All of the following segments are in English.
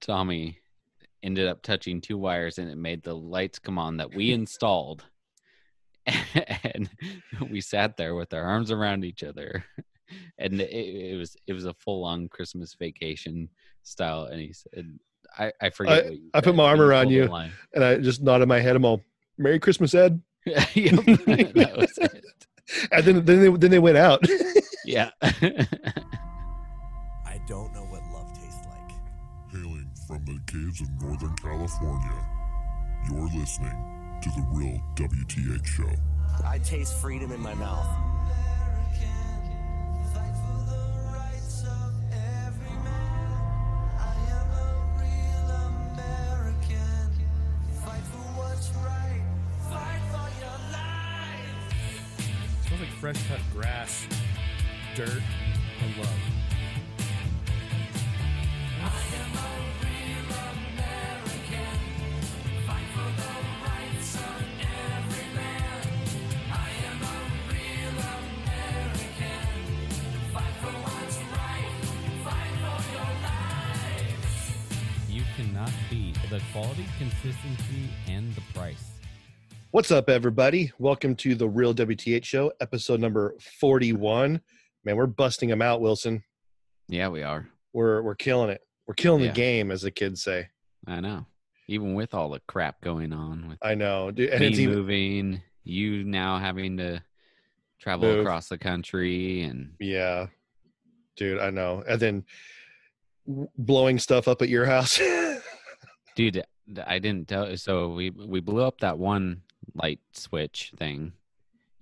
Tommy ended up touching two wires and it made the lights come on that we installed. and we sat there with our arms around each other. And it, it was it was a full on Christmas vacation style. And he said, "I I forget." I- what you I put said, my but arm you around told the you. line. And I just nodded my head. I'm all, "Merry Christmas, Ed." Yep, that was it. And then then they, then they went out. Yeah. I don't know what love tastes like. Hailing from the caves of Northern California, you're listening to The Real WTH Show. I taste freedom in my mouth. Smells like fresh cut grass, dirt, and love. You cannot beat the quality, consistency, and the price. What's up, everybody? Welcome to the Real WTH Show, episode number 41. Man, we're busting them out, Wilson. Yeah, we are. We're we're killing it. We're killing Yeah. the game, as the kids say. I know. Even with all the crap going on with I know, dude. And it's me even, moving, you now having to travel Move. across the country and yeah, dude. I know. And then w- blowing stuff up at your house. dude th- i didn't tell so we we blew up that one light switch thing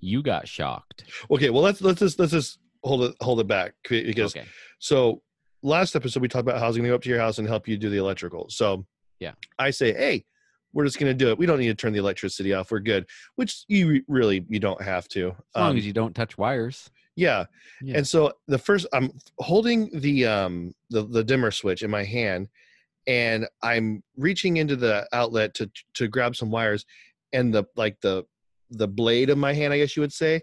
you got shocked okay, well let's let's just let's just hold it hold it back because okay So last episode we talked about how I was going to go up to your house and help you do the electrical. So Yeah. I say, hey, we're just going to do it. We don't need to turn the electricity off. We're good. Which you re- really you don't have to. as long Um, as you don't touch wires yeah. Yeah. And so the first I'm holding the um the, the dimmer switch in my hand and I'm reaching into the outlet to to grab some wires and the like the the blade of my hand, I guess you would say,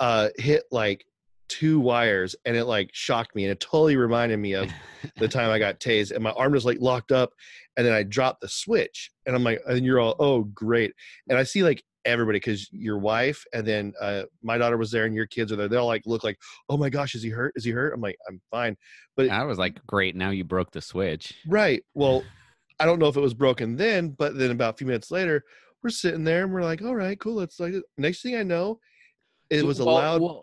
uh hit like two wires and it like shocked me and it totally reminded me of the time I got tased and my arm was like locked up and then I dropped the switch and I'm like and you're all oh great and I see like everybody because your wife and then uh, my daughter was there and your kids are there they all like look like oh my gosh is he hurt is he hurt I'm like I'm fine i was like great now you broke the switch right well I don't know if it was broken then but then about a few minutes later we're sitting there and we're like all right cool let's like it." next thing I know it was a Well, loud well,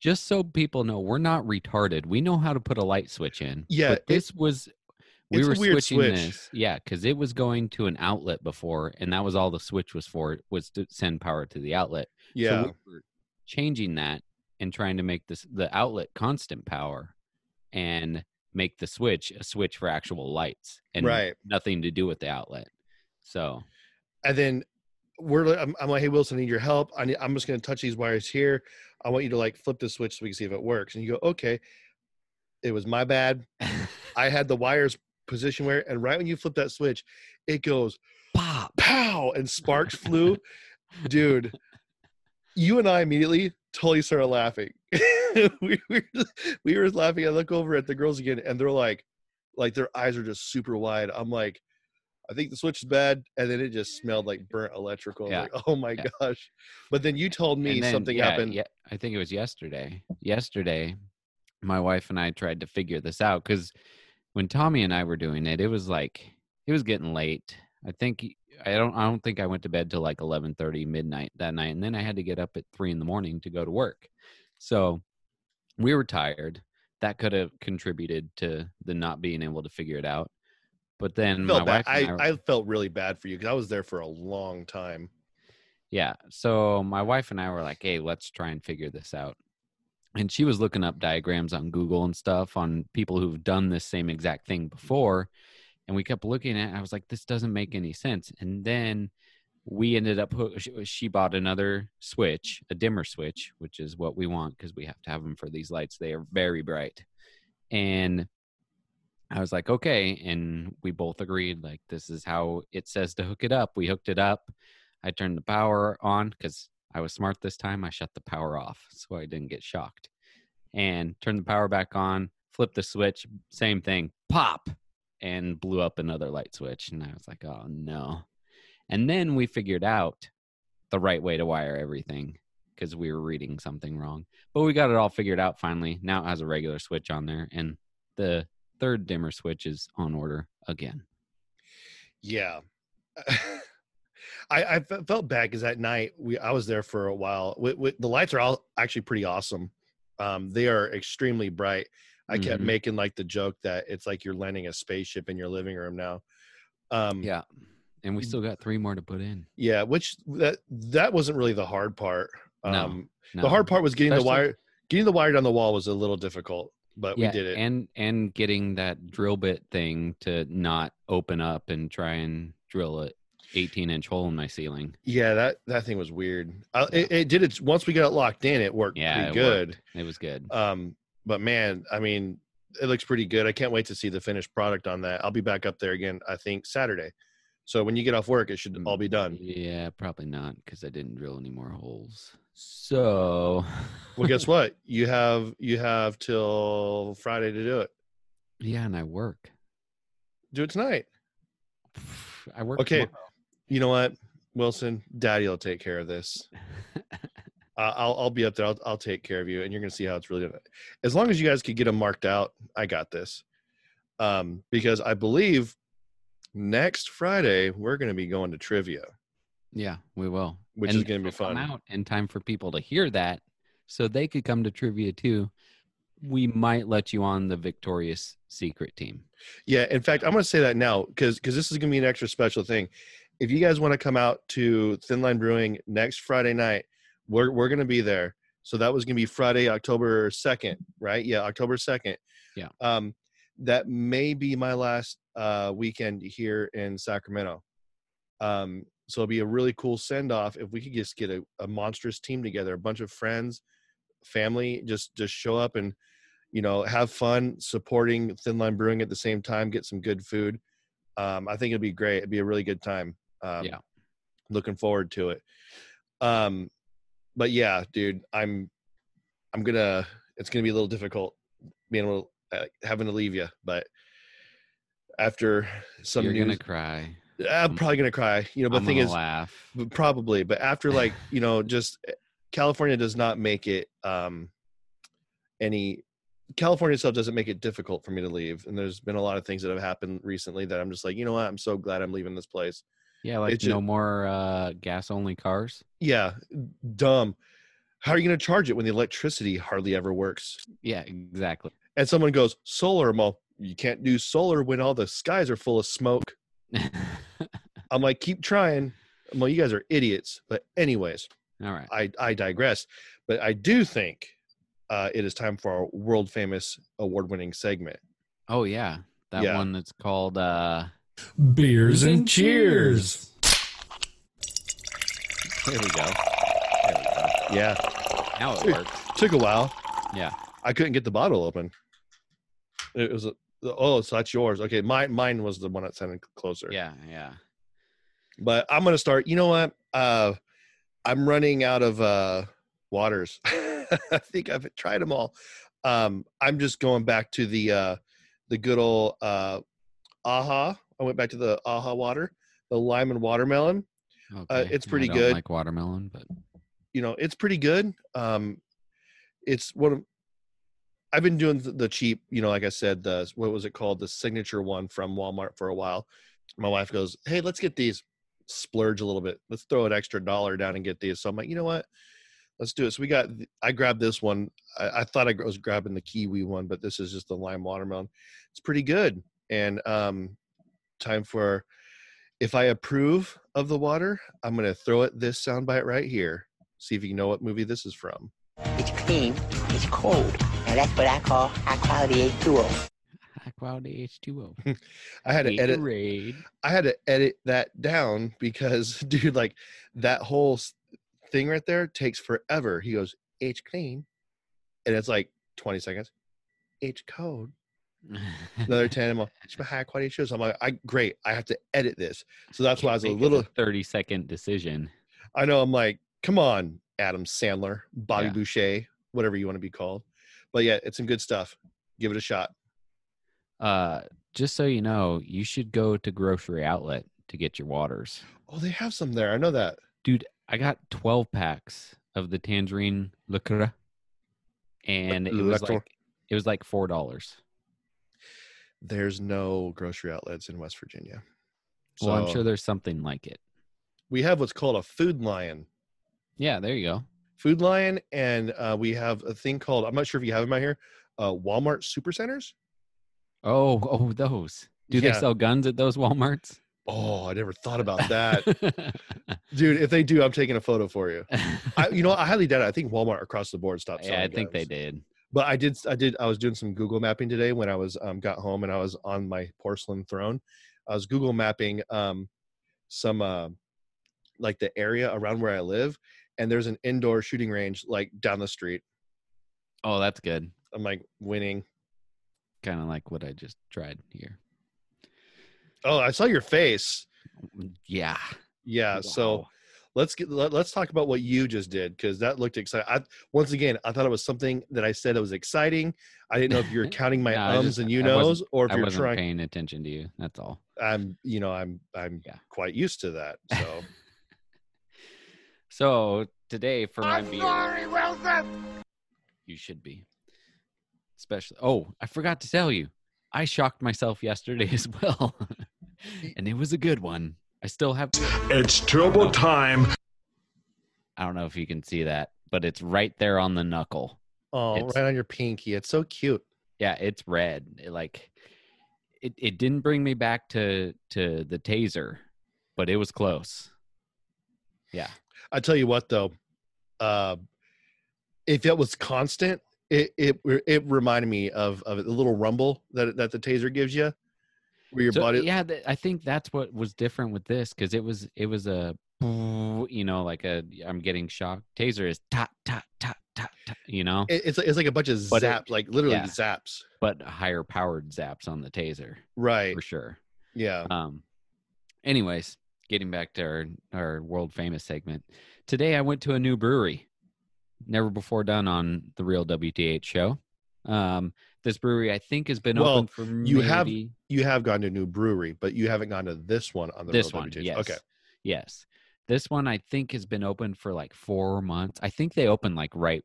just so people know we're not retarded we know how to put a light switch in Yeah, but it- this was we it's a were weird switching switch. this yeah because it was going to an outlet before and that was all the switch was for was to send power to the outlet So yeah we were changing that and trying to make this the outlet constant power and make the switch a switch for actual lights and Right. nothing to do with the outlet. So and then we're li- I'm, I'm like, hey Wilson, I need your help. I need, I'm just gonna touch these wires here. I want you to like flip the switch so we can see if it works. And you go, okay. It was my bad. I had the wires position where, and right when you flip that switch, it goes pop. pow and sparks flew. Dude, you and I immediately totally started laughing. we, were, we were laughing. I look over at the girls again, and they're like, like their eyes are just super wide. I'm like, I think the switch is bad, and then it just smelled like burnt electrical. I'm Yeah. like, oh my Yeah. gosh! But then you told me And then, something yeah, happened. Yeah, I think it was yesterday. Yesterday, my wife and I tried to figure this out because when Tommy and I were doing it, it was like it was getting late. I think I don't. I don't think I went to bed till like eleven thirty midnight that night, and then I had to get up at three in the morning to go to work. So we were tired. That could have contributed to the not being able to figure it out. But then I my felt wife, bad. I, and I, were- I felt really bad for you because I was there for a long time. Yeah. So my wife and I were like, hey, let's try and figure this out. And she was looking up diagrams on Google and stuff on people who've done this same exact thing before. And we kept looking at it. I was like, this doesn't make any sense. And then we ended up, hoo- she- she bought another switch, a dimmer switch, which is what we want because we have to have them for these lights. They are very bright. And I was like, okay. And we both agreed, like, this is how it says to hook it up. We hooked it up. I turned the power on because I was smart this time. I shut the power off so I didn't get shocked. And turned the power back on, flipped the switch, same thing, pop. and blew up another light switch. And I was like, oh no. And then we figured out the right way to wire everything because we were reading something wrong. But we got it all figured out finally. Now it has a regular switch on there, and the third dimmer switch is on order again. Yeah. I, I fe- felt bad because that night we I was there for a while. Wi- wi- the lights are all actually pretty awesome. Um, they are extremely bright. I kept Mhm. making like the joke that it's like you're landing a spaceship in your living room now. Um, Yeah. And Hmm. we still got three more to put in. yeah, which that that wasn't really the hard part. Um, No, No. The hard part was getting the Especially- wire getting the wire down the wall was a little difficult, but we did it. And and getting that drill bit thing to not open up and try and drill a 18 inch hole in my ceiling. yeah, that that thing was weird. Uh, it, it did it once we got it locked in. It worked Yeah, pretty it good. It was good. Um, but man, I mean, it looks pretty good. I can't wait to see the finished product on that. I'll be back up there again, I think Saturday. So when you get off work, it should all be done. Yeah, probably not because I didn't drill any more holes. So Well, guess what? You have you have till Friday to do it. yeah, and I work. Do it tonight. I work. Okay. tomorrow. You know what, Wilson? Daddy will take care of this. Uh, I'll I'll be up there. I'll I'll take care of you, and you're gonna see how it's really done. As long as you guys could get them marked out, I got this. Um, because I believe next Friday we're gonna be going to trivia. yeah, we will. Which is gonna be this will come fun. Out in time for people to hear that, so they could come to trivia too. We might let you on the victorious secret team. Yeah, in fact, I'm going to say that now because because this is going to be an extra special thing. If you guys want to come out to Thin Line Brewing next Friday night, we're we're going to be there. So that was going to be Friday, October second, right? Yeah, October second. Yeah. Um, that may be my last uh, weekend here in Sacramento. Um, so it'll be a really cool send off if we could just get a, a monstrous team together, a bunch of friends, family, just just show up and you know, have fun supporting Thin Line Brewing at the same time, get some good food. Um, I think it'd be great. It'd be a really good time. Um, Yeah. Looking forward to it. Um, but yeah, dude, I'm, I'm gonna, it's gonna be a little difficult being able, uh, having to leave you, but after some You're news, gonna cry. I'm probably gonna cry, you know, but I'm the thing gonna is, laugh. but probably but after like you know just eh, california does not make it um any california itself doesn't make it difficult for me to leave and there's been a lot of things that have happened recently that i'm just like you know what i'm so glad i'm leaving this place Yeah, like It's no a- more uh, gas only cars. yeah dumb how are you going to charge it when the electricity hardly ever works Yeah, exactly. and someone goes solar well you can't do solar when all the skies are full of smoke All i'm like keep trying well you guys are idiots but anyways right. I, I digress, but I do think uh, it is time for our world famous award winning segment. Oh yeah, that Yeah. one that's called. uh Beers and cheers. Here we go. Yeah, Now it works. took a while. Yeah. I couldn't get the bottle open. It was a, oh, so that's yours. Okay, mine mine was the one that sounded closer. Yeah, yeah. but I'm gonna start. You know what? Uh, I'm running out of uh, waters. I think I've tried them all. Um, I'm just going back to the uh, the good old uh, aha. I went back to the aha water, the lime and watermelon. Okay. Uh, it's pretty I don't good. Like watermelon, but you know it's pretty good um it's one of i've been doing th- the cheap you know like i said the what was it called the signature one from walmart for a while my wife goes hey let's get these splurge a little bit let's throw an extra dollar down and get these so i'm like you know what let's do it so we got th- i grabbed this one i, I thought i gr- was grabbing the kiwi one but this is just the lime watermelon it's pretty good and um time for if i approve of the water i'm going to throw it this soundbite right here see if you know what movie this is from. It's clean, it's cold, and that's what I call high quality H2O. high quality H two O. I had to edit. Gatorade. I had to edit that down because, dude, like that whole s- thing right there takes forever. He goes H clean, and it's like twenty seconds. H code, another ten. I'm like, "It's my high quality shows. I'm like, I great. I have to edit this, so that's why I was a Make it little. thirty second decision. I know. I'm like, come on, Adam Sandler, Bobby Yeah. Boucher, whatever you want to be called. But yeah, it's some good stuff. Give it a shot. Uh, just so you know, you should go to grocery outlet to get your waters. Oh, they have some there. I know that. I got 12 packs of the tangerine liqueur and it was Liqueur. like it was like four dollars. There's no grocery outlets in West Virginia. Well, I'm So, sure there's something like it. we have what's called a food lion. Yeah, there you go. Food lion, and uh, we have a thing called I'm not sure if you have them out here. Uh, Walmart supercenters. Oh, oh, those. Do Yeah. they sell guns at those WalMarts? Oh, I never thought about that, dude. If they do, I'm taking a photo for you. I, you know, I highly doubt it. I think Walmart across the board stopped. yeah, I selling think they guns. did. But I did, I did, I was doing some Google mapping today when I was um, got home and I was on my porcelain throne. I was Google mapping um, some uh, like the area around where I live, and there's an indoor shooting range like down the street. Oh, that's good. I'm like winning. Kind of like what I just tried here. Oh, I saw your face. Mm, Yeah. Yeah. So Wow. let's get let, let's talk about what you just did because that looked exciting. I, once again, I thought it was something that I said that was exciting. I didn't know if you're counting my No, I ums just- and you I wasn't- knows, or if I you're wasn't trying. paying attention to you. That's all. I'm, you know, I'm I'm Yeah. quite used to that. So So today for my beer, you should be. Especially. Oh, I forgot to tell you, I shocked myself yesterday as well, and it was a good one. I still have. It's turbo Oh. time. I don't know if you can see that, but it's right there on the knuckle. oh, It's- right on your pinky. It's so cute. Yeah, it's red. It, like, it it didn't bring me back to to the taser, but it was close. Yeah. I tell you what though, uh, if it was constant, it it it reminded me of of the little rumble that that the taser gives you, where your So, body. yeah th- i think that's what was different with this because it was it was a you know like a i'm getting shocked taser is ta ta ta ta, ta you know It, it's like- it's like a bunch of But it- zaps, like literally yeah. zaps. but higher powered zaps on the taser Right. for sure Yeah. um anyways getting back to our our world famous segment today i went to a new brewery never before done on the real wth show um this brewery i think has been Well, open for you have maybe- You have gone to a new brewery, but you haven't gone to this one on the this Real one WTH. yes Okay. yes this one i think has been open for like four months i think they opened like right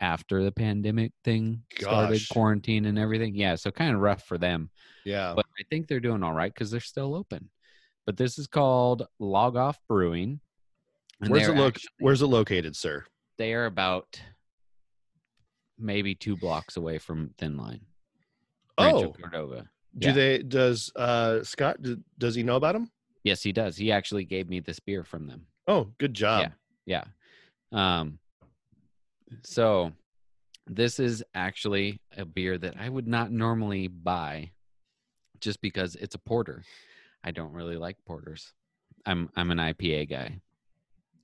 after the pandemic thing started Gosh. quarantine and everything yeah so kind of rough for them Yeah. but i think they're doing all right because they're still open but this is called log off brewing and where's it they're look? actually- Where's it located, sir? they are about maybe two blocks away from thin line Rancho Oh. cordova Do yeah. they? Does uh, Scott? d- Does he know about him? yes he does he actually gave me this beer from them Oh, good job. Yeah. Um so this is actually a beer that I would not normally buy just because it's a porter. I don't really like porters. I'm I'm an IPA guy.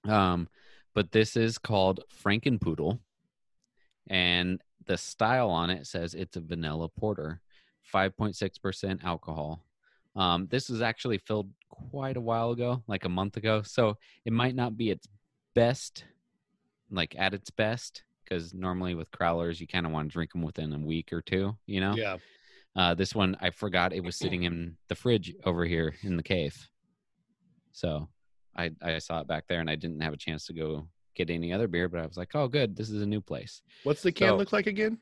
Um but this is called Frankenpoodle and the style on it says it's a vanilla porter, 5.6% alcohol. Um this was actually filled quite a while ago, like a month ago. So it might not be its best, like at its best, because normally with crowlers you kind of want to drink them within a week or two. You know, Yeah. uh, this one I forgot it was sitting in the fridge over here in the cave, so I I saw it back there and I didn't have a chance to go get any other beer, but I was like, oh good, this is a new place. What's the can So- look like again?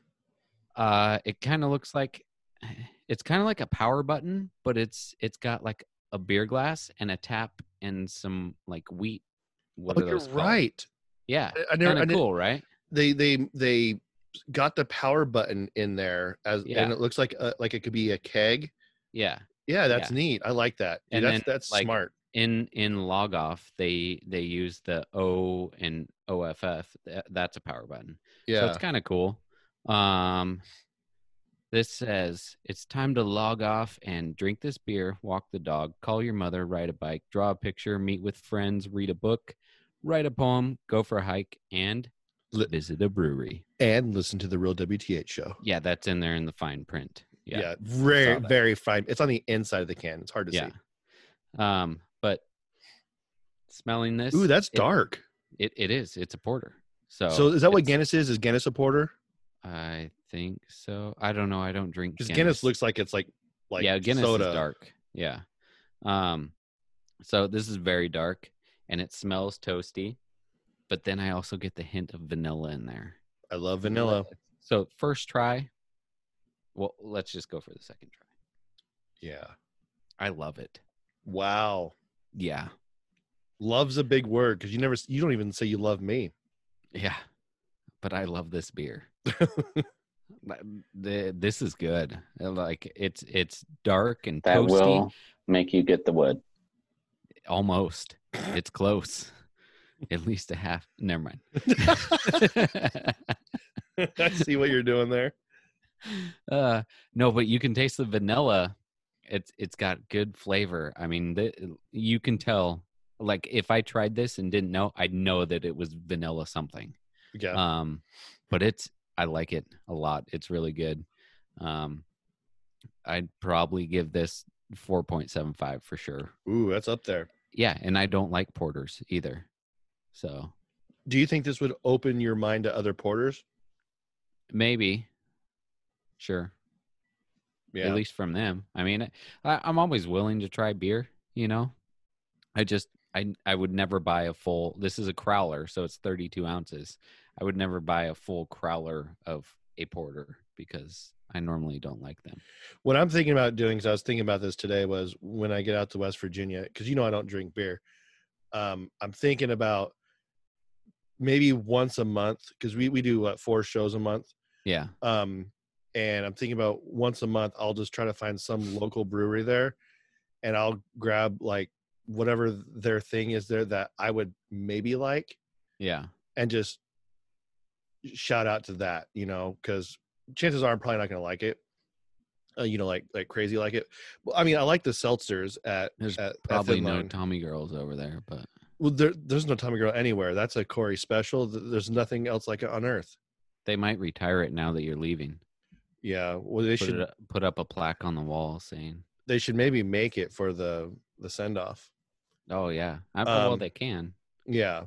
Uh, it kind of looks like it's kind of like a power button, but it's it's got like a beer glass and a tap and some like wheat. What oh, are you're those called? right. Yeah, I- I never- kind I of didn't- cool, right? They they they got the power button in there as Yeah. and it looks like a, like it could be a keg. Yeah. Yeah, that's neat. I like that. Dude, And that's then, that's like, smart. In in log off, they they use the O and OFF. Th- That's a power button. So Yeah. it's kind of cool. Um, this says it's time to log off and drink this beer, walk the dog, call your mother, ride a bike, draw a picture, meet with friends, read a book, write a poem, go for a hike, and Li- visit a brewery. and listen to the real WTH show. Yeah, that's in there in the fine print. Yeah. Yeah. very that. very fine. It's on the inside of the can. It's hard to yeah. Um, but smelling this, see. Ooh, that's it- dark. It, it is. It's a porter. So so is that what it's- Guinness is? Is Guinness a porter? I think so. I don't know. I don't drink Because Guinness looks like it's like like yeah, Guinness soda. is dark. Yeah. Um, so this is very dark and it smells toasty, but then I also get the hint of vanilla in there. I love vanilla. So first try, well, let's just go for the second try. Yeah. I love it. Wow. Yeah. Love's a big word because you never you don't even say you love me. Yeah. But I love this beer. Like, th- this is good. Like it's it's dark and That toasty. will make you get the wood. almost it's close at least a half never mind I see what you're doing there. uh no but you can taste the vanilla it's it's got good flavor i mean the, you can tell like if i tried this and didn't know i'd know that it was vanilla something Yeah. um but it's i like it a lot it's really good um i'd probably give this 4.75 for sure Ooh, that's up there. yeah and i don't like porters either so Do you think this would open your mind to other porters? Maybe. Sure. Yeah. At least from them. I mean, I, I'm always willing to try beer, you know? I just, I, I would never buy a full, this is a crowler, so it's 32 ounces. I would never buy a full crowler of a porter because I normally don't like them. What I'm thinking about doing, because I was thinking about this today, was when I get out to West Virginia, because you know I don't drink beer. Um, I'm thinking about maybe once a month, because we, we do what four shows a month. Yeah. Um, and I'm thinking about once a month, I'll just try to find some local brewery there and I'll grab like whatever their thing is there that I would maybe like Yeah. and just shout out to that, you know, because chances are I'm probably not going to like it. Uh, you know, like like crazy, like it. Well, I mean, I like the seltzers at There's at, at Probably Thin no Line. Tommy girls over there, but well, there, there's no Tommy Girl anywhere. That's a Corey special. Th- There's nothing else like it on Earth. they might retire it now that you're leaving. Yeah, well, they Put, should it, up- put up a plaque on the wall saying, they should maybe make it for the the send off. oh, yeah. I, well, Um, they can. Yeah,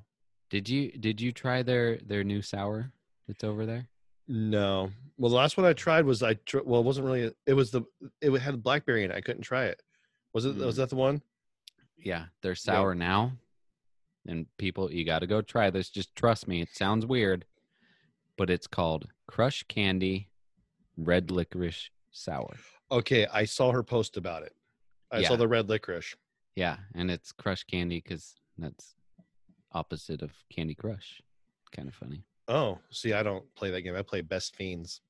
Did you did you try their their new sour that's over there? no. Well, the last one I tried was I tr- well, it wasn't really. It was the it had blackberry in it. I couldn't try it. Was it Hmm. was that the one? Yeah, they're sour now. And people, you got to go try this. Just trust me. It sounds weird, but it's called Crush Candy Red Licorice Sour. Okay, I saw her post about it. I saw Yeah. the red licorice. Yeah, and it's Crush Candy because that's opposite of Candy Crush. Kind of funny. Oh, see, I don't play that game. I play Best Fiends.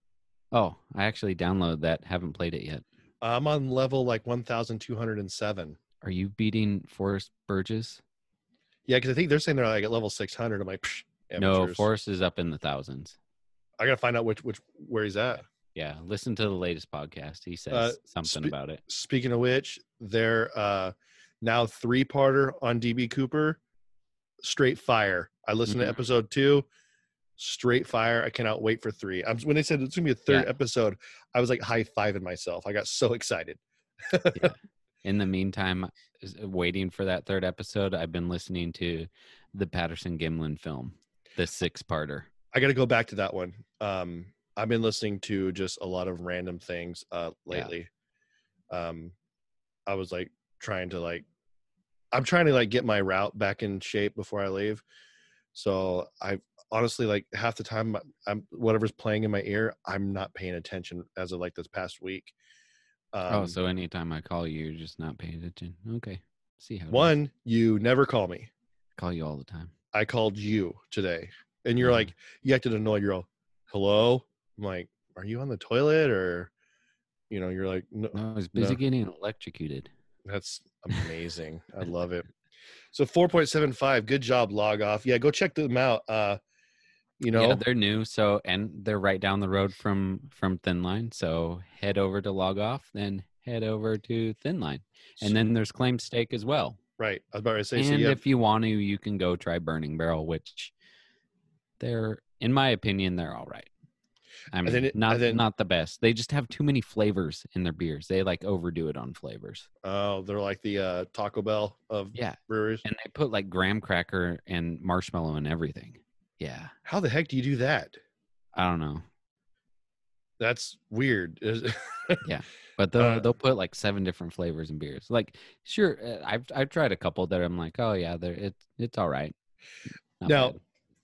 Oh, I actually downloaded that. Haven't played it yet. I'm on level like 1,207. Are you beating Forrest Burgess? Yeah, because I think they're saying they're like at level 600. I'm like, Psh, No, amateurs. Forrest is up in the thousands. I gotta find out which which where he's at. Yeah, listen to the latest podcast. He says Uh, something spe- about it. Speaking of which, they're uh now three parter on DB Cooper. Straight fire. I listened Mhm. to episode two. Straight fire. I cannot wait for three. I'm when they said it's gonna be a third Yeah. episode. I was like high fiving myself. I got so excited. In the meantime, s- waiting for that third episode, I've been listening to the Patterson Gimlin film, the six-parter. I got to go back to that one. Um, I've been listening to just a lot of random things uh, Yeah. lately. Um, I was like trying to like, I'm trying to like get my route back in shape before I leave. So I honestly like half the time I'm whatever's playing in my ear, I'm not paying attention as of like this past week. Um, oh, so anytime I call you, you're just not paying attention. Okay, see how it is. one, you never call me. call you all the time. I called you today, and you're Mhm. like, you acted annoyed. You're all, hello. I'm like, are you on the toilet or, you know, you're like, no, No, I was busy No. getting electrocuted. that's amazing. I love it. So 4.75, good job, log off. Yeah, go check them out. Uh, you know, yeah, they're new, so and they're right down the road from from Thin Line. So head over to Log Off, then head over to Thin Line, and then there's Claim Steak as well. right. I was about to say, and so yeah, if you want to, you can go try Burning Barrel, which they're, in my opinion, they're all right. I mean, then it- not and then- not the best. They just have too many flavors in their beers. They like overdo it on flavors. oh, they're like the uh, Taco Bell of Yeah, breweries. and they put like graham cracker and marshmallow and everything. Yeah, How the heck do you do that? I don't know. that's weird. But they'll Uh, they'll put like seven different flavors in beers. Like sure, uh, I've I've tried a couple that I'm like, oh yeah, they're it's it's all right. Not Now- bad.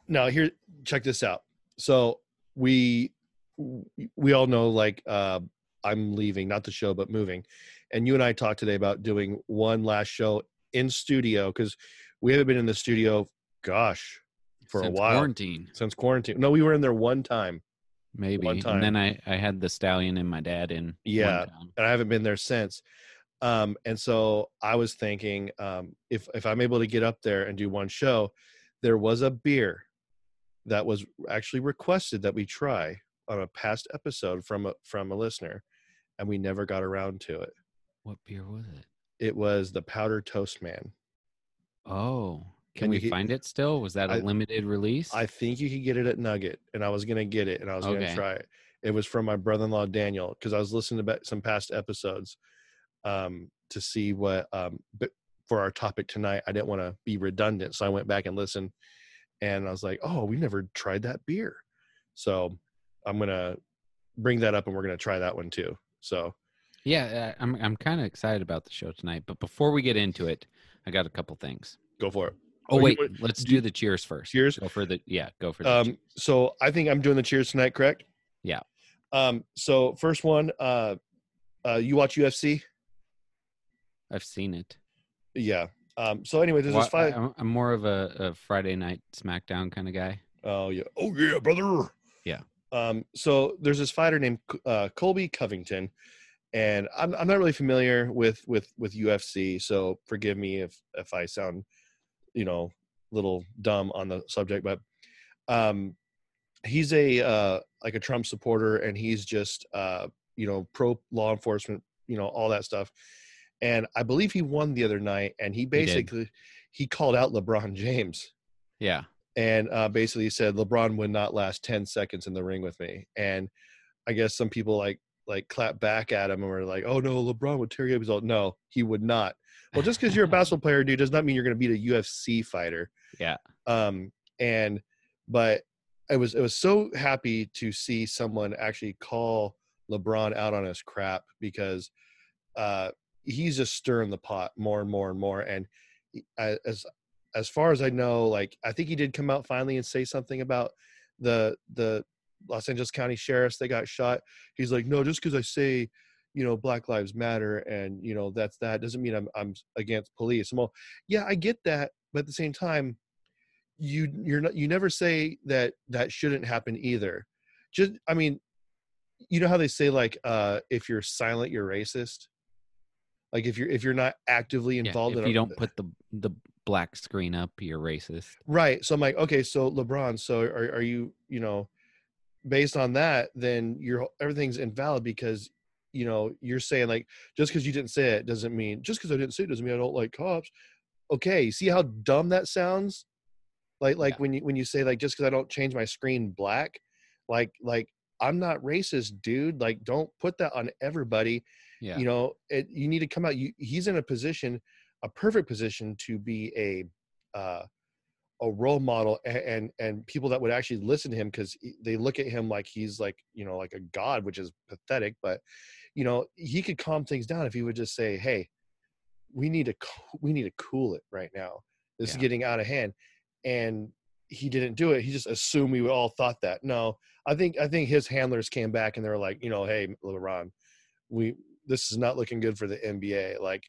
no, here, check this out. So we we all know like uh, I'm leaving, not the show, but moving. And you and I talked today about doing one last show in studio because we haven't been in the studio, gosh, for Since a while quarantine since quarantine. No, we were in there one time, maybe, time. and then I I had the stallion and my dad in. one Yeah. town. and I haven't been there since. Um, and so I was thinking, um, if if I'm able to get up there and do one show, there was a beer that was actually requested that we try on a past episode from a from a listener, and we never got around to it. What beer was it? It was the Powder Toast Man. Oh, can, Can we you get- find it still? Was that a I- limited release? I think you could get it at Nugget, and I was gonna get it, and I was Okay. gonna try it. It was from my brother-in-law Daniel because I was listening to ba- some past episodes um, to see what um, but for our topic tonight. I didn't want to be redundant, so I went back and listened, and I was like, "Oh, we never tried that beer," so I'm gonna bring that up, and we're gonna try that one too. So yeah, I- I'm I'm kind of excited about the show tonight. But before we get into it, I got a couple things. go for it. Oh you wait, want- let's do do, you- the cheers first. Cheers? Go for the yeah. Go for the cheers. Um, so I think I'm doing the cheers tonight, correct? Yeah. Um, so first one, uh, uh, you watch UFC? I've seen it. Yeah. Um, so anyway, this Wha- is five. I'm, I'm more of a, a Friday night SmackDown kind of guy. Oh yeah. Oh yeah, brother. Yeah. Um, so there's this fighter named uh, Colby Covington, and I'm I'm not really familiar with with with UFC, so forgive me if if I sound, you know, little dumb on the subject, but um, he's a uh like a Trump supporter, and he's just uh you know pro law enforcement, you know all that stuff, and I believe he won the other night, and he did. basically he called out LeBron James Yeah. and uh, basically said LeBron would not last ten seconds in the ring with me. And I guess some people like like clap back at him and were like, "Oh no, LeBron would tear you up." He's like, "No, he would not." Well, just because you're a basketball player, dude, does not mean you're going to beat a UFC fighter. Yeah. Um. And but I was I was so happy to see someone actually call LeBron out on his crap because uh, he's just stirring the pot more and more and more. And he- I- as as far as I know, like I think he did come out finally and say something about the the Los Angeles County sheriffs they got shot. He's like, no, just because I say, you know, Black Lives Matter and you know that's that doesn't mean I'm I'm against police. I'm all, yeah, I get that, but at the same time, you you're not you never say that that shouldn't happen either. Just I mean, you know how they say like uh if you're silent, you're racist. Like if you're if you're not actively Yeah, involved If in a- you don't put the the black screen up, you're racist. Right. So I'm like, okay, so LeBron, so are are you, you know, based on that, then you're everything's invalid because you know you're saying like just because you didn't say it doesn't mean just because I didn't say it doesn't mean I don't like cops. Okay, see how dumb that sounds? Like like when you when you say like just because I don't change my screen black, like like I'm not racist, dude. Like don't put that on everybody Yeah. you know it, you need to come out you, he's in a position a perfect position to be a uh, a role model and, and and people that would actually listen to him because they look at him like he's like you know like a god which is pathetic but you know he could calm things down if he would just say hey we need to co- we need to cool it right now this is Yeah. getting out of hand and he didn't do it he just assumed we all thought that no i think i think his handlers came back and they were like you know hey lebron we this is not looking good for the NBA. Like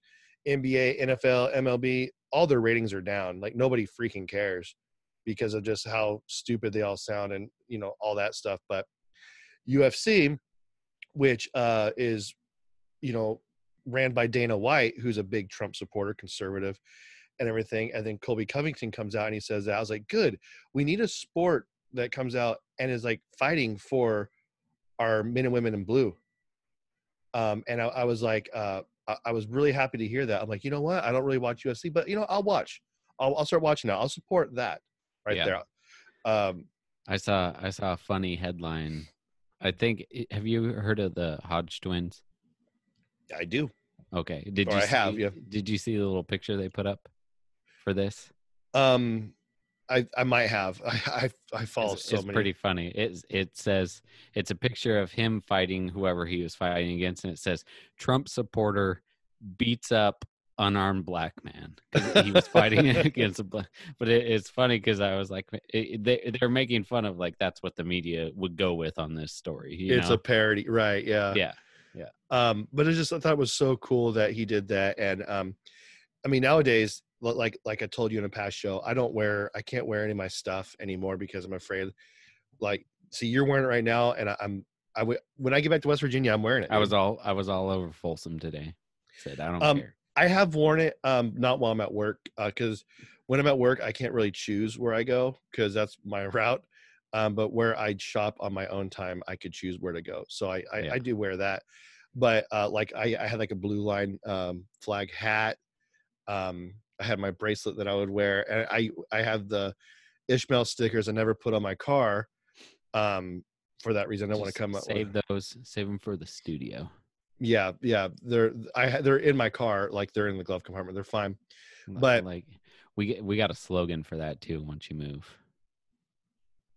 NBA, NFL, MLB, all their ratings are down. Like nobody freaking cares because of just how stupid they all sound and you know all that stuff. But UFC, which uh, is you know ran by Dana White, who's a big Trump supporter, conservative, and everything. And then Colby Covington comes out and he says that. I was like, good. We need a sport that comes out and is like fighting for our men and women in blue um, and I, I was like, uh, I, I was really happy to hear that. I'm like, you know what? I don't really watch UFC, but you know, I'll watch. I'll, I'll start watching now. I'll support that right Yeah. there. Um, I saw I saw a funny headline. I think it- have you heard of the Hodge twins? I do. Okay. Did Or you Oh, I have, see- yeah. Did you see the little picture they put up for this? Um, I, I might have. I I, I follow it's, Oh, so it's many. pretty funny. It it says it's a picture of him fighting whoever he was fighting against, and it says Trump supporter beats up unarmed black man because he was fighting against a black. But it, it's funny because I was like, it, they they're making fun of like that's what the media would go with on this story. You it's know? a parody, right? Yeah. yeah, Um, but I just I thought it was so cool that he did that, and um, I mean nowadays, li- like like I told you in a past show, I don't wear I can't wear any of my stuff anymore because I'm afraid. Like, see, you're wearing it right now, and I, I'm I w- when I get back to West Virginia, I'm wearing it. I was all I was all over Folsom today. Said I don't Um, care. I have worn it, um, not while I'm at work, because when I'm at work, I can't really choose where I go because that's my route. Um, but where I shop on my own time, I could choose where to go. So I, I, Yeah. I do wear that. But uh, like I, I had like a blue line um, flag hat. Um, I had my bracelet that I would wear, and I I have the Ishmael stickers I never put on my car. Um, for that reason, I don't want Just to come up. with- Save those. Save them for the studio. yeah, yeah, they're I ha- they're in my car, like they're in the glove compartment. They're fine. But- like we get- we got a slogan for that too. Once you move,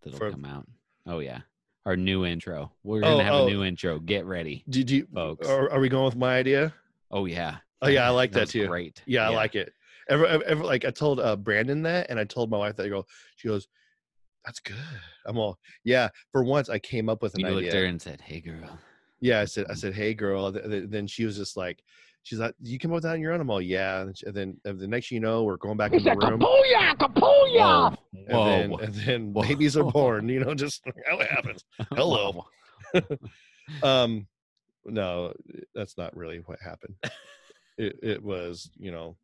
that'll For- come out. Oh yeah, our new intro. We're Oh, gonna have oh. a new intro. Get ready. Did you? Folks. Are, are we going with my idea? Oh yeah. Oh, yeah, I like that was too. Great. Yeah, I like it. Ever, ever, ever- like I told uh, Brandon that, and I told my wife that. I go, she goes, "That's good." I'm all, yeah. For once, I came up with an You looked idea. at her and said, "Hey girl." Yeah, I said, I said, "Hey, girl." Th- th- Then she was just like, "She's like, you come up with that on your own." I'm all, "Yeah." And she- and then and the next, thing you know, we're going back in the room. Whoa. And Whoa. then, and then Whoa. babies are born. You know, just how it happens. hello. Wow. Um, no, that's not really what happened. It, it was, you know,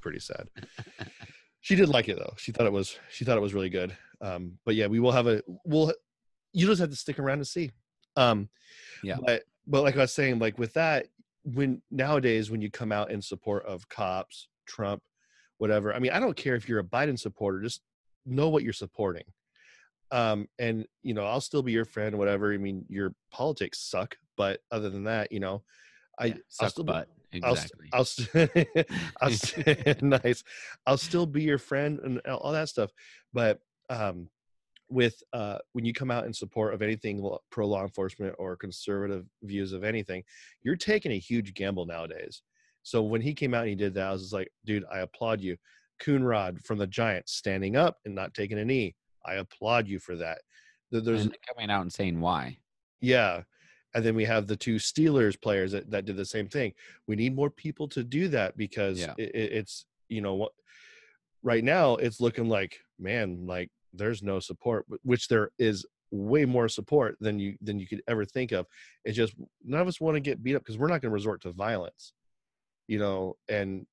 pretty sad. She did like it though. She thought it was she thought it was really good. Um, but yeah, we will have a we'll you just have to stick around to see. Um, Yeah. But but like I was saying, like with that, when nowadays when you come out in support of cops, Trump, whatever. I mean, I don't care if you're a Biden supporter. Just know what you're supporting um and you know i'll still be your friend whatever i mean your politics suck but other than that you know i Yeah, i'll suck still be- butt. I'll, st- Exactly. I'll, st- I'll st- nice. I'll still be your friend and all all that stuff. But um, with uh, when you come out in support of anything lo- pro law enforcement or conservative views of anything, you're taking a huge gamble nowadays. So when he came out and he did that, I was just like, dude, I applaud you. Coonrod from the Giants standing up and not taking a knee. I applaud you for that. There- There's And coming out and saying why. yeah. And then we have the two Steelers players that, that did the same thing. We need more people to do that because Yeah. it, it- it's, you know, what right now it's looking like, man, like there's no support, wh- which there is way more support than you than you could ever think of. It's just none of us want to get beat up because we're not going to resort to violence, you know. And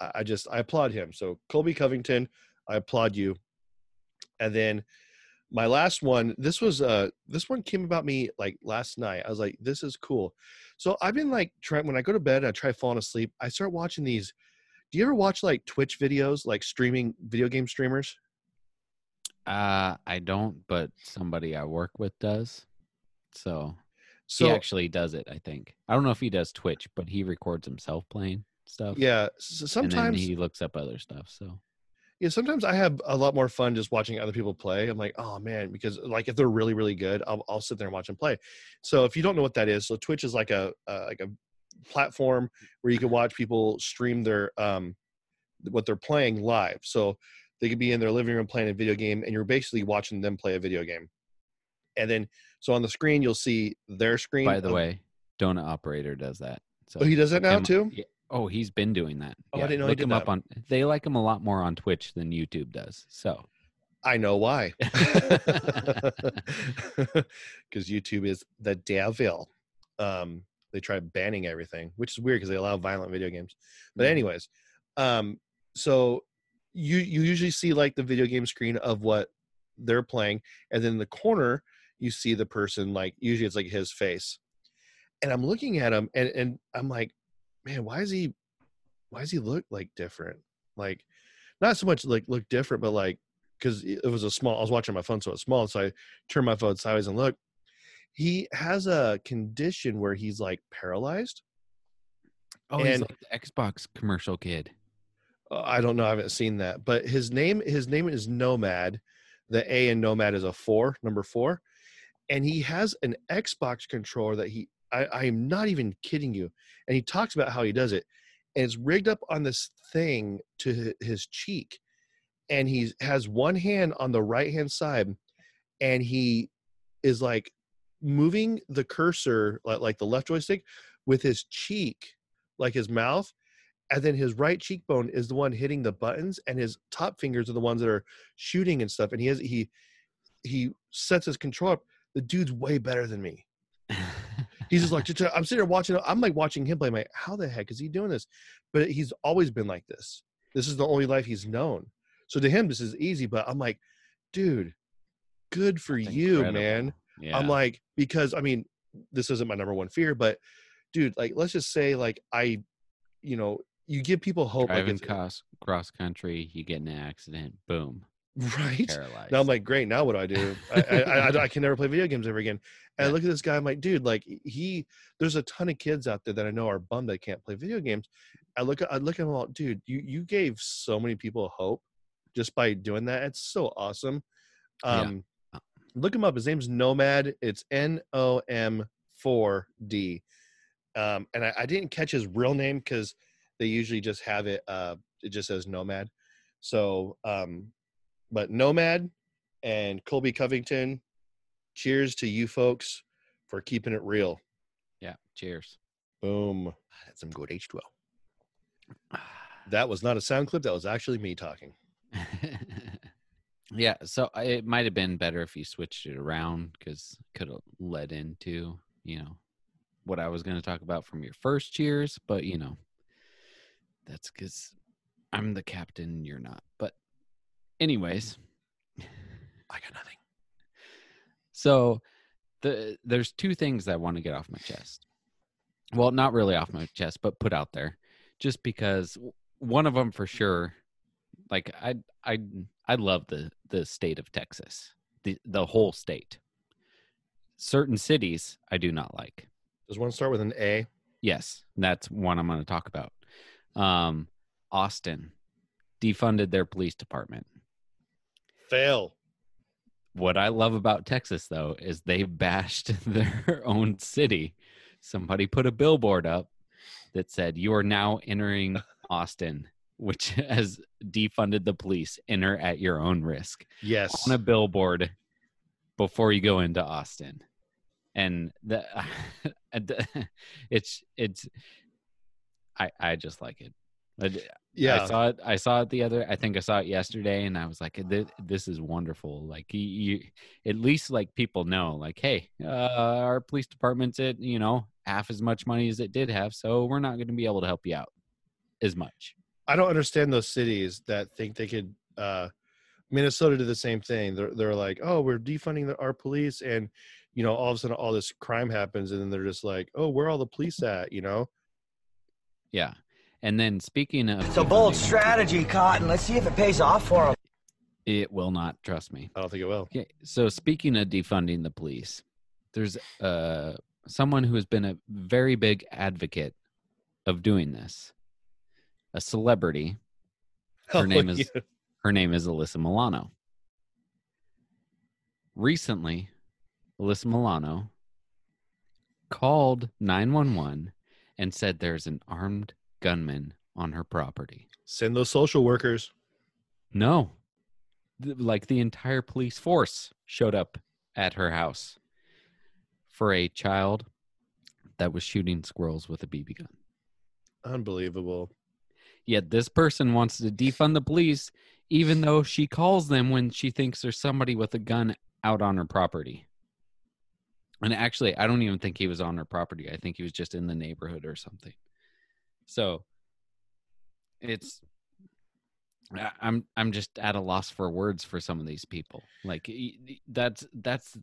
I, I just I applaud him. So Colby Covington, I applaud you. And then my last one this was uh this one came about me like last night i was like this is cool so i've been like trying when i go to bed i try falling asleep i start watching these do you ever watch like twitch videos like streaming video game streamers Uh, I don't, but somebody I work with does. So so he actually does it. I think I don't know if he does Twitch, but he records himself playing stuff. yeah s and sometimes then he looks up other stuff. So yeah sometimes i have a lot more fun just watching other people play i'm like oh man because like if they're really really good i'll, I'll sit there and watch them play so if you don't know what that is so twitch is like a uh, like a platform where you can watch people stream their um what they're playing live so they could be in their living room playing a video game and you're basically watching them play a video game and then so on the screen you'll see their screen by the of- way, Donut Operator does that. So um oh he does that now Am- too yeah. Oh, he's been doing that. Oh, I didn't know he Look did him up that. on. They like him a lot more on Twitch than YouTube does. So I know why. Because YouTube is the devil. Um, they try banning everything, which is weird because they allow violent video games. But Mhm. anyways, um, so you you usually see like the video game screen of what they're playing, and then in the corner you see the person like usually it's like his face, and I'm looking at him and and I'm like, man, why is he, why does he look like different? Like, not so much like look different, but like because it it was a small. I was watching my phone, so it's small. So I turned my phone sideways and look. He has a condition where he's like paralyzed, Oh, he's And- like the Xbox commercial kid. Uh, I don't know. I haven't seen that. But his name his name is Nomad. The A in Nomad is a four, number four, and he has an Xbox controller that he. I, I'm not even kidding you. And he talks about how he does it, and it's rigged up on this thing to hi- his cheek, and he has one hand on the right hand side, and he is like moving the cursor like, like the left joystick with his cheek, like his mouth, and then his right cheekbone is the one hitting the buttons and his top fingers are the ones that are shooting and stuff and he has he he sets his control up the dude's way better than me he's just like "Ch-ch-" i'm sitting there watching i'm like watching him play I'm like how the heck is he doing this but he's always been like this this is the only life he's known so to him this is easy but i'm like dude good for That's you incredible. man Yeah. I'm like, because I mean, this isn't my number one fear, but dude, like, let's just say, like, I, you know, you give people hope, like, driving it's, cross cross country, you get in an accident, boom, right? paralyzed. Now I'm like, great. Now what do I do? I, I, I, I can never play video games ever again. And I Yeah. look at this guy. I'm like, dude, like he, there's a ton of kids out there that I know are bummed they can't play video games. I look, at- I look at him all, dude. You you gave so many people hope just by doing that. It's so awesome. Yeah. Uh. Um, look him up. His name's Nomad. It's N O M four D. Um, and I, I didn't catch his real name because they usually just have it. Uh, it just says Nomad. So, um, but Nomad and Colby Covington, cheers to you folks for keeping it real. yeah, cheers. Boom. That's some good H2O. That was not a sound clip. That was actually me talking. yeah, so I- it might have been better if you switched it around because could have led into you know what I was going to talk about from your first cheers, but you know that's because I'm the captain, you're not. But anyways, I got nothing. So the there's two things I want to get off my chest. Well, not really off my chest, but put out there just because w- one of them for sure like I I I love the the state of Texas. The the whole state. Certain cities I do not like. Does one start with an A? Yes, that's one I'm going to talk about. Um Austin defunded their police department. Fail. what I love about Texas though is they bashed their own city. Somebody put a billboard up that said, "You are now entering Austin." Which has defunded the police. Enter at your own risk Yes. on a billboard before you go into Austin, and the it's it's I I just like it. I- yeah. I saw it. I saw it the other. I think I saw it yesterday, and I was like, "This, this is wonderful." Like you, you, at least like people know, like, "Hey, uh, our police department's at you know half as much money as it did have, so we're not going to be able to help you out as much." I don't understand those cities that think they could. Uh, Minnesota did the same thing. They're, they're like, oh, we're defunding the, our police, and you know, all of a sudden, all this crime happens, and then they're just like, oh, where are all the police at? You know, Yeah. And then speaking of, It's a bold defunding, strategy, Cotton. Let's see if it pays off for him. it will not trust me. I don't think it will. Okay, so speaking of defunding the police, there's uh someone who has been a very big advocate of doing this. A celebrity. Her name is- Yeah. Her name is Alyssa Milano. Recently, Alyssa Milano called 911 and said there's an armed gunman on her property. send those social workers. No. Th- Like the entire police force showed up at her house for a child that was shooting squirrels with a BB gun. Unbelievable. Yet this person wants to defund the police, even though she calls them when she thinks there's somebody with a gun out on her property. And actually, I don't even think he was on her property. I think he was just in the neighborhood or something. So it's I- I'm I'm just at a loss for words for some of these people. Like y- y- that's that's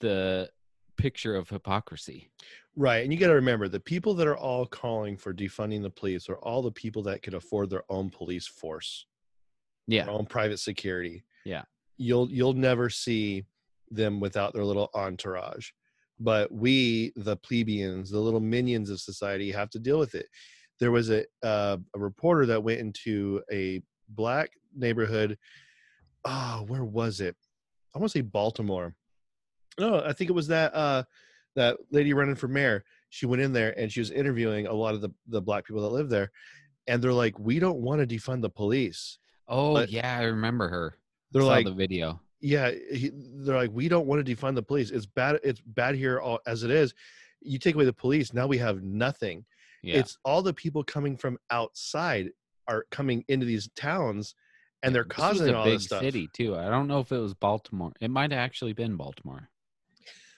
the picture of hypocrisy. Right. And you got to remember the people that are all calling for defunding the police are all the people that could afford their own police force, Yeah. their own private security. Yeah. You'll you'll never see them without their little entourage. But we, the plebeians, the little minions of society, have to deal with it. there was a uh, a reporter that went into a black neighborhood. Oh, where was it? I want to say Baltimore. No, I think it was that uh, that lady running for mayor. She went in there and she was interviewing a lot of the the black people that live there, and they're like, "We don't want to defund the police." Oh But- yeah, I remember her. They're Saw like, the video. yeah he, they're like we don't want to defund the police it's bad it's bad here all, as it is you take away the police now we have nothing Yeah, it's all the people coming from outside are coming into these towns and they're This was causing a all big this stuff city too. I don't know if it was Baltimore. It might have actually been Baltimore.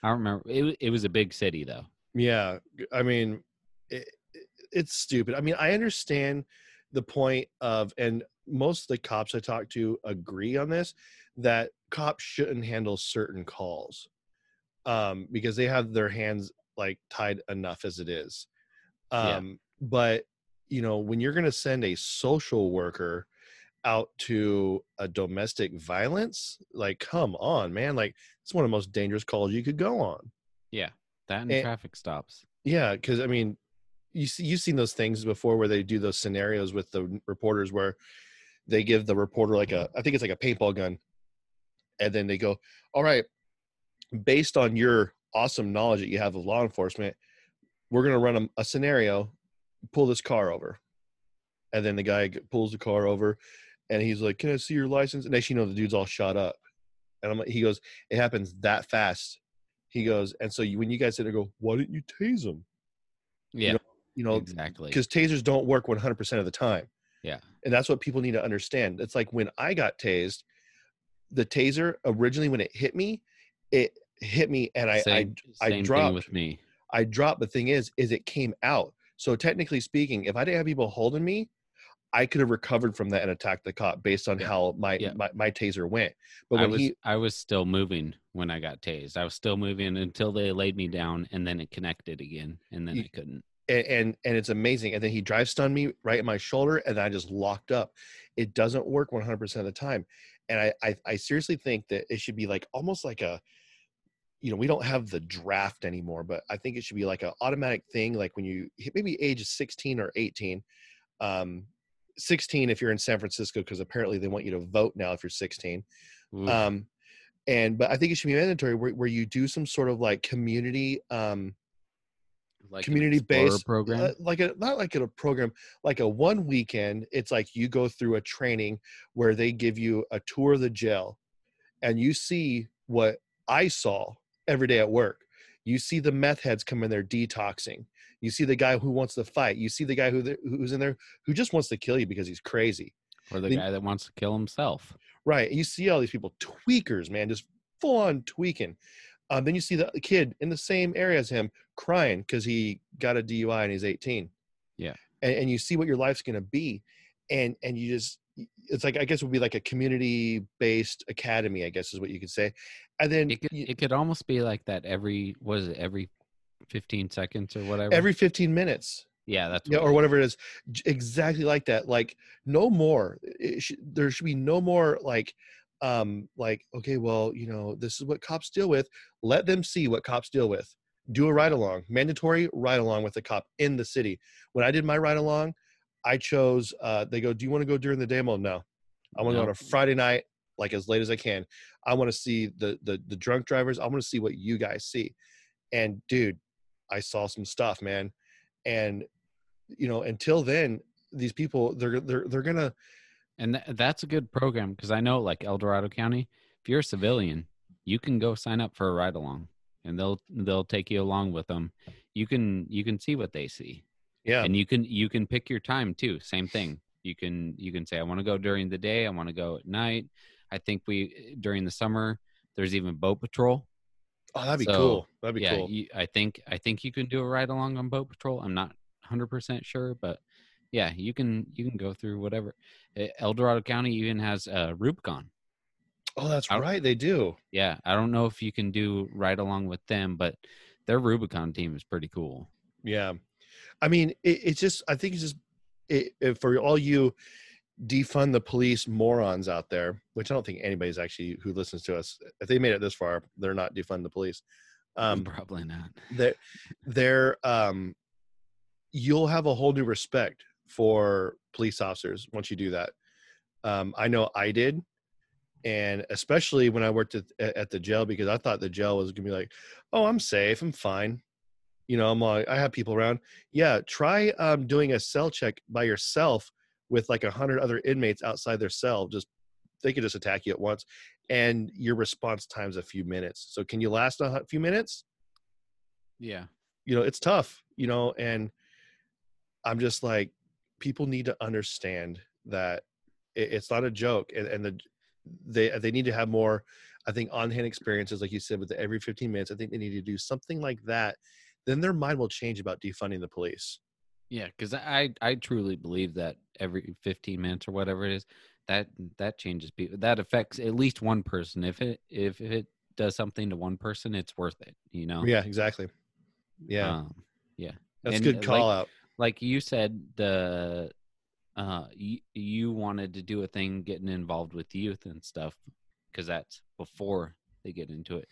I don't remember. It, wa- it was a big city though. yeah i mean it, it- it's stupid i mean i understand the point of and most of the cops i talk to agree on this that cops shouldn't handle certain calls um because they have their hands like tied enough as it is Yeah. um but you know when you're going to send a social worker out to a domestic violence like come on man like it's one of the most dangerous calls you could go on That and Eh. traffic stops. yeah, because I mean, you see, you've seen those things before where they do those scenarios with the n- reporters where they give the reporter like a, I think it's like a paintball gun, and then they go, "All right, based on your awesome knowledge that you have of law enforcement, we're gonna run a, a scenario, pull this car over," and then the guy g- pulls the car over, and he's like, "Can I see your license?" And next you know, the dude's all shot up, and I'm like, he goes, "It happens that fast." He goes, and so you, when you guys sit there, go, why didn't you tase him? Yeah, you know exactly. because tasers don't work 100% of the time Yeah. and that's what people need to understand it's like when i got tased the taser originally when it hit me it hit me and i same, I same dropped. thing with me. i i dropped the thing is is it came out so technically speaking if i didn't have people holding me i could have recovered from that and attacked the cop based on Yeah. how my, Yeah. my my taser went but I when was he I was still moving when I got tased. I was still moving until they laid me down, and then it connected again, and then You- I couldn't. and, and and it's amazing. And then he drive stunned me right in my shoulder, and I just locked up. It doesn't work 100% of the time, and I, I I seriously think that it should be like almost like a, you know, we don't have the draft anymore, but I think it should be like an automatic thing. Like when you hit maybe age 16 or 18, um, 16 if you're in San Francisco, because apparently they want you to vote now if you're 16 Oof. um and but i think it should be mandatory where, where you do some sort of like community um like an community Explorer based uh, program. like a not like a program like a one weekend it's like you go through a training where they give you a tour of the jail and you see what i saw every day at work you see the meth heads come in there detoxing you see the guy who wants to fight you see the guy who th- who's in there who just wants to kill you because he's crazy or the Then- guy that wants to kill himself. Right. You see all these people, tweakers, man, just full on tweaking. Um, then you see the kid in the same area as him crying because he got a DUI and he's 18. Yeah. And, and you see what your life's going to be. And, and you just, it's like, I guess it would be like a community based academy, I guess is what you could say. And then It could, you- it could almost be like that every was it every 15 seconds or whatever. every 15 minutes, yeah, that's yeah, what or it- whatever it is, j- exactly like that. Like no more. It sh- there should be no more like, um, like okay, well, you know, this is what cops deal with. Let them see what cops deal with. Do a ride along, mandatory ride along with the cop in the city. When I did my ride along, I chose. Uh, they go, do you want to go during the day? Well, no, I want to go No. on a Friday night, like as late as I can. I want to see the the the drunk drivers. I want to see what you guys see. And dude, I saw some stuff, man. And you know, until then, these people they're they're they're gonna and tha- that's a good program because I know like El Dorado County, if you're a civilian, you can go sign up for a ride along and they'll they'll take you along with them. You can you can see what they see. yeah and you can you can pick your time too same thing you can you can say i want to go during the day i want to go at night i think we during the summer there's even boat patrol oh that'd be so, cool that'd be yeah cool you, i think i think you can do a ride along on boat patrol i'm not 100% sure but yeah you can you can go through whatever Eh, el dorado county even has uh, rubicon oh that's I- right they do yeah i don't know if you can do ride along with them but their rubicon team is pretty cool yeah I mean it, it's just I think it's just it, it, for all you defund the police morons out there which I don't think anybody's actually who listens to us if they made it this far they're not defund the police um probably not they're they're um you'll have a whole new respect for police officers once you do that. Um, I know I did, and especially when I worked at, at at the jail because I thought the jail was gonna be like, oh, I'm safe, I'm fine. You know, I'm like, I have people around. Yeah, try um, doing a cell check by yourself with like a hundred other inmates outside their cell. Just they could just attack you at once, and your response time's a few minutes. So can you last a hu- few minutes? Yeah. you know it's tough you know and i'm just like people need to understand that it, it's not a joke and, and the they they need to have more i think on-hand experiences like you said with the every 15 minutes i think they need to do something like that then their mind will change about defunding the police Yeah, because I I truly believe that every 15 minutes or whatever it is, that that changes people. That affects at least one person. If it if it does something to one person, it's worth it. You know. yeah exactly yeah Um, that's and, good uh, call out like you said, the uh you, you wanted to do a thing getting involved with youth and stuff because that's before they get into it.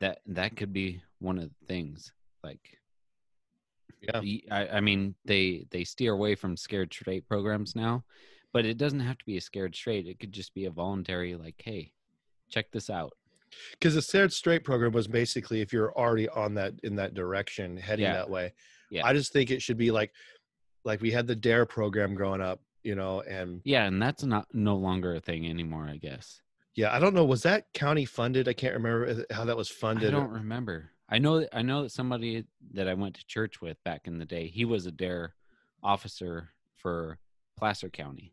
That that could be one of the things. Like yeah y- I, I mean they they steer away from scared straight programs now but it doesn't have to be a scared straight it could just be a voluntary like hey check this out because the scared straight program was basically if you're already on that in that direction heading Yeah. that way Yeah. i just think it should be like like we had the dare program growing up you know and yeah and that's not no longer a thing anymore i guess Yeah, I don't know. Was that county funded? I can't remember uh, how that was i funded. don't remember i know i know that somebody that i went to church with back in the day he was a dare officer for placer county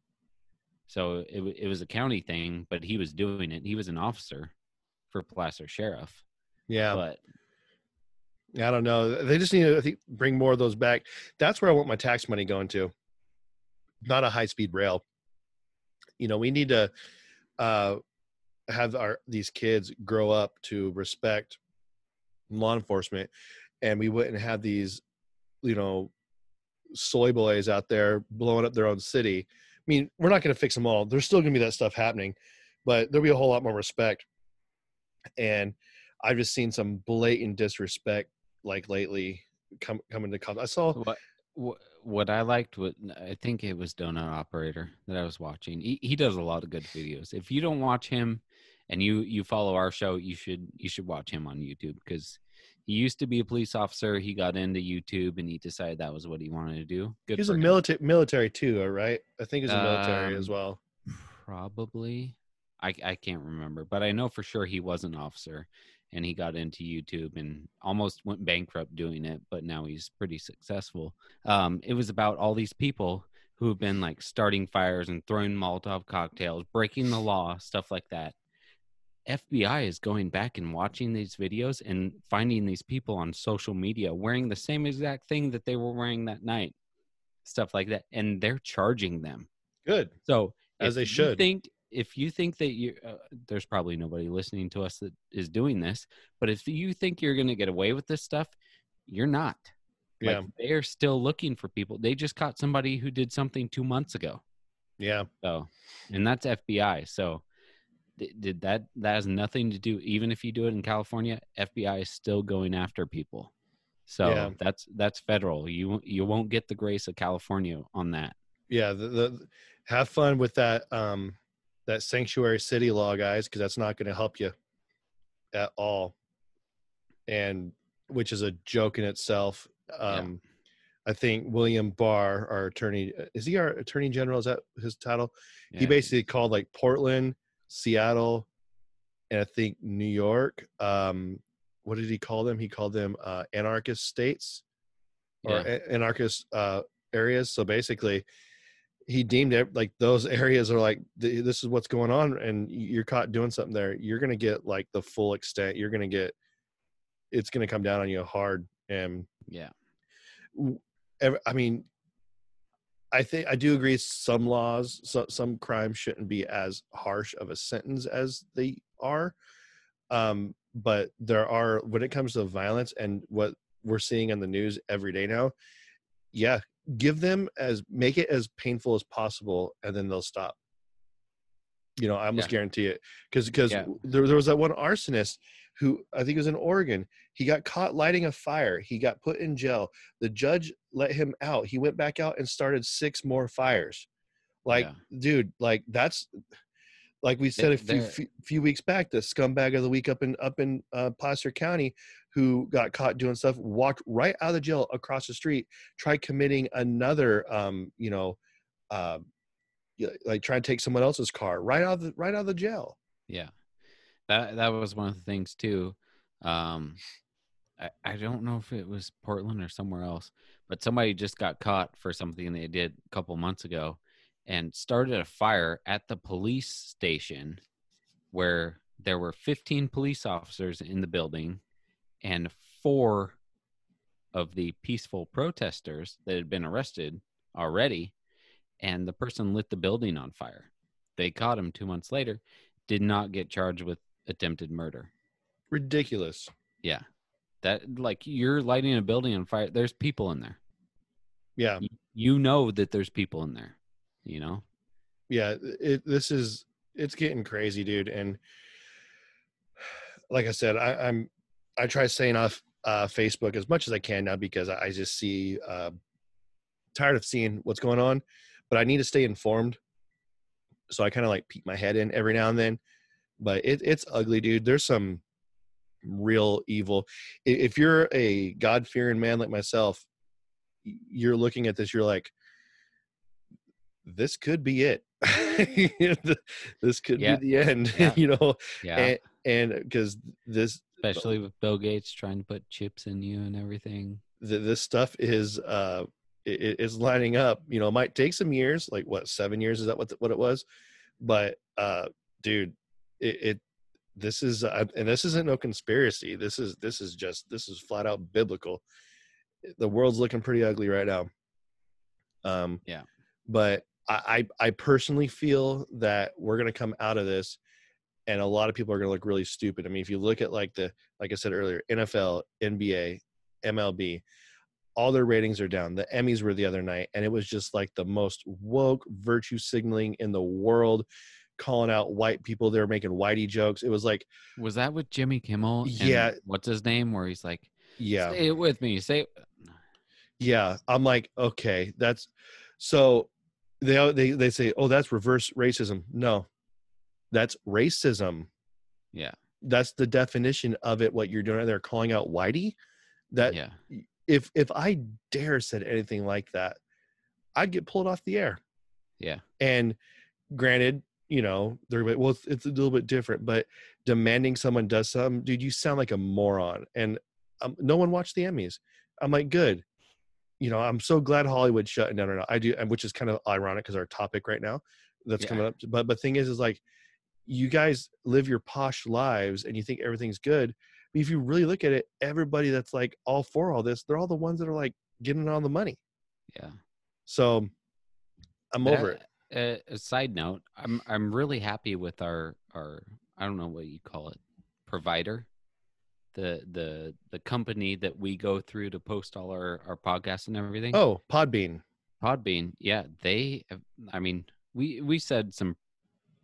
so it, wa- it was a county thing but he was doing it he was an officer for placer sheriff yeah, but I don't know. They just need to I think, bring more of those back. That's where I want my tax money going to, not a high speed rail. You know, we need to uh, have our these kids grow up to respect law enforcement, and we wouldn't have these, you know, soy boys out there blowing up their own city. I mean, we're not going to fix them all. There's still going to be that stuff happening, but there'll be a whole lot more respect. And I've just seen some blatant disrespect like lately come come into contact. I saw what wha- what I liked was I think it was Donut Operator that I was watching. He he does a lot of good videos. If you don't watch him and you you follow our show, you should you should watch him on YouTube because he used to be a police officer. He got into YouTube and he decided that was what he wanted to do. Good he's for a him. military military too, all right? I think he's a military as Um, well. probably. I I can't remember, but I know for sure he was an officer and he got into YouTube and almost went bankrupt doing it, but now he's pretty successful. Um, it was about all these people who have been like starting fires and throwing Molotov cocktails, breaking the law, stuff like that. FBI is going back and watching these videos and finding these people on social media wearing the same exact thing that they were wearing that night, stuff like that, and they're charging them. Good. So if As they you should. think if you think that you uh, there's probably nobody listening to us that is doing this, but if you think you're going to get away with this stuff, you're not. Yeah. Like, they are still looking for people. They just caught somebody who did something two months ago. yeah. So, Mm. and that's FBI. So th- did that that has nothing to do even if you do it in California, FBI is still going after people. So Yeah. that's that's federal. You won't- you won't get the grace of California on that. Yeah, the, the have fun with that um that sanctuary city law guys because that's not going to help you at all. And which is a joke in itself. Um I think William Barr, our attorney, is he our attorney general? Is that his title? he Yeah. basically called like Portland, Seattle, and I think New York. Um, what did he call them? He called them uh, anarchist states or Yeah. a- anarchist uh, areas. So basically, he deemed it like those areas are like th- this is what's going on, and you're caught doing something there. You're gonna get like the full extent. You're gonna get it's gonna come down on you hard and yeah. w- ev- I mean, I think I do agree. Some laws, so, some crimes shouldn't be as harsh of a sentence as they are. Um, but there are when it comes to violence and what we're seeing on the news every day now. Yeah, give them as make it as painful as possible, and then they'll stop. You know, I almost guarantee it because because Yeah. there, there was that one arsonist who I think was in Oregon. He got caught lighting a fire. He got put in jail. The judge let him out. He went back out and started six more fires. Like, Yeah. dude, like that's like we said a few, they're- few few weeks back. The scumbag of the week up in up in uh, Placer County, who got caught doing stuff, walked right out of the jail across the street, tried committing another, um, you know, uh, y- like trying to take someone else's car right out of the right out of the jail. Yeah. That that was one of the things too. Um I, I don't know if it was Portland or somewhere else, but somebody just got caught for something they did a couple months ago and started a fire at the police station where there were 15 police officers in the building and four of the peaceful protesters that had been arrested already and the person lit the building on fire. They caught him 2 months later did not get charged with attempted murder. Ridiculous. Yeah. That like you're lighting a building on fire. There's people in there. Yeah, You know that there's people in there. You know? yeah. It, this is it's getting crazy, dude. And like I said, I, I'm I try staying off uh, Facebook as much as I can now because I, I just see uh, tired of seeing what's going on, but I need to stay informed. So I kind of like peek my head in every now and then, but it, it's ugly, dude. There's some real evil. I- If you're a God fearing man like myself, y- you're looking at this, you're like, this could be it. this could Mm-hmm. Yeah. be the end, Yeah. you know. Yeah. And and because this Especially with Bill Gates trying to put chips in you and everything. th- this stuff is uh it is lining up you know it might take some years like what seven years is that what the, what it was but uh dude it, it this is uh, and this isn't no conspiracy this is this is just this is flat out biblical the world's looking pretty ugly right now um Yeah. but i i, I personally feel that we're gonna come out of this and a lot of people are going to look really stupid. I mean, if you look at like the, like I said earlier, NFL, NBA, MLB, all their ratings are down. The Emmys were the other night, and it was just like the most woke virtue signaling in the world, calling out white people. They were making whitey jokes. It was like, Was that with Jimmy Kimmel? and Yeah. What's his name? Where he's like, yeah, say it with me. Say it." yeah. I'm like, okay, that's so. They they they say, oh, that's reverse racism. No, that's racism. Yeah. That's the definition of it. What you're doing, they're calling out whitey. That yeah. if if I dare said anything like that, I'd get pulled off the air. Yeah. And granted, you know, they're like, well, it's, it's a little bit different, but demanding someone does something, dude, you sound like a moron. And um, no one watched the Emmys. I'm like, good. You know, I'm so glad Hollywood shut down. Or not. I do, and which is kind of ironic because our topic right now that's Yeah. coming up. But but thing is, is like, you guys live your posh lives and you think everything's good. But if you really look at it, everybody that's like all for all this, they're all the ones that are like getting all the money. Yeah. So I'm But over it. I- A, a side note, I'm I'm really happy with our our I don't know what you call it provider, the the the company that we go through to post all our our podcasts and everything. Oh, Podbean. Podbean, yeah, they. have- I mean, we we said some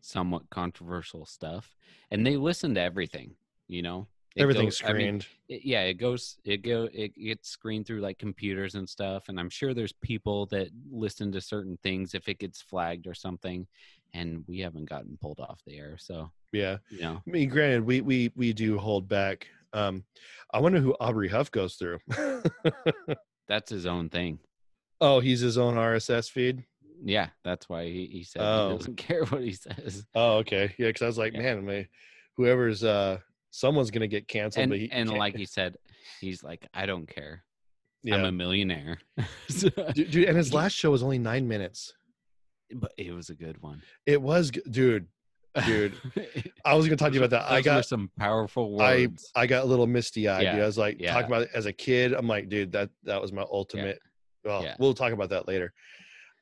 somewhat controversial stuff, and they listen to everything. You know, It Everything's goes- I mean, screened. it- yeah it goes it go it gets screened through like computers and stuff and i'm sure there's people that listen to certain things if it gets flagged or something and we haven't gotten pulled off the air so yeah. you know I mean, granted, we we we do hold back. Um, I wonder who Aubrey Huff goes through. that's his own thing oh, he's his own RSS feed. yeah that's why he, he said Oh. he doesn't care what he says Oh, okay. Yeah, because I was like, Yeah. man, my, whoever's uh, someone's gonna get canceled. and, but he and can't- like he said he's like i don't care i'm yeah, a millionaire So- dude, dude, and his last show was only nine minutes. but it was a good one It was, g- dude. Dude, I was gonna talk to you about that. I Those were got some powerful I words I got a little misty eyed. Dude, Yeah, I was like yeah. talking about it as a kid. I'm like, dude, that that was my ultimate. Well, yeah. we'll talk about that later.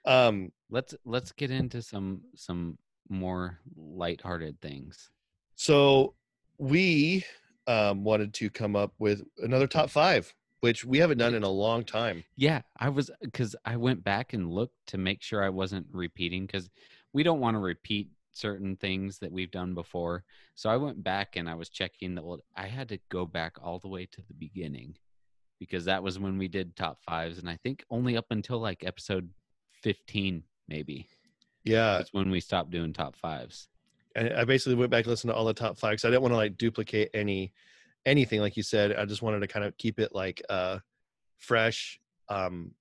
Um, let's let's get into some some more lighthearted things. So we um, wanted to come up with another top five, which we haven't done in a long time. Yeah, I was because I went back and looked to make sure I wasn't repeating because we don't want to repeat certain things that we've done before. So I went back and I was checking the old. I had to go back all the way to the beginning because that was when we did top fives, and I think only up until like episode fifteen, maybe Yeah, that's when we stopped doing top fives. I, I basically went back and listened to all the top five because I didn't want to like duplicate any anything like you said. I just wanted to kind of keep it like uh fresh um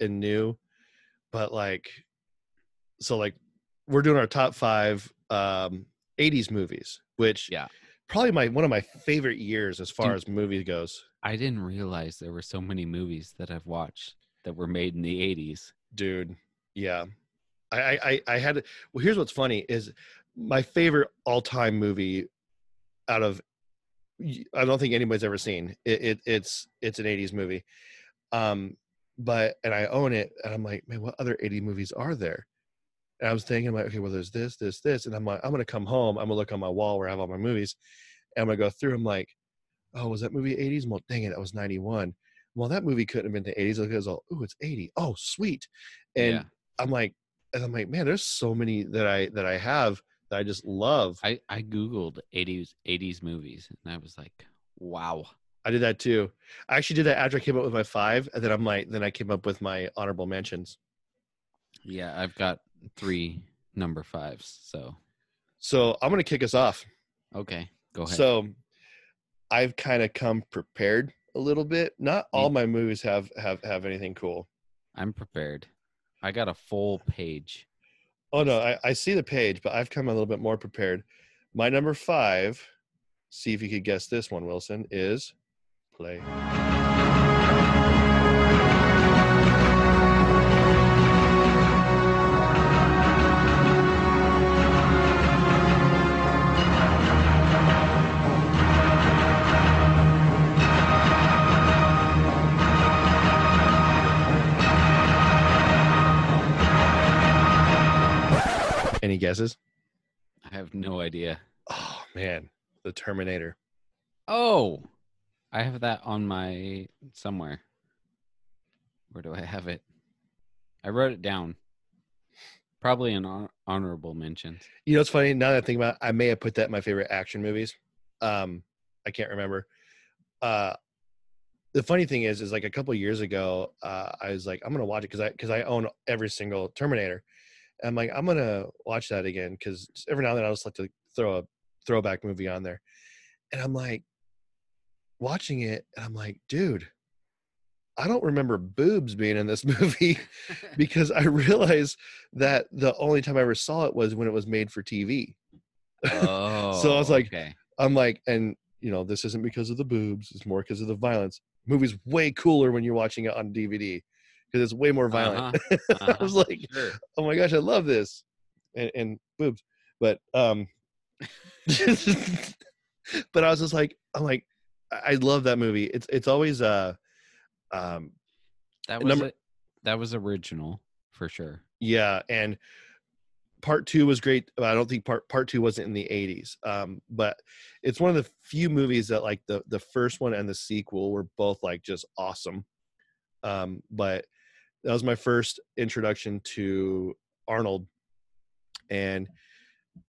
and new. But like so like we're doing our top five um 80s movies, which Yeah. probably my one of my favorite years as far Dude. as movie goes. I didn't realize there were so many movies that I've watched that were made in the eighties. dude yeah I, I i i had well here's what's funny is my favorite all-time movie out of i don't think anybody's ever seen it, it it's it's an 80s movie um but and i own it and i'm like man what other 80 movies are there and i was thinking like okay well there's this this this and i'm like i'm gonna come home i'm gonna look on my wall where i have all my movies and i'm gonna go through i'm like oh was that movie 80s well dang it that was 91 well that movie couldn't have been the 80s because oh it's 80 oh sweet and yeah, I'm like, and I'm like, man, there's so many that I that I have that I just love. I, I I googled eighties eighties movies, and I was like, wow. did that too. I actually did that after I came up with my five, and then I'm like, then I came up with my honorable mentions. Yeah, I've got three number fives. So So I'm gonna kick us off. okay, go ahead. So I've kind of come prepared a little bit. Not Mm-hmm. all my movies have have have anything cool. I'm prepared. I got a full page. Oh no, I, I see the page, but I've come a little bit more prepared. My number five, see if you could guess this one, Wilson, is play. Any guesses? I have no idea. Oh man, the Terminator. Oh, I have that on my somewhere. Where do I have it? I wrote it down. Probably an hon- honorable mention. You know, it's funny. Now that I think about, it, I may have put that in my favorite action movies. Um, I can't remember. Uh, the funny thing is, is like a couple years ago, uh, I was like, I'm gonna watch it because I because I own every single Terminator. And I'm like, I'm gonna watch that again because every now and then I just like to throw a throwback movie on there. And I'm like, watching it, and I'm like, dude, I don't remember boobs being in this movie. because I realized that the only time I ever saw it was when it was made for TV. Oh, So I was like- okay. I'm like, and you know, this isn't because of the boobs; it's more because of the violence. Movie's way cooler when you're watching it on DVD because it's way more violent. Uh-huh, I was uh-huh, like, sure. oh my gosh, I love this, and, and boobs, but um, but I was just like, I'm like, I I love that movie. It's it's always uh, um, that was number- a- that was original for sure. Yeah, and part two was great. but I don't think part part two wasn't in the eighties, um, but it's one of the few movies that like the the first one and the sequel were both like just awesome. Um, but that was my first introduction to Arnold, and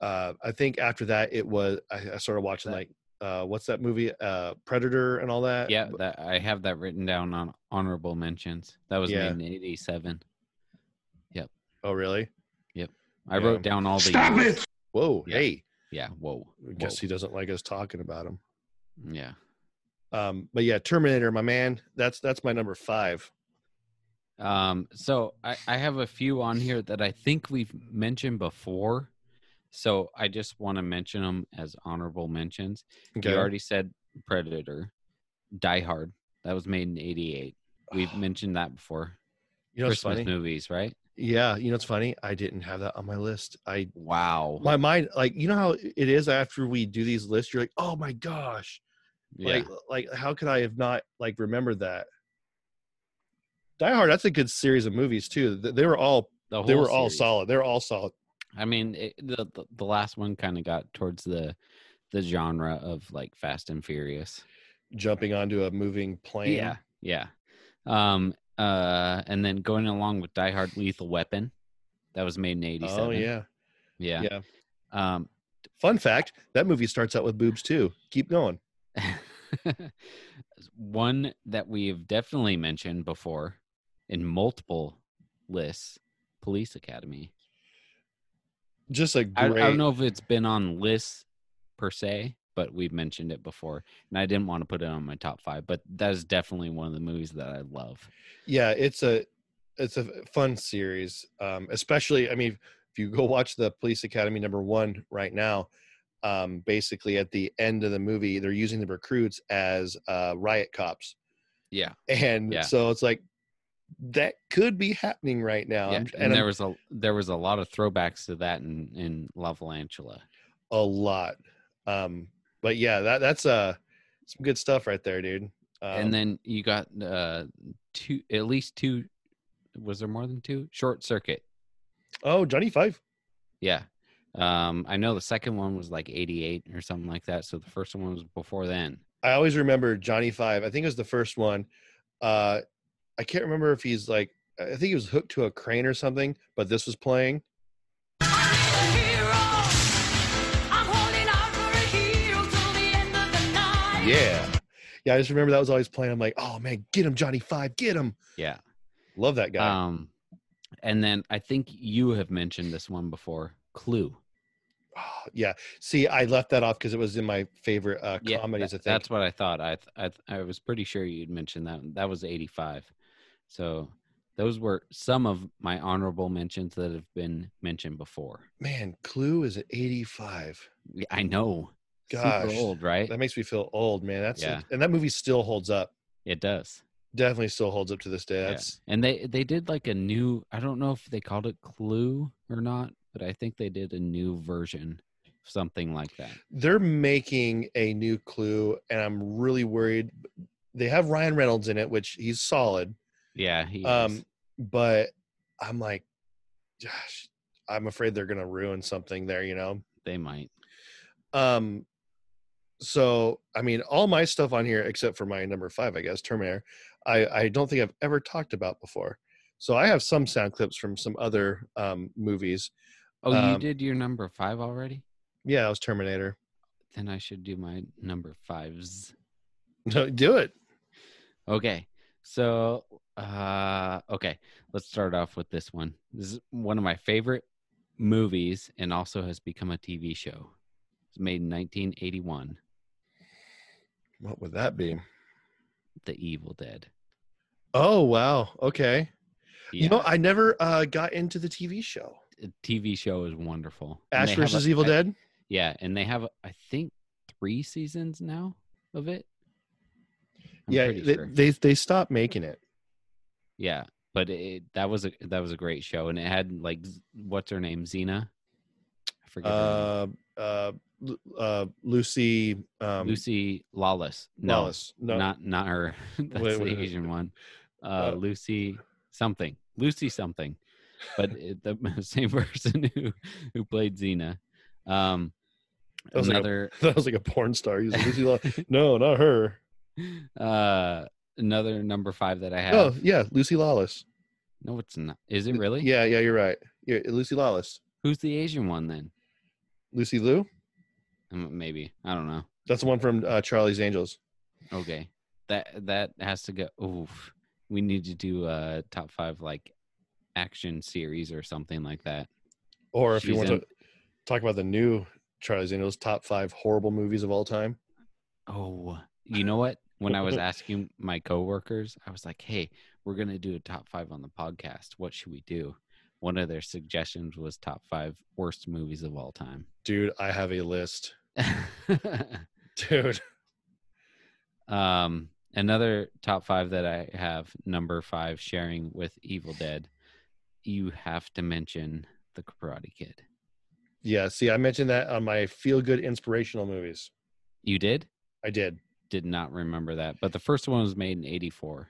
uh, I think after that it was I, I started watching That- like uh, what's that movie uh, Predator and all that. Yeah, that I have that written down on honorable mentions. That was Yeah. made in '87. Oh really? I Yeah. wrote down all the. years. Whoa! Yeah. Hey, Yeah. Whoa. I guess whoa. he doesn't like us talking about him. Yeah. Um, but yeah, Terminator, my man. That's that's my number five. Um, so I, I have a few on here that I think we've mentioned before. So I just want to mention them as honorable mentions. You already said Predator, Die Hard. That was made in '88. We've mentioned that before. You know what's Christmas funny? movies, right? Yeah, you know what's funny? I didn't have that on my list. I Wow. my mind like you know how it is after we do these lists, you're like, oh my gosh, yeah. like like how could I have not like remembered that? Die Hard, that's a good series of movies too. Th- They were all the whole they were all series. solid. They were all solid. I mean, it, the, the the last one kind of got towards the the genre of like Fast and Furious. Jumping onto a moving plane. Oh, yeah. Um, uh, and then going along with Die Hard, Lethal Weapon, that was made in '87. Oh yeah. yeah. yeah. Um, Fun fact: that movie starts out with boobs too. Keep going. one that we've definitely mentioned before in multiple lists police academy Just a I, I great. don't know if it's been on lists per se but we've mentioned it before and i didn't want to put it on my top five but that is definitely one of the movies that i love Yeah, it's a it's a fun series. Um, especially, I mean, if you go watch the Police Academy number one right now, um, basically at the end of the movie, they're using the recruits as uh, riot cops. yeah and Yeah. so it's like that could be happening right now yeah. I'm- and, and there I'm- was a there was a lot of throwbacks to that in in la Valantula. a lot um but yeah that that's uh some good stuff right there dude um, and then you got uh two at least two was there more than two short circuit oh johnny five Yeah. Um, I know the second one was like 88 or something like that. So the first one was before then. i always remember johnny five i think it was the first one uh i can't remember if he's like i think he was hooked to a crane or something but this was playing yeah yeah i just remember that was always playing i'm like oh man get him johnny five get him Yeah. love that guy Um, and then I think you have mentioned this one before Clue. Oh, yeah. See, I left that off because it was in my favorite uh, comedies. tha- I think. that's what I thought. I, th- I, th- I was pretty sure you'd mentioned that. That was 85. So those were some of my honorable mentions that have been mentioned before. Man, Clue is at 85. Yeah, I know. Gosh, Super old, right? That makes me feel old, man. That's Yeah. and that movie still holds up. It does. Definitely still holds up to this day. Yeah. That's And they they did like a new I don't know if they called it Clue or not, but I think they did a new version, something like that. they're making a new Clue, and I'm really worried. They have Ryan Reynolds in it, which he's solid. Yeah, he Um, is. but I'm like, gosh, I'm afraid they're gonna ruin something there. You know. they might. Um, so I mean, all my stuff on here except for my number five, I guess, Terminator, I I don't think I've ever talked about before. So I have some sound clips from some other um, movies. Oh, you um, did your number five already? Yeah, it was Terminator. Then I should do my number fives. No, do it. Okay. So uh okay, let's start off with this one. This is one of my favorite movies and also has become a TV show. It's made in nineteen eighty one, What would that be? The Evil Dead. Oh wow. Okay. You know, Yeah, I never uh, got into the TV show a TV show is wonderful. And they Ash have a- versus Evil I- Dead. Yeah, and they have I think three seasons now of it. I'm yeah, pretty they, sure. they they stopped making it. yeah, but it, that was a that was a great show, and it had like Z- what's her name, Xena. I forget her Uh, uh, Lu- uh, Lucy. Um, name. Lucy Lawless. No, Lawless. No, not not her. That's Wait, the wait, wait. Asian one. Uh, Uh, Lucy something. Lucy something. But it, the same person who who played Xena. Um, That was like a- another. that was like a porn star. He's Lucy. Law- no, not her. uh another number five that i have Oh yeah, Lucy Lawless. no it's not is it really Yeah, yeah, you're right. Yeah, Lucy Lawless. who's the asian one then Lucy Liu. Um, maybe i don't know That's the one from uh, Charlie's Angels. okay that that has to go oof we need to do a top five like action series or something like that Or if you She's want in- to talk about the new Charlie's Angels top five horrible movies of all time. oh you know what when i was asking my coworkers i was like hey we're gonna do a top five on the podcast what should we do one of their suggestions was top five worst movies of all time Dude, I have a list. Dude, Um, another top five that I have, number five, sharing with Evil Dead. You have to mention the Karate Kid. yeah. See, I mentioned that on my feel good inspirational movies. You did? I did Did not remember that, but the first one was made in '84.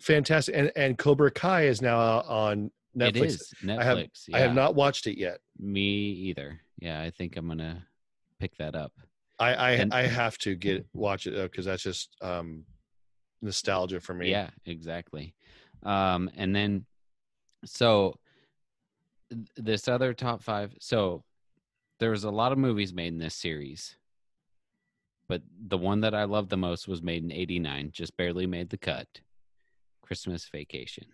fantastic, and and Cobra Kai is now out on Netflix. It is Netflix. have- yeah. I have not watched it yet. Me either. Yeah, I think I'm gonna pick that up. I I, And- Mm-hmm. I have to get watch it because that's just um nostalgia for me. Yeah, exactly. Um, and then so th- this other top five. So there was a lot of movies made in this series, but the one that I loved the most was made in '89, just barely made the cut. Christmas Vacation.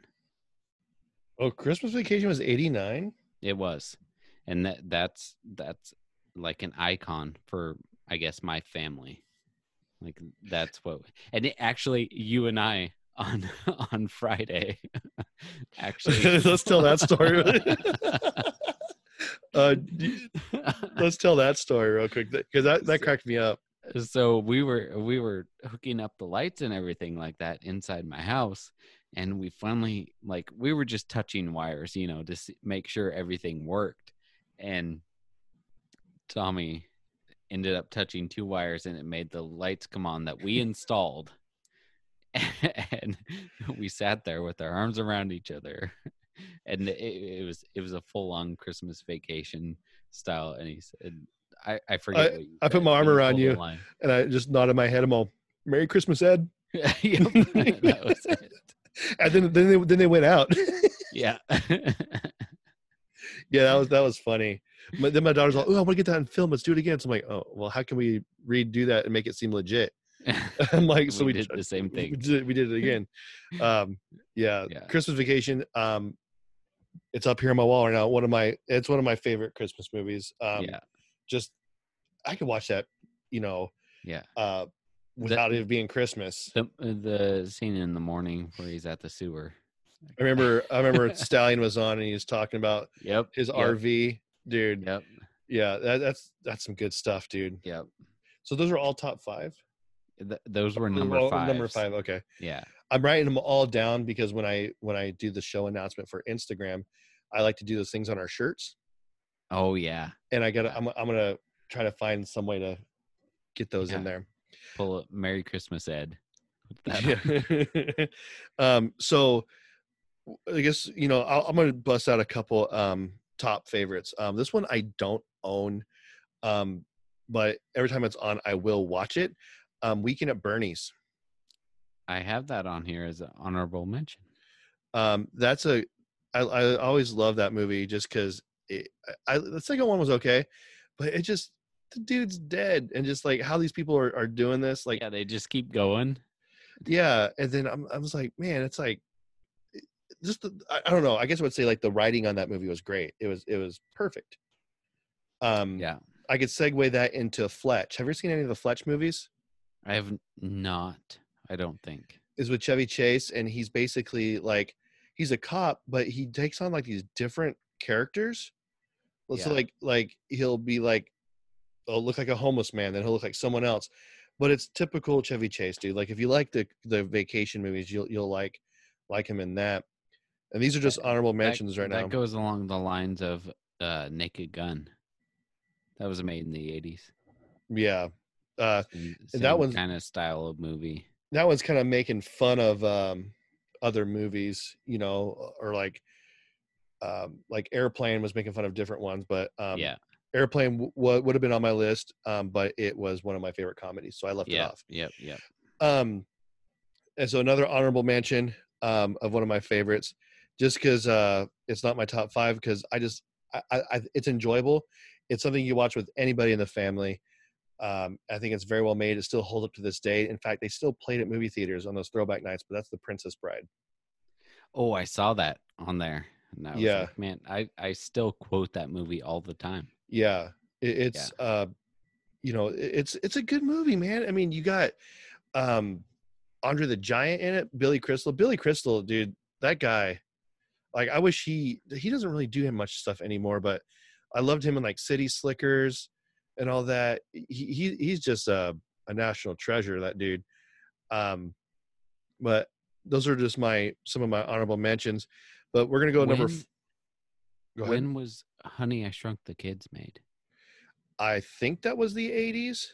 Oh, Christmas Vacation was eighty nine. It was, and that that's that's like an icon for I guess my family. Like that's what, and it, actually, you and I on on Friday, actually, let's tell that story. uh, d- let's tell that story real quick because that, that cracked me up. so we were we were hooking up the lights and everything like that inside my house and we finally like we were just touching wires you know to s make sure everything worked and tommy ended up touching two wires and it made the lights come on that we installed and we sat there with our arms around each other and it, it was it was a full-on christmas vacation style and he said i i forget what you I put said, my but arm around pulled the you. line. And I just nodded my head. I'm all, "Merry Christmas, Ed." Yep, that was it. And then then they then they went out. Yeah. yeah, that was that was funny. But then my daughter's like, "Oh, I want to get that in film. Let's do it again." So I'm like, "Oh, well, how can we redo that and make it seem legit?" I'm like, "So we we, did tr- the same We thing. did, we did it again. Um, yeah, Yeah. Christmas Vacation. Um, it's up here on my wall right now. One of my it's one of my favorite Christmas movies. Um, yeah. just I could watch that, you know, Yeah. uh, without it being Christmas. The uh, the scene in the morning where he's at the sewer. I remember I remember Stallion was on and he was talking about Yep. his yep, RV, dude. Yep. Yeah, that, that's that's some good stuff, dude. Yep. So those are all top five. Th- those were Oh, number five. Number five. Okay. Yeah. I'm writing them all down because when I when I do the show announcement for Instagram, I like to do those things on our shirts, Oh yeah. and I got to Yeah. I'm I'm gonna try to find some way to get those in Yeah. there. Pull up Merry Christmas Ed. Put that on. Yeah. um, so I guess you know I'll, I'm gonna bust out a couple um, top favorites. Um, this one I don't own, um, but every time it's on, I will watch it. Um, Weekend at Bernie's. I have that on here as an honorable mention. Um, that's a I, I always love that movie just because I the second one was okay, but it just the dude's dead and just like how these people are, are doing this like yeah, they just keep going. yeah and then i'm, I was like man it's like it- just the, I, I don't know i guess i would say like the writing on that movie was great it was it was perfect um Yeah. i could segue that into fletch have you ever seen any of the fletch movies I have not. I don't think. is with chevy chase and he's basically like he's a cop but he takes on like these different characters Well, so Yeah. like like he'll be like oh look like a homeless man then he'll look like someone else but it's typical chevy chase dude like if you like the the vacation movies you'll you'll like like him in that and these are just honorable That- mentions right that now goes along the lines of uh, Naked Gun. That was made in the eighties. yeah uh that that one's- was kind of style of movie. that one's kind of making fun of um other movies you know or like um like airplane was making fun of different ones but um yeah, airplane w- w- would have been on my list um but it was one of my favorite comedies so i left it yeah, off yep, yep. um and so another honorable mention um of one of my favorites just because uh it's not my top five because i just I, I I- it's enjoyable it's something you watch with anybody in the family um i think it's very well made it still holds up to this day in fact they still played at movie theaters on those throwback nights but that's the princess bride Oh, I saw that on there. And I was Yeah. like, man, I I still quote that movie all the time. yeah it, it's uh you know it- it's it's a good movie man i mean you got um andre the giant in it billy crystal billy crystal dude that guy like i wish he he doesn't really do him much stuff anymore but i loved him in like city slickers and all that he, he he's just a, a national treasure that dude um but those are just my some of my honorable mentions but we're gonna go number When- f- go ahead. when was Honey I Shrunk the Kids made? I think that was the 80s.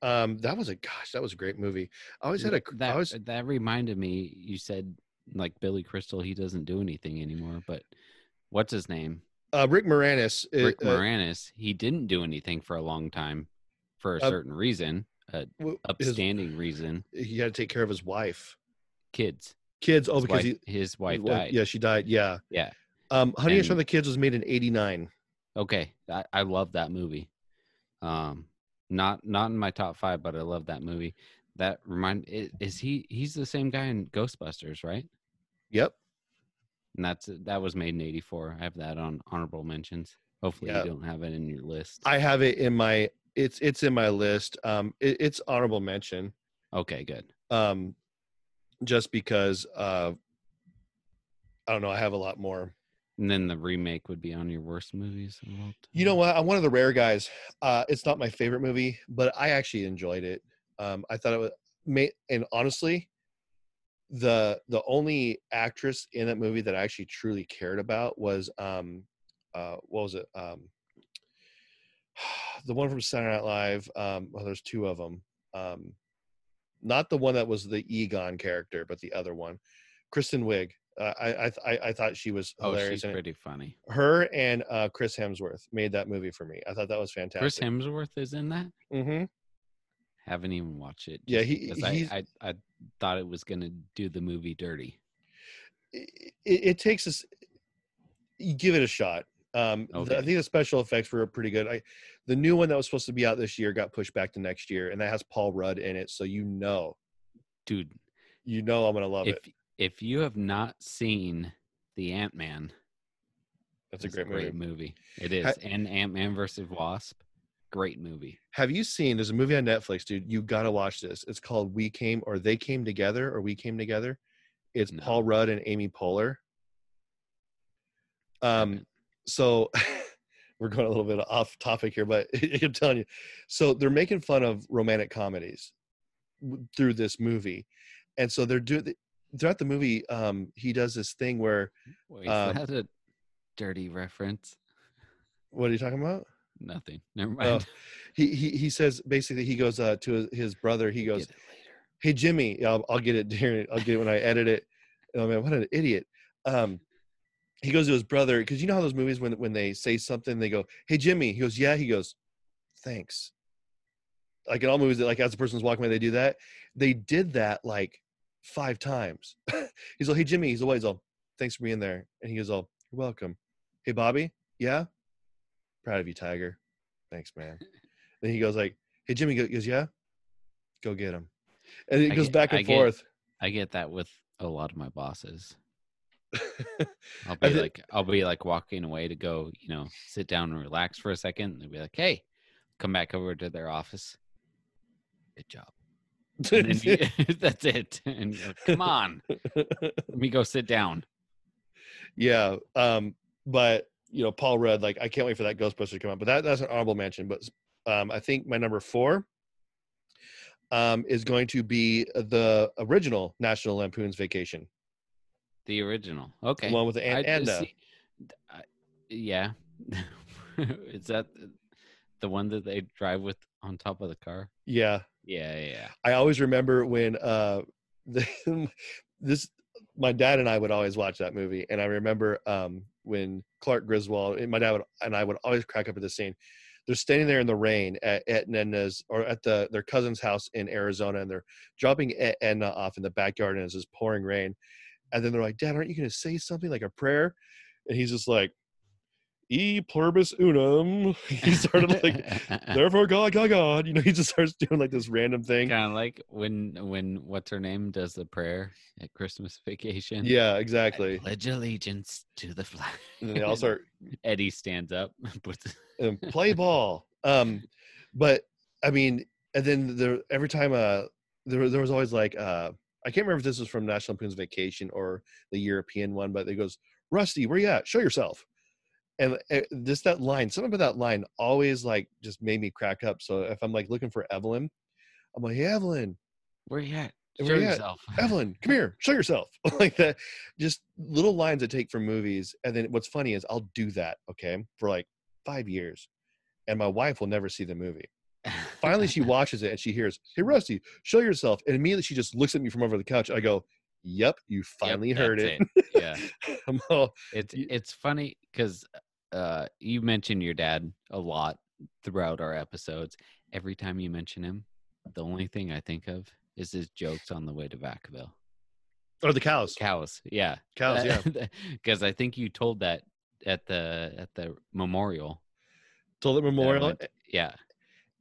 Um, that was a gosh, that was a great movie. I always had a cr- I that always, that reminded me. You said like Billy Crystal, he doesn't do anything anymore. But what's his name? uh, Rick Moranis. uh, Rick uh, Moranis. He didn't do anything for a long time, for a Up- certain reason, a w- his- upstanding reason. he had to take care of his wife, Kids. kids. Oh, his because wife, he, his wife his wife- died. Yeah, she died. Yeah, Yeah. Um, Honey, I And- Shrunk the Kids was made in '89. Okay, I, I love that movie. Um, not not in my top five, but I love that movie. That remind i- is he he's the same guy in Ghostbusters, right? Yep. And that's that was made in '84. I have that on honorable mentions. Hopefully, Yeah. you don't have it in your list. I have it in my it's it's in my list. Um it, it's honorable mention. okay, good. Um just because uh I don't know, I have a lot more. And then the remake would be on your worst movies of all time. You know what? I'm one of the rare guys. Uh it's not my favorite movie, but I actually enjoyed it. Um I thought it was ma- and honestly the the only actress in that movie that I actually truly cared about was um uh what was it? Um the one from Saturday Night Live. Um, well, there's two of them. Um, not the one that was the Egon character, but the other one, Kristen Wiig. Uh, I, I I I thought she was Oh, hilarious. eh? she's in it. pretty funny. Her and uh, Chris Hemsworth made that movie for me. I thought that was fantastic. Chris Hemsworth is in that. Mm-hmm. Haven't even watched it. Yeah, just he- because I, he's- I I thought it was gonna do the movie dirty. It, it takes us. you give it a shot. Um, the- Okay. I think the special effects were pretty good. I, the new one that was supposed to be out this year got pushed back to next year, and that has Paul Rudd in it. So you know, Dude, you know, I'm gonna love if it. if you have not seen the Ant Man, That's a great, movie. It is, Ha- and Ant Man versus Wasp, great movie. Have you seen? There's a movie on Netflix, dude. You gotta watch this. It's called We Came or They Came Together or We Came Together. It's No. Paul Rudd and Amy Poehler. Um, Haven't. so we're going a little bit off topic here, but I'm telling you, so they're making fun of romantic comedies w- through this movie, and so they're doing throughout the movie. Um, he does this thing where Wait, is um, that a dirty reference? what are you talking about? Nothing. Never Oh, mind. he he he says basically he goes uh, to his brother. He goes, Get it later. hey Jimmy, I'll, I'll get it during. I'll get it when I edit it. Oh man, what an idiot! Um, he goes to his brother because you know how those movies when when they say something they go, hey Jimmy. He goes, yeah. He goes, thanks. Like in all movies, that like as the person's walking away, they do that. They did that like five times. he's like, hey Jimmy. He's always all, thanks for being there, and he goes all, you're welcome. Hey Bobby, yeah, proud of you, Tiger. Thanks, man. then he goes like, hey Jimmy go- goes, yeah, go get him. And it I goes get- back and I get- forth. I get that with a lot of my bosses. I'll I be thi- like, I'll be like walking away to go, you know, sit down and relax for a second. And they'll be like, "Hey, come back over to their office. Good job." And then you- that's it. And you're like, come on, let me go sit down. yeah. Um, but you know, Paul Rudd, like I can't wait for that Ghostbuster to come out. But that that's an honorable mention. But um, I think my number four um, is going to be the original National Lampoon's Vacation, The original. Okay. the one with the I Aunt just Edna. see- I- yeah. Is that the one that they drive with on top of the car? yeah, Yeah, yeah, yeah. I always remember when uh, the, this my dad and I would always watch that movie, and I remember um, when Clark Griswold and my dad would, and I would always crack up at this scene. They're standing there in the rain at, at Edna's or at the their cousin's house in Arizona, and they're dropping E- Edna off in the backyard, and it's just pouring rain. And then they're like, "Dad, aren't you going to say something like a prayer?" And he's just like, "E pluribus unum." He started like, "Therefore, God, God, God." You know, he just starts doing like this random thing. kind of like when when what's her name does the prayer at Christmas vacation. Yeah, I exactly. pledge allegiance to the flag. And then they all start Eddie stands up, and puts um, play ball. Um, but I mean, and then there every time uh there there was always like uh I can't remember if this was from National Lampoon's Vacation or the European one, but it goes Rusty, where you at? Show yourself. And uh, just that line, something about that line always like just made me crack up. So if I'm like looking for Evelyn, I'm like, hey Evelyn, where you at? Where Show you at? yourself. Evelyn, come here, show yourself. like that, just little lines I take from movies. And then what's funny is I'll do that, okay, for like five years. And my wife will never see the movie. Finally, she watches it and she hears, Hey, Rusty, show yourself. And immediately she just looks at me from over the couch. I go, Yep, you Yep, finally heard that's it. Yeah. I'm all, It's You- it's funny because uh, you mentioned your dad a lot throughout our episodes. Every time you mention him, the only thing I think of is his jokes on the way to Vacaville. or the cows. Cows, yeah, Cows, yeah. Because I think you told that at the at the memorial. Told it memorial. went- Yeah,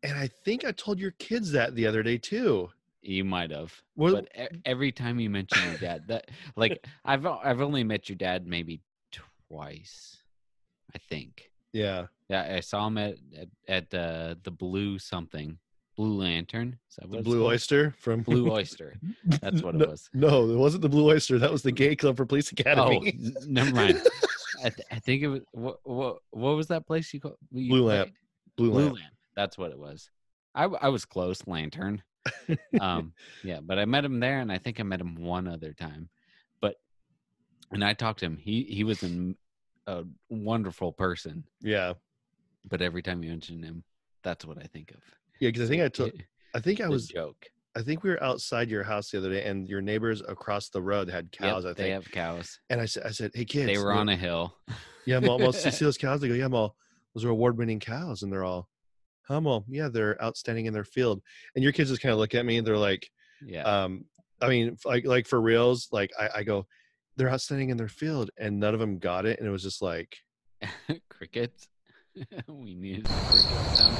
And I think I told your kids that the other day too. You might have. Well- but e- every time you mention your dad, that like I've o- I've only met your dad maybe twice, I think. Yeah. Yeah, I saw him at at, at uh, the blue something, Blue Lantern. Is that what The it's Blue called? Oyster from Blue Oyster. That's what it was. No, it wasn't the Blue Oyster. That was the Gay Club for Police Oh, Academy. n- never mind. I, th- I think it was what what what was that place you called? Blue Lamp. Blue, Blue Lamp. Lamp. That's what it was. I w- I was close, Lantern. um, yeah, but I met him there, and I think I met him one other time. But and I talked to him. He he was an, a wonderful person. Yeah. But every time you mention him, that's what I think of. Yeah, because I think I took. It- I think I the was. joke. I think we were outside your house the other day, and your neighbors across the road had Yep, cows. I they think. have cows. and I said, I said, hey kids, they were look- on a hill. Yeah, mom, mom, see see those cows? They go, yeah, mom, those are award-winning cows, and they're all, huh, mom? Yeah, they're outstanding in their field. And your kids just kind of look at me, and they're like, Yeah, um, I mean, f- like like for reals, like I, I go, they're outstanding in their field, and none of them got it, and it was just like, crickets. we needed a cricket sound.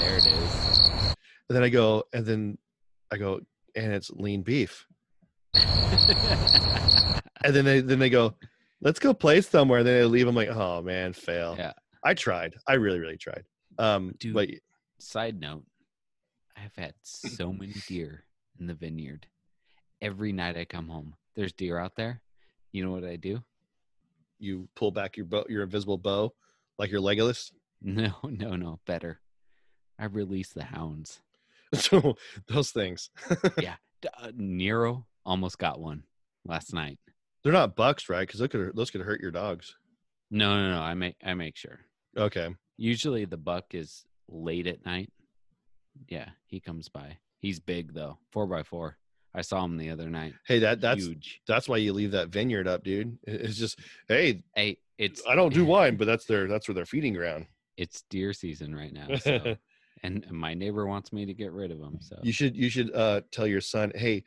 There it is. and then I go, and then I go, and it's lean beef, and then they then they go, let's go play somewhere, and then they leave. I'm like, oh man, fail. Yeah. I tried, I really really tried. Um, Dude. but Side note: I've had so many deer in the vineyard. Every night I come home, there's deer out there. You know what I do? you pull back your bow, your invisible bow, like your Legolas. No, no, no. Better. I release the hounds. So those things, D- uh, Nero almost got one last night. they're not bucks, right? Because those could those could hurt your dogs. No, no, no. I make I make sure. Okay, Usually the buck is late at night. Yeah, he comes by. He's big though, four by four. I saw him the other night. hey, that that's huge. that's why you leave that vineyard up, dude. It- It's just, hey, Hey, it's I don't do wine, but that's their that's where their feeding ground. It's deer season right now, so. and my neighbor wants me to get rid of him. So you should you should uh tell your son, hey,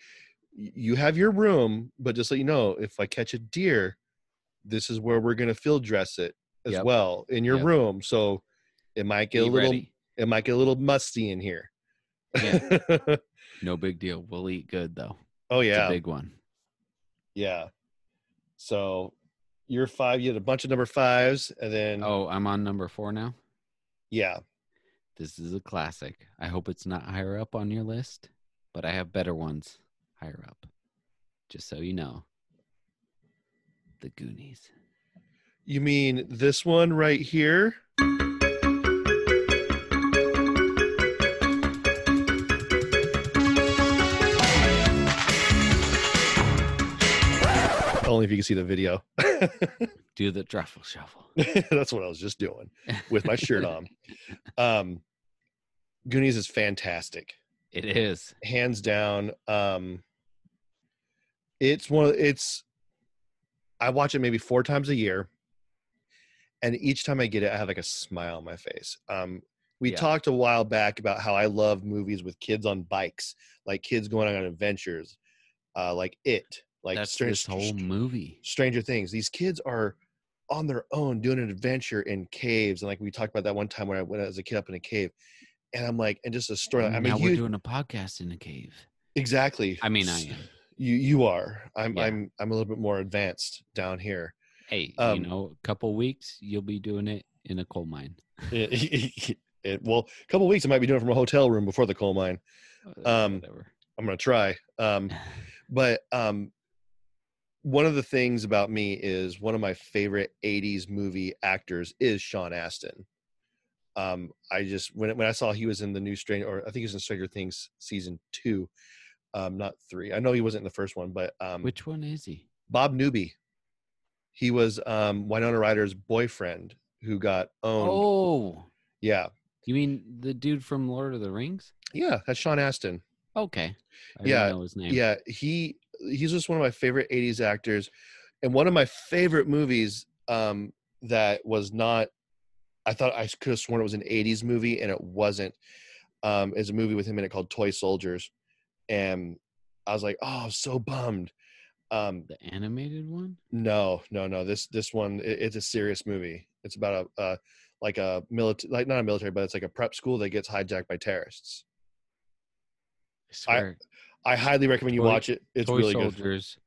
y- you have your room, but just so you know, if I catch a deer, this is where we're gonna field dress it as Yep. well in your Yep. room. So it might be get a little ready. it might get a little musty in here. Yeah. No big deal. We'll eat good though. oh It's yeah. a big one. Yeah. So you're five, you had a bunch of number fives, and then Oh, I'm on number four now. yeah. This is a classic. I hope it's not higher up on your list, but I have better ones higher up. Just so you know. The Goonies. You mean this one right here? Only if you can see the video. Do the truffle shuffle. That's what I was just doing with my shirt on. Um, Goonies is fantastic. It is. hands down. Um, it's one. Of, it's I watch it maybe four times a year, and each time I get it, I have like a smile on my face. Um, we Yeah. talked a while back about how I love movies with kids on bikes, like kids going on adventures, uh, like it, like That's Str- this whole movie. Stranger Things. These kids are on their own doing an adventure in caves, and like we talked about that one time when I went as a kid up in a cave, and I'm like, and just a story. I And mean, now you, we're doing a podcast in a cave. exactly. I mean, I S- am. you you are i'm Yeah. i'm i'm a little bit more advanced down here Hey, Um, you know, a couple weeks you'll be doing it in a coal mine. it, well a couple weeks i might be doing it from a hotel room before the coal mine Uh, Um, whatever. i'm gonna try um but um one of the things about me is one of my favorite 80s movie actors is sean astin um i just when when i saw he was in the new stranger or i think he was in stranger things season two um not three i know he wasn't in the first one but um Which one is he? Bob Newby. He was um, Winona Ryder's boyfriend who got owned. Oh, Yeah, you mean the dude from Lord of the Rings? yeah, that's Sean Astin. Okay. I didn't Yeah, know his name. Yeah, he he's just one of my favorite '80s actors, and one of my favorite movies um, that was not. I thought I could have sworn it was an '80s movie, and it wasn't. Um, is a movie with him in it called Toy Soldiers, and I was like, oh, I'm so bummed. Um, The animated one? No, no, no. This this one i- it's a serious movie. It's about a, a like a military, like not a military, but it's like a prep school that gets hijacked by terrorists. I swear, I highly recommend you Toy- watch it. It's Toy really good. Soldiers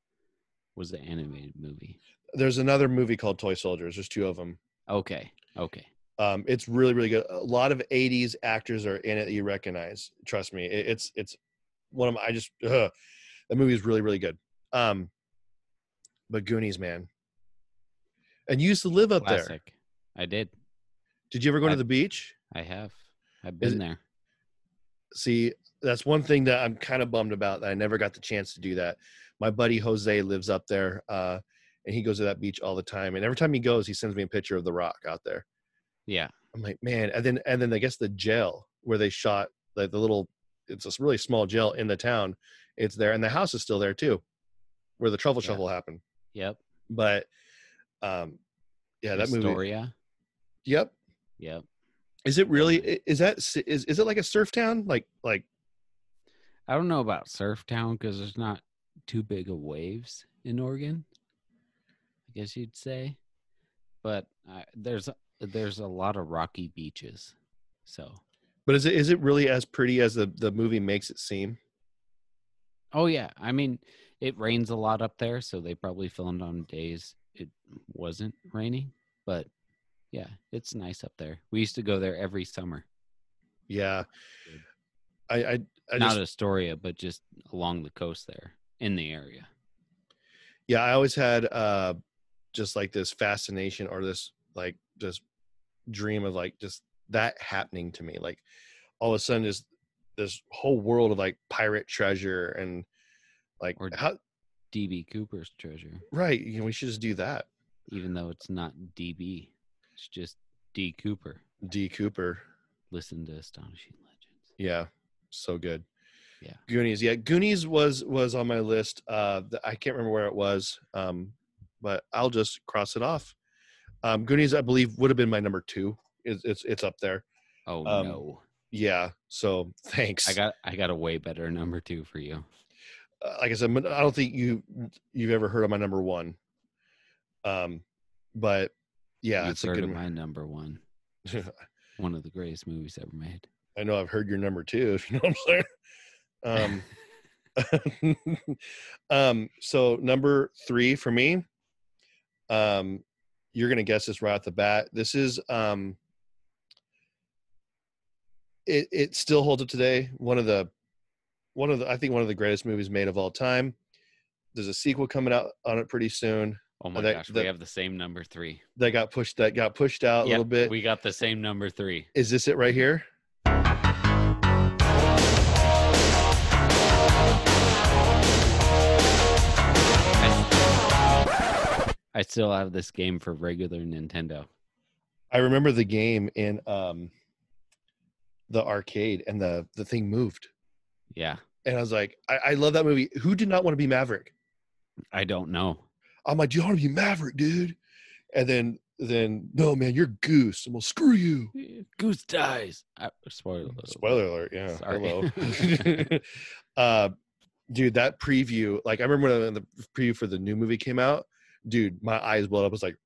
was the animated movie. There's another movie called Toy Soldiers. There's two of them. Okay, okay. Um, it's really really good. A lot of '80s actors are in it that you recognize. Trust me, It- it's it's one of my. I just ugh. that movie is really really good. Um, but Goonies, man. And you used to live up there. Classic. I did. Did you ever go to I- the beach? I have. I've Is been it- there. see that's one thing that i'm kind of bummed about that i never got the chance to do that my buddy jose lives up there uh, and he goes to that beach all the time and every time he goes he sends me a picture of the rock out there Yeah. i'm like man and then and then i guess the jail where they shot like the little it's a really small jail in the town it's there and the house is still there too where the truffle Yeah. shuffle happened Yep. but um yeah that movie Astoria. yep Yep. is it really i- is that si- is, is it like a surf town like like I don't know about Surf Town because there's not too big of waves in Oregon. I guess you'd say, but I, there's there's a lot of rocky beaches, so But is it is it really as pretty as the the movie makes it seem? Oh yeah, I mean, it rains a lot up there, so they probably filmed on days it wasn't raining. But yeah, it's nice up there. We used to go there every summer. Yeah, I I, I Not just, Astoria, but just along the coast there in the area. yeah I always had uh just like this fascination or this like just dream of like just that happening to me. Like all of a sudden, just this whole world of like pirate treasure and like Or- how DB Cooper's treasure, right you know we should just do that. even though it's not DB, it's just D Cooper. D Cooper, Listen to Astonishing Legends. yeah, so good. Yeah. Goonies. Yeah, Goonies was was on my list. Uh, th- I can't remember where it was, um, but I'll just cross it off. Um, Goonies, I believe, would have been my number two. It's it's, it's up there. Oh Um, no, Yeah. So thanks. I got I got a way better number two for you. Uh, like I said, m- I don't think you you've ever heard of my number one. Um, but yeah, You've it's a heard good. of one. my number one, one of the greatest movies ever made. I know I've heard your number two. If you know what Um, I'm saying. Um, um, so number three for me, um, you're gonna guess this right off the bat. This is um, it it still holds up today. One of the one of the I think one of the greatest movies made of all time. There's a sequel coming out on it pretty soon Oh my that- gosh, that- we have the same number three. that got pushed that got pushed out a Yep, little bit. We got the same number three. Is this it right here? I still have this game for regular Nintendo. I remember the game in um the arcade and the the thing moved. Yeah, And I was like, I, I love that movie. Who did not want to be Maverick? I don't know. I'm like, do you want to be Maverick, dude? And then then no man, you're goose. And we'll screw you. Goose dies. I, spoiler alert. Spoiler alert, yeah. Sorry. Hello. uh dude, that preview, like I remember when the preview for the new movie came out, dude, my eyes blowed up. I was like,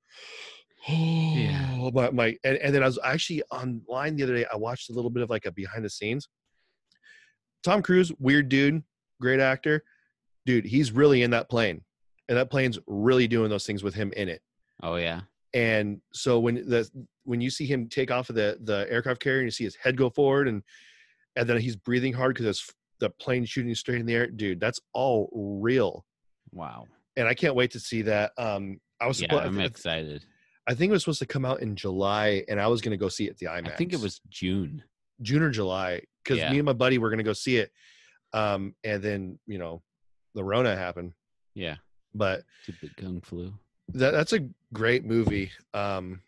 Oh Yeah. my, my and, and then I was actually online the other day. I watched a little bit of like a behind the scenes. Tom Cruise, weird dude, great actor. Dude, he's really in that plane. And that plane's really doing those things with him in it Oh yeah, and so when the when you see him take off of the the aircraft carrier and you see his head go forward and and then he's breathing hard because it's the plane shooting straight in the air dude that's all real wow. and i can't wait to see that um i was Yeah, suppo- I'm I, thi- excited. I think it was supposed to come out in july and i was going to go see it at the I imax think it was June. june or july because Yeah. me and my buddy were going to go see it um and then you know the rona happened Yeah, but stupid kung flu. that that's a great movie. Um,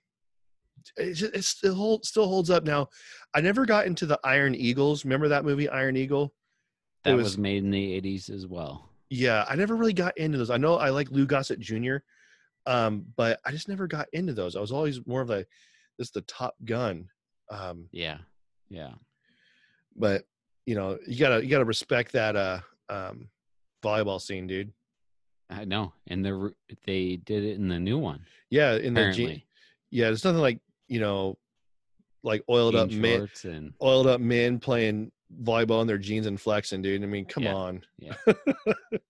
it, just, it still hold, still holds up. Now, I never got into the Iron Eagles. Remember that movie, Iron Eagle? That was, was- made in the '80s as well. Yeah, I never really got into those. I know I like Lou Gossett Jr., um, but I just never got into those. I was always more of a this is the Top Gun. Um, Yeah, yeah. but you know, you gotta you gotta respect that uh, um, volleyball scene, dude. I know, and they are they did it in the new one. Yeah, in the Apparently, G- yeah, there's nothing like you know like oiled up jean men, shorts and oiled up men playing volleyball in their jeans and flexing, dude. I mean, come Yeah. on, I mean-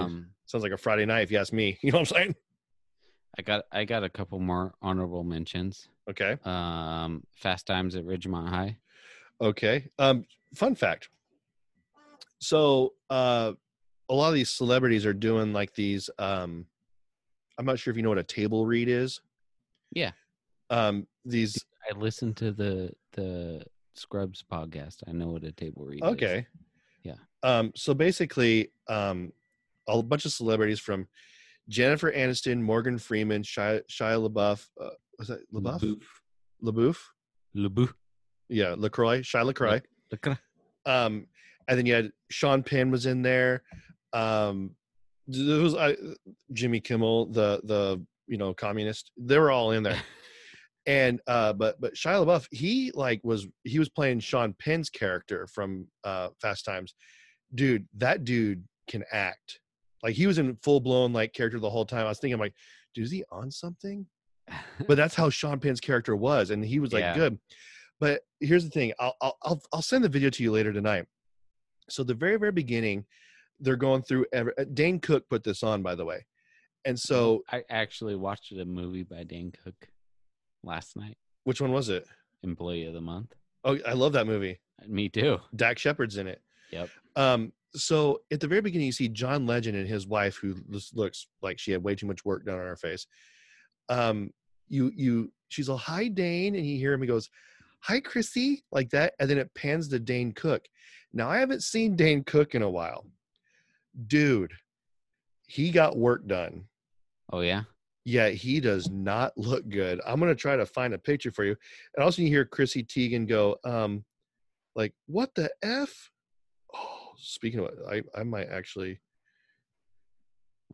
um, sounds like a Friday night if you ask me. You know what I'm saying? I got I got a couple more honorable mentions. Okay, Um, Fast Times at Ridgemont High. okay. Um, fun fact. So, uh, a lot of these celebrities are doing like these. Um, I'm not sure if you know what a table read is. Yeah. Um, these I listened to the the Scrubs podcast. I know what a table read. is. Okay. Yeah. Um, so basically, um, a bunch of celebrities from Jennifer Aniston, Morgan Freeman, Shia, Shia LaBeouf. Uh, was that LaBeouf? LaBeouf. Lubu. Yeah, LaCroix. Shia LaCroix. Lacra- Um, and then you had Sean Penn was in there. Um, there was I, Jimmy Kimmel, the the you know communist. They were all in there. And uh, but but Shia LaBeouf, he like was he was playing Sean Penn's character from uh, Fast Times. Dude, that dude can act. Like he was in full blown like character the whole time. I was thinking like, dude, is he on something? but that's how Sean Penn's character was, and he was like Yeah. good. But here's the thing: I'll, I'll I'll I'll send the video to you later tonight. So the very very beginning, they're going through. Every, uh, Dane Cook put this on, by the way, and so I actually watched a movie by Dan Cook last night. which one was it? Employee of the month. Oh, I love that movie. Me too. Dak Shepard's in it. Yep. Um. So at the very beginning, you see John Legend and his wife, who looks- looks like she had way too much work done on her face. Um. You you she's all hi Dane, and you hear him. He goes, "Hi Chrissy," like that, and then it pans to Dane Cook. Now I haven't seen Dane Cook in a while, dude. He got work done. Oh yeah. Yeah, he does not look good. I'm gonna try to find a picture for you. And also, you hear Chrissy Teigen go, um, like, "What the f?" Oh, speaking of, what, I I might actually.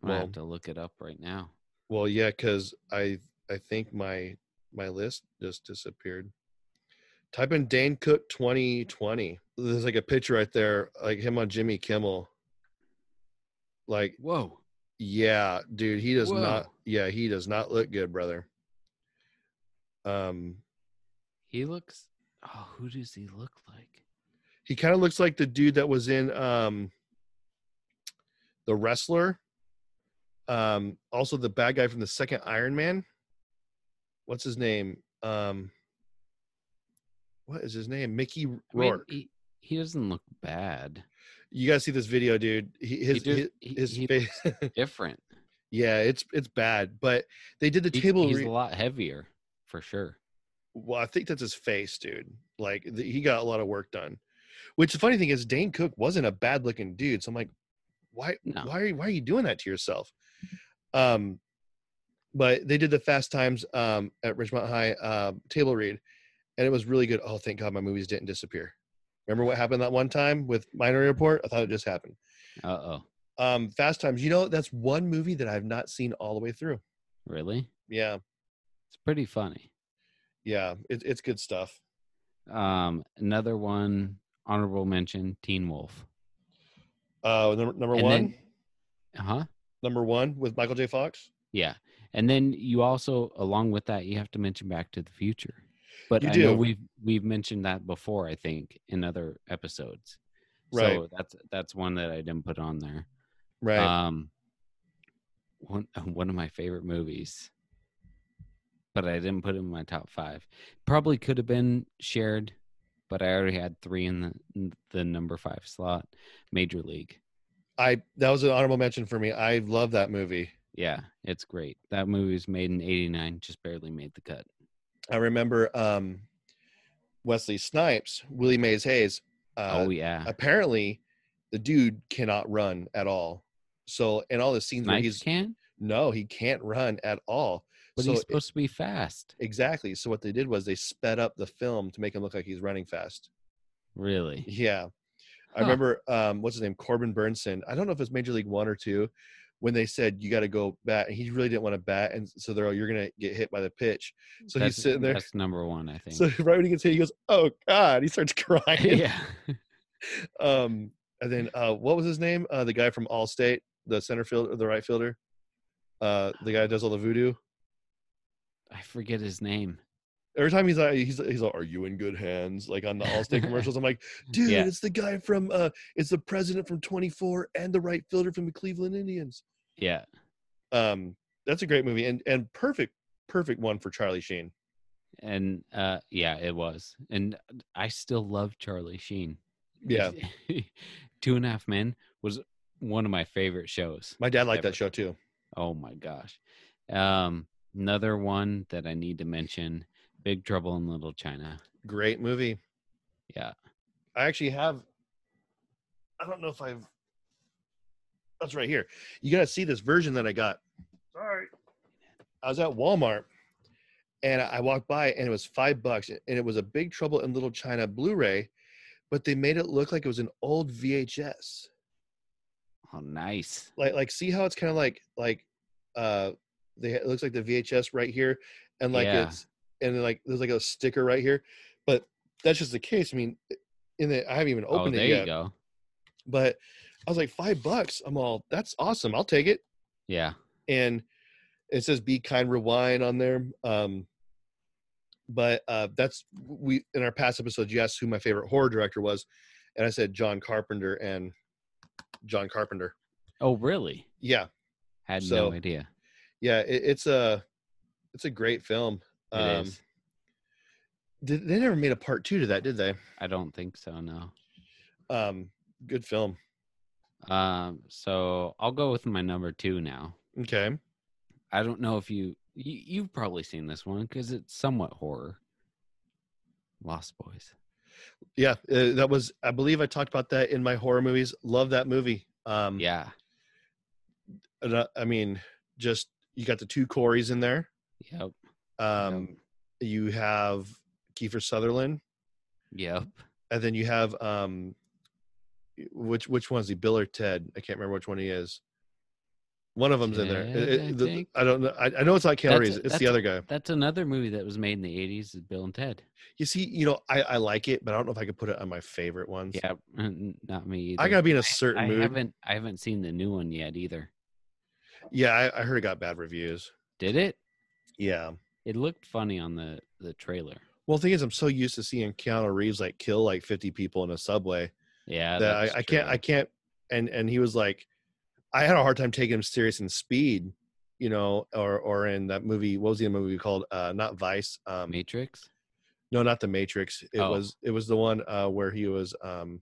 I will Well- have to look it up right now. Well, yeah, because I I think my my list just disappeared. Type in Dane Cook 2020. There's like a picture right there, like him on Jimmy Kimmel. Like, Whoa. yeah, dude, he does Whoa. not. Yeah, he does not look good, brother. Um, He looks. Oh, who does he look like? he kind of looks like the dude that was in um the wrestler um also the bad guy from the second iron man what's his name um what is his name mickey I mean, rourke he, he doesn't look bad. you gotta see this video dude he, his do- he- his, he his face Different. yeah it's it's bad but they did the He- table he's re- a lot heavier for sure. well i think that's his face dude like the, he got a lot of work done which the funny thing is dane cook wasn't a bad looking dude so i'm like why No. why are you, why are you doing that to yourself? Um, but they did the Fast Times um, at Richmond High uh, table read, and it was really good. Oh, thank God my movies didn't disappear. Remember what happened that one time with Minority Report? I thought it just happened. Uh oh. Um, Fast Times. You know, that's one movie that I've not seen all the way through. Really? Yeah, It's pretty funny. yeah, it, it's good stuff. Um, another one honorable mention: Teen Wolf. Uh, number, number And one, then- Uh, Huh? number one with Michael J. Fox. Yeah. And then you also, along with that, you have to mention Back to the Future. But You I know do. we've we've mentioned that before. I think in other episodes. Right. So that's that's one that I didn't put on there. Right. Um, one one of my favorite movies, but I didn't put it in my top five. Probably could have been shared, but I already had three in the in the number five slot. Major League. I that was an honorable mention for me. I love that movie. Yeah, it's great. That movie was made in '89, just barely made the cut. I remember um, Wesley Snipes, Willie Mays Hayes. Uh, oh yeah, Apparently, the dude cannot run at all. So, and all the scenes where Snipes he's can, no, he can't run at all. but so he's supposed to be fast. exactly. So what they did was they sped up the film to make him look like he's running fast. Really? Yeah. I Huh. remember um, what's his name, Corbin Burnson. I don't know if it's Major League One or two, when they said you got to go bat, and he really didn't want to bat, and so they're all, you're gonna get hit by the pitch. So that's, he's sitting there. That's number one, I think. So right when he gets hit, he goes, "Oh God!" He starts crying. yeah. Um, and then uh, what was his name? Uh, the guy from Allstate, the center field or the right fielder, uh, the guy that does all the voodoo. I forget his name. Every time he's like, he's, he's like, "Are you in good hands?" Like on the Allstate commercials, I'm like, "Dude, Yeah. it's the guy from, uh, it's the president from 24 and the right fielder from the Cleveland Indians." Yeah. Um, that's a great movie and and perfect, perfect one for Charlie Sheen. And uh yeah, it was. And I still love Charlie Sheen. Yeah, Two and a Half Men was one of my favorite shows. my dad liked Ever. that show too. Oh my gosh. Um another one that I need to mention, Big Trouble in Little China. Great movie. Yeah. I actually have. I don't know if I've. That's right here. You gotta see this version that I got. Sorry. I was at Walmart, and I walked by, and it was five bucks, and it was a Big Trouble in Little China Blu-ray, but they made it look like it was an old VHS. Oh nice. Like, like, see how it's kind of like, like, uh, they it looks like the VHS right here, and like Yeah. it's, and then like there's like a sticker right here, but that's just the case. I mean, in the I haven't even Oh, opened there it yet you go. but I was like five bucks. I'm all that's awesome. I'll take it. Yeah. And it says be kind, rewind on there. Um, but uh, that's we in our past episodes. You asked who my favorite horror director was, and I said John Carpenter and John Carpenter. Oh really? Yeah, Had So, no idea. yeah. It, it's a it's a great film. It is. Um, did, they never made a part two to that, did they? I don't think so, no. Um, good film. Um, so I'll go with my number two now. Okay. I don't know if you, you you've probably seen this one because it's somewhat horror. Lost Boys. Yeah, uh, that was. I believe I talked about that in my horror movies. Love that movie. Um, Yeah, and, uh, I mean, just you got the two Coreys in there. yep, Um, You have Kiefer Sutherland, yep. and then you have um, which which one's he? Bill or Ted? I can't remember which one he is. One of them's in there. It- Ted, it- I the- think. I don't know. I, I know it's not Keanu That's- Reeves. It's that's- the other guy. That's another movie that was made in the '80s, is Bill and Ted. You see, you know, I, I like it, but I don't know if I could put it on my favorite ones. Yeah, n- not me either. I gotta be in a certain I mood. haven't I haven't seen the new one yet either. Yeah, I, I heard it got bad reviews. Did it? Yeah. It looked funny on the the trailer. Well, the thing is, I'm so used to seeing Keanu Reeves like kill like 50 people in a subway Yeah, that I, that's I can't, true. I can't. And and he was like, I had a hard time taking him serious in Speed, you know, or or in that movie. What was the movie called? Uh, not Vice. Um, Matrix. no, not the Matrix. It Oh. was it was the one uh, where he was um,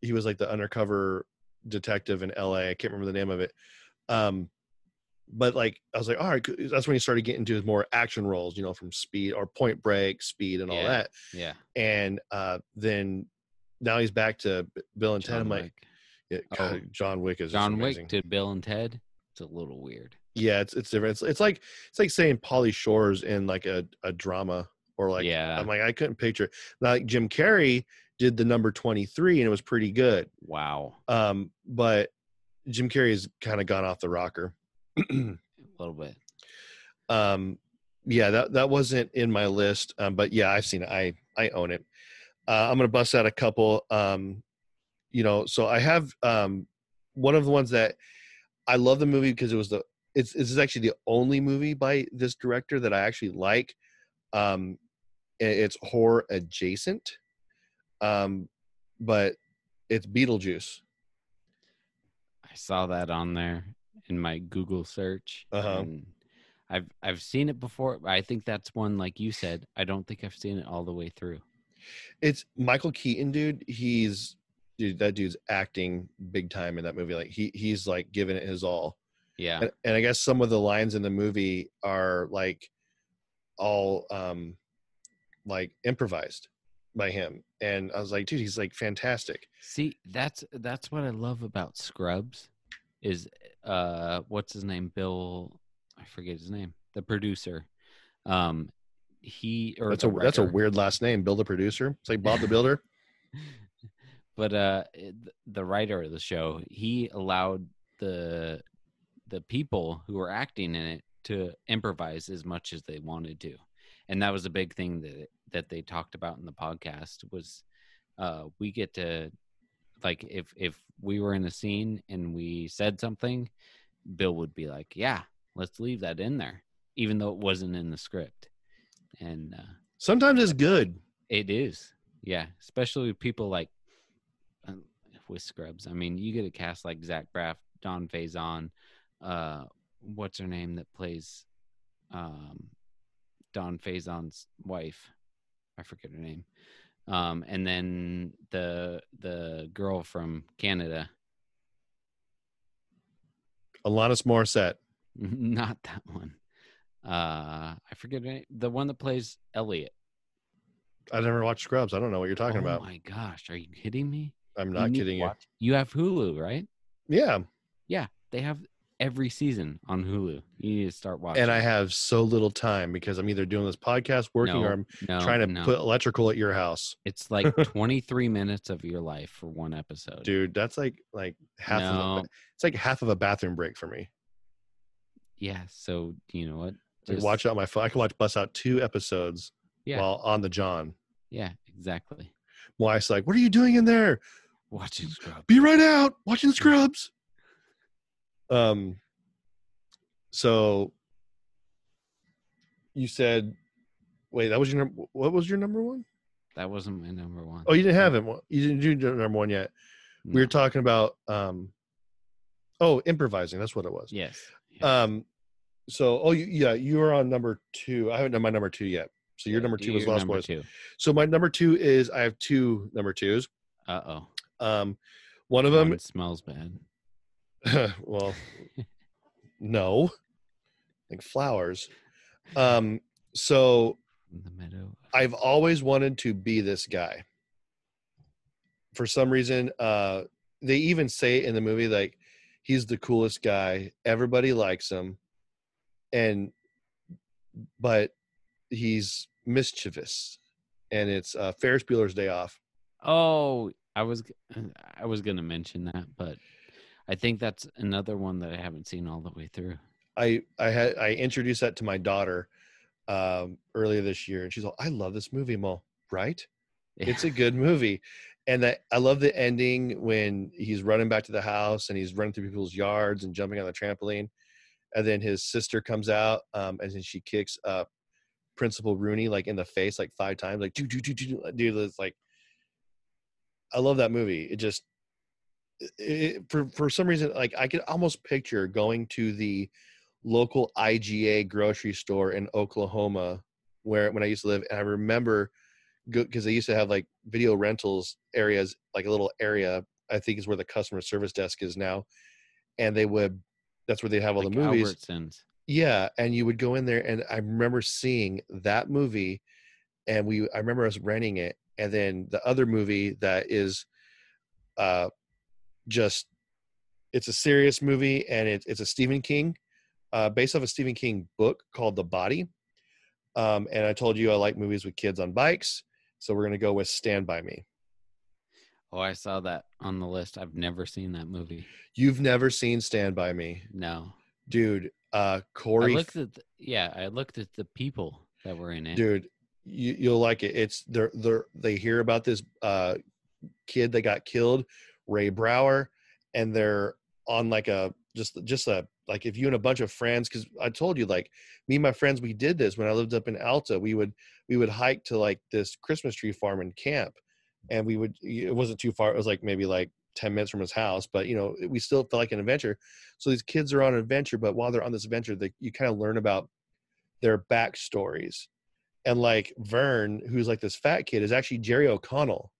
he was like the undercover detective in L.A. I can't remember the name of it. Um, but like I was like, all right, good." that's when he started getting into his more action roles, you know, from Speed or Point Break, Speed, and all Yeah. that Yeah, and uh, then now he's back to B- Bill and Ted. I'm like, Wick. yeah, Oh. God, John Wick is just John amazing. Wick to Bill and Ted. It's a little weird. Yeah, it's it's different. It's, it's like it's like saying Polly Shores in like a, a drama or like yeah. I'm like I couldn't picture. it. Now, like Jim Carrey did the number 23 and it was pretty good. wow. Um, but Jim Carrey has kind of gone off the rocker. A little bit. um, yeah, that that wasn't in my list. Um, but yeah, I've seen it. I I own it. Uh, I'm gonna bust out a couple. Um, you know, so I have um, one of the ones that I love the movie because it was the it's this is actually the only movie by this director that I actually like. Um, i- it's horror adjacent, um, but it's Beetlejuice. I saw that on there in my Google search. Uh-huh. and I've I've seen it before. but I think that's one like you said. I don't think I've seen it all the way through. It's Michael Keaton, dude. He's dude. That dude's acting big time in that movie. Like he he's like giving it his all. Yeah. and, and I guess some of the lines in the movie are like all um like improvised by him and I was like dude he's like fantastic See, that's that's what I love about Scrubs is uh what's his name? Bill I forget his name. The producer. Um he or that's the a that's a writer. weird last name build a producer it's like Bob the Builder but uh th- the writer of the show he allowed the the people who were acting in it to improvise as much as they wanted to and that was a big thing that that they talked about in the podcast was uh we get to like if if we were in a scene and we said something bill would be like yeah let's leave that in there even though it wasn't in the script and uh, Sometimes it's good. it is, yeah, especially with people like uh, with scrubs. I mean, you get a cast like Zach Braff, Don Faison, uh, what's her name that plays um, Don Faison's wife? I forget her name. Um, and then the the girl from Canada, Alanis Morissette. not that one. Uh, I forget her name. the one that plays Elliot. I never watched Scrubs. I don't know what you're talking oh about. my gosh, are you kidding me? I'm You not need to kidding you. watch- You have Hulu, right? Yeah. They have every season on Hulu. You need to start watching. And I have so little time because I'm either doing this podcast, working, No, or I'm no, trying to no. put electrical at your house. It's like 23 minutes of your life for one episode. Dude, that's like like half no. of a, it's like half of a bathroom break for me. yeah. So you know what? It's Like Just- watch out my phone. I can watch bust out two episodes Yeah. while on the John. Yeah. Exactly. Wife's like, "What are you doing in there? Watching Scrub. Be right out, watching Scrubs." Um. So you said, "Wait, that was your num- what was your number one? That wasn't my number one. Oh, you didn't have it. You didn't do your number one yet. We were No. talking about um, oh, improvising. That's what it was. Yes. Yeah. Um, so oh you, yeah, you were on number two. I haven't done my number two yet. So your number two was Your Lost number Boys. two. So my number two is I have two number twos. Uh oh. Um, one of them. Oh. One smells bad. well, no, like flowers. Um, so From the meadow. I've always wanted to be this guy. For some reason, uh, they even say in the movie like he's the coolest guy. Everybody likes him, and but he's mischievous, and it's uh, Ferris Bueller's Day Off. Oh, I was g- I was gonna mention that, but I think that's another one that I haven't seen all the way through. I I had I introduced that to my daughter um, earlier this year, and she's like, "I love this movie, Mo. Right? It's a good movie." And that I love the ending when he's running back to the house and he's running through people's yards and jumping on the trampoline, and then his sister comes out um, and then she kicks uh, Principal Rooney like in the face like five times, like dude, dude, dude, dude, dude. It's like I love that movie. It just it- it, for for some reason like I could almost picture going to the local IGA grocery store in Oklahoma where when I used to live and I remember because they used to have like video rentals areas like a little area I think is where the customer service desk is now and they would that's where they have all Like the movies Albertsons. yeah and you would go in there and I remember seeing that movie and we I remember us renting it and then the other movie that is uh just it's a serious movie and it, it's a Stephen King uh, based off a Stephen King book called The Body. Um, and I told you I like movies with kids on bikes, so we're gonna go with Stand by Me. Oh, I saw that on the list. I've never seen that movie. You've never seen Stand by Me, No. dude. Uh, I Corey, looked at the, yeah, I looked at the people that were in it. dude, you, you'll like it. It's they're they're they hear about this uh, kid that got killed, Ray Brower, and they're on like a just just a like if you and a bunch of friends because I told you like me and my friends we did this when I lived up in Alta we would we would hike to like this Christmas tree farm and camp, and we would it wasn't too far it was like maybe like ten minutes from his house but you know we still felt like an adventure. So these kids are on an adventure, but while they're on this adventure, they, you kind of learn about their backstories. And like Vern, who's like this fat kid, is actually Jerry O'Connell,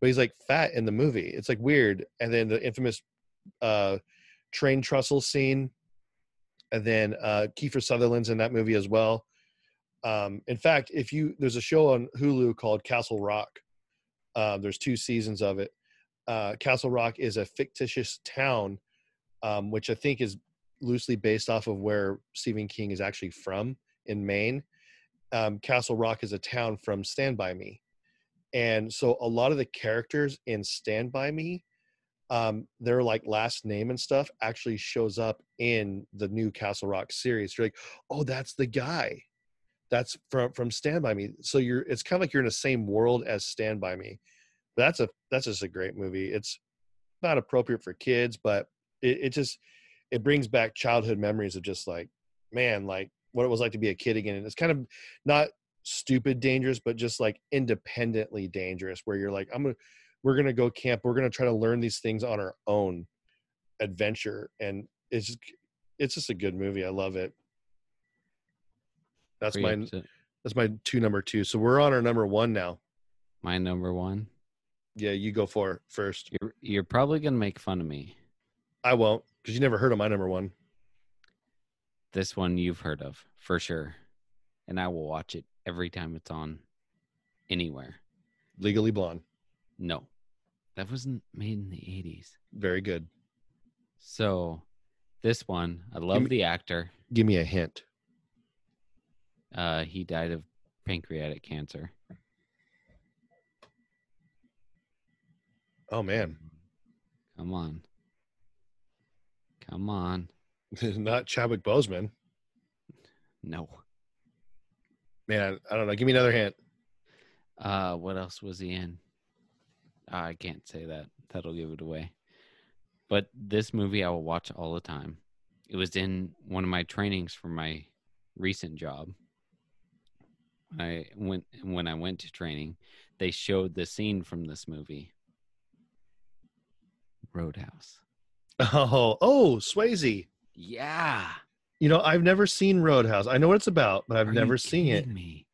but he's like fat in the movie. It's like weird. And then the infamous uh, train trestle scene, and then uh, Kiefer Sutherland's in that movie as well. Um, in fact, if you there's a show on Hulu called Castle Rock. Uh, there's two seasons of it. Uh, Castle Rock is a fictitious town, um, which I think is loosely based off of where Stephen King is actually from in Maine. Um, Castle Rock is a town from Stand By Me. And so a lot of the characters in Stand By Me, um, their like last name and stuff actually shows up in the new Castle Rock series. You're like, oh, that's the guy. That's from from Stand By Me. So you're it's kind of like you're in the same world as Stand By Me. But that's a that's just a great movie. It's not appropriate for kids, but it, it just it brings back childhood memories of just like, man, like what it was like to be a kid again. And it's kind of not stupid dangerous, but just like independently dangerous, where you're like, I'm gonna, we're gonna go camp. We're gonna try to learn these things on our own adventure, and it's just, it's just a good movie. I love it. That's Three my episodes. that's my two number two. So we're on our number one now. my number one. Yeah, you go for it first. You're you're probably gonna make fun of me. I won't because you never heard of my number one. This one you've heard of for sure, and I will watch it every time it's on, anywhere. Legally Blonde, No, that wasn't made in the '80s. very good. So, this one I love me- the actor. Give me a hint. Uh, he died of pancreatic cancer. Oh man, Come on, come on. not Chadwick Boseman. No. Man, I don't know. Give me another hint. Uh, what else was he in? Ah, I can't say that. That'll give it away. But this movie I will watch all the time. It was in one of my trainings for my recent job. I went when I went to training, they showed the scene from this movie. Roadhouse. Oh, oh, Swayze. Yeah. You know, I've never seen Roadhouse. I know what it's about, but I've Are you never seen it. kidding Me?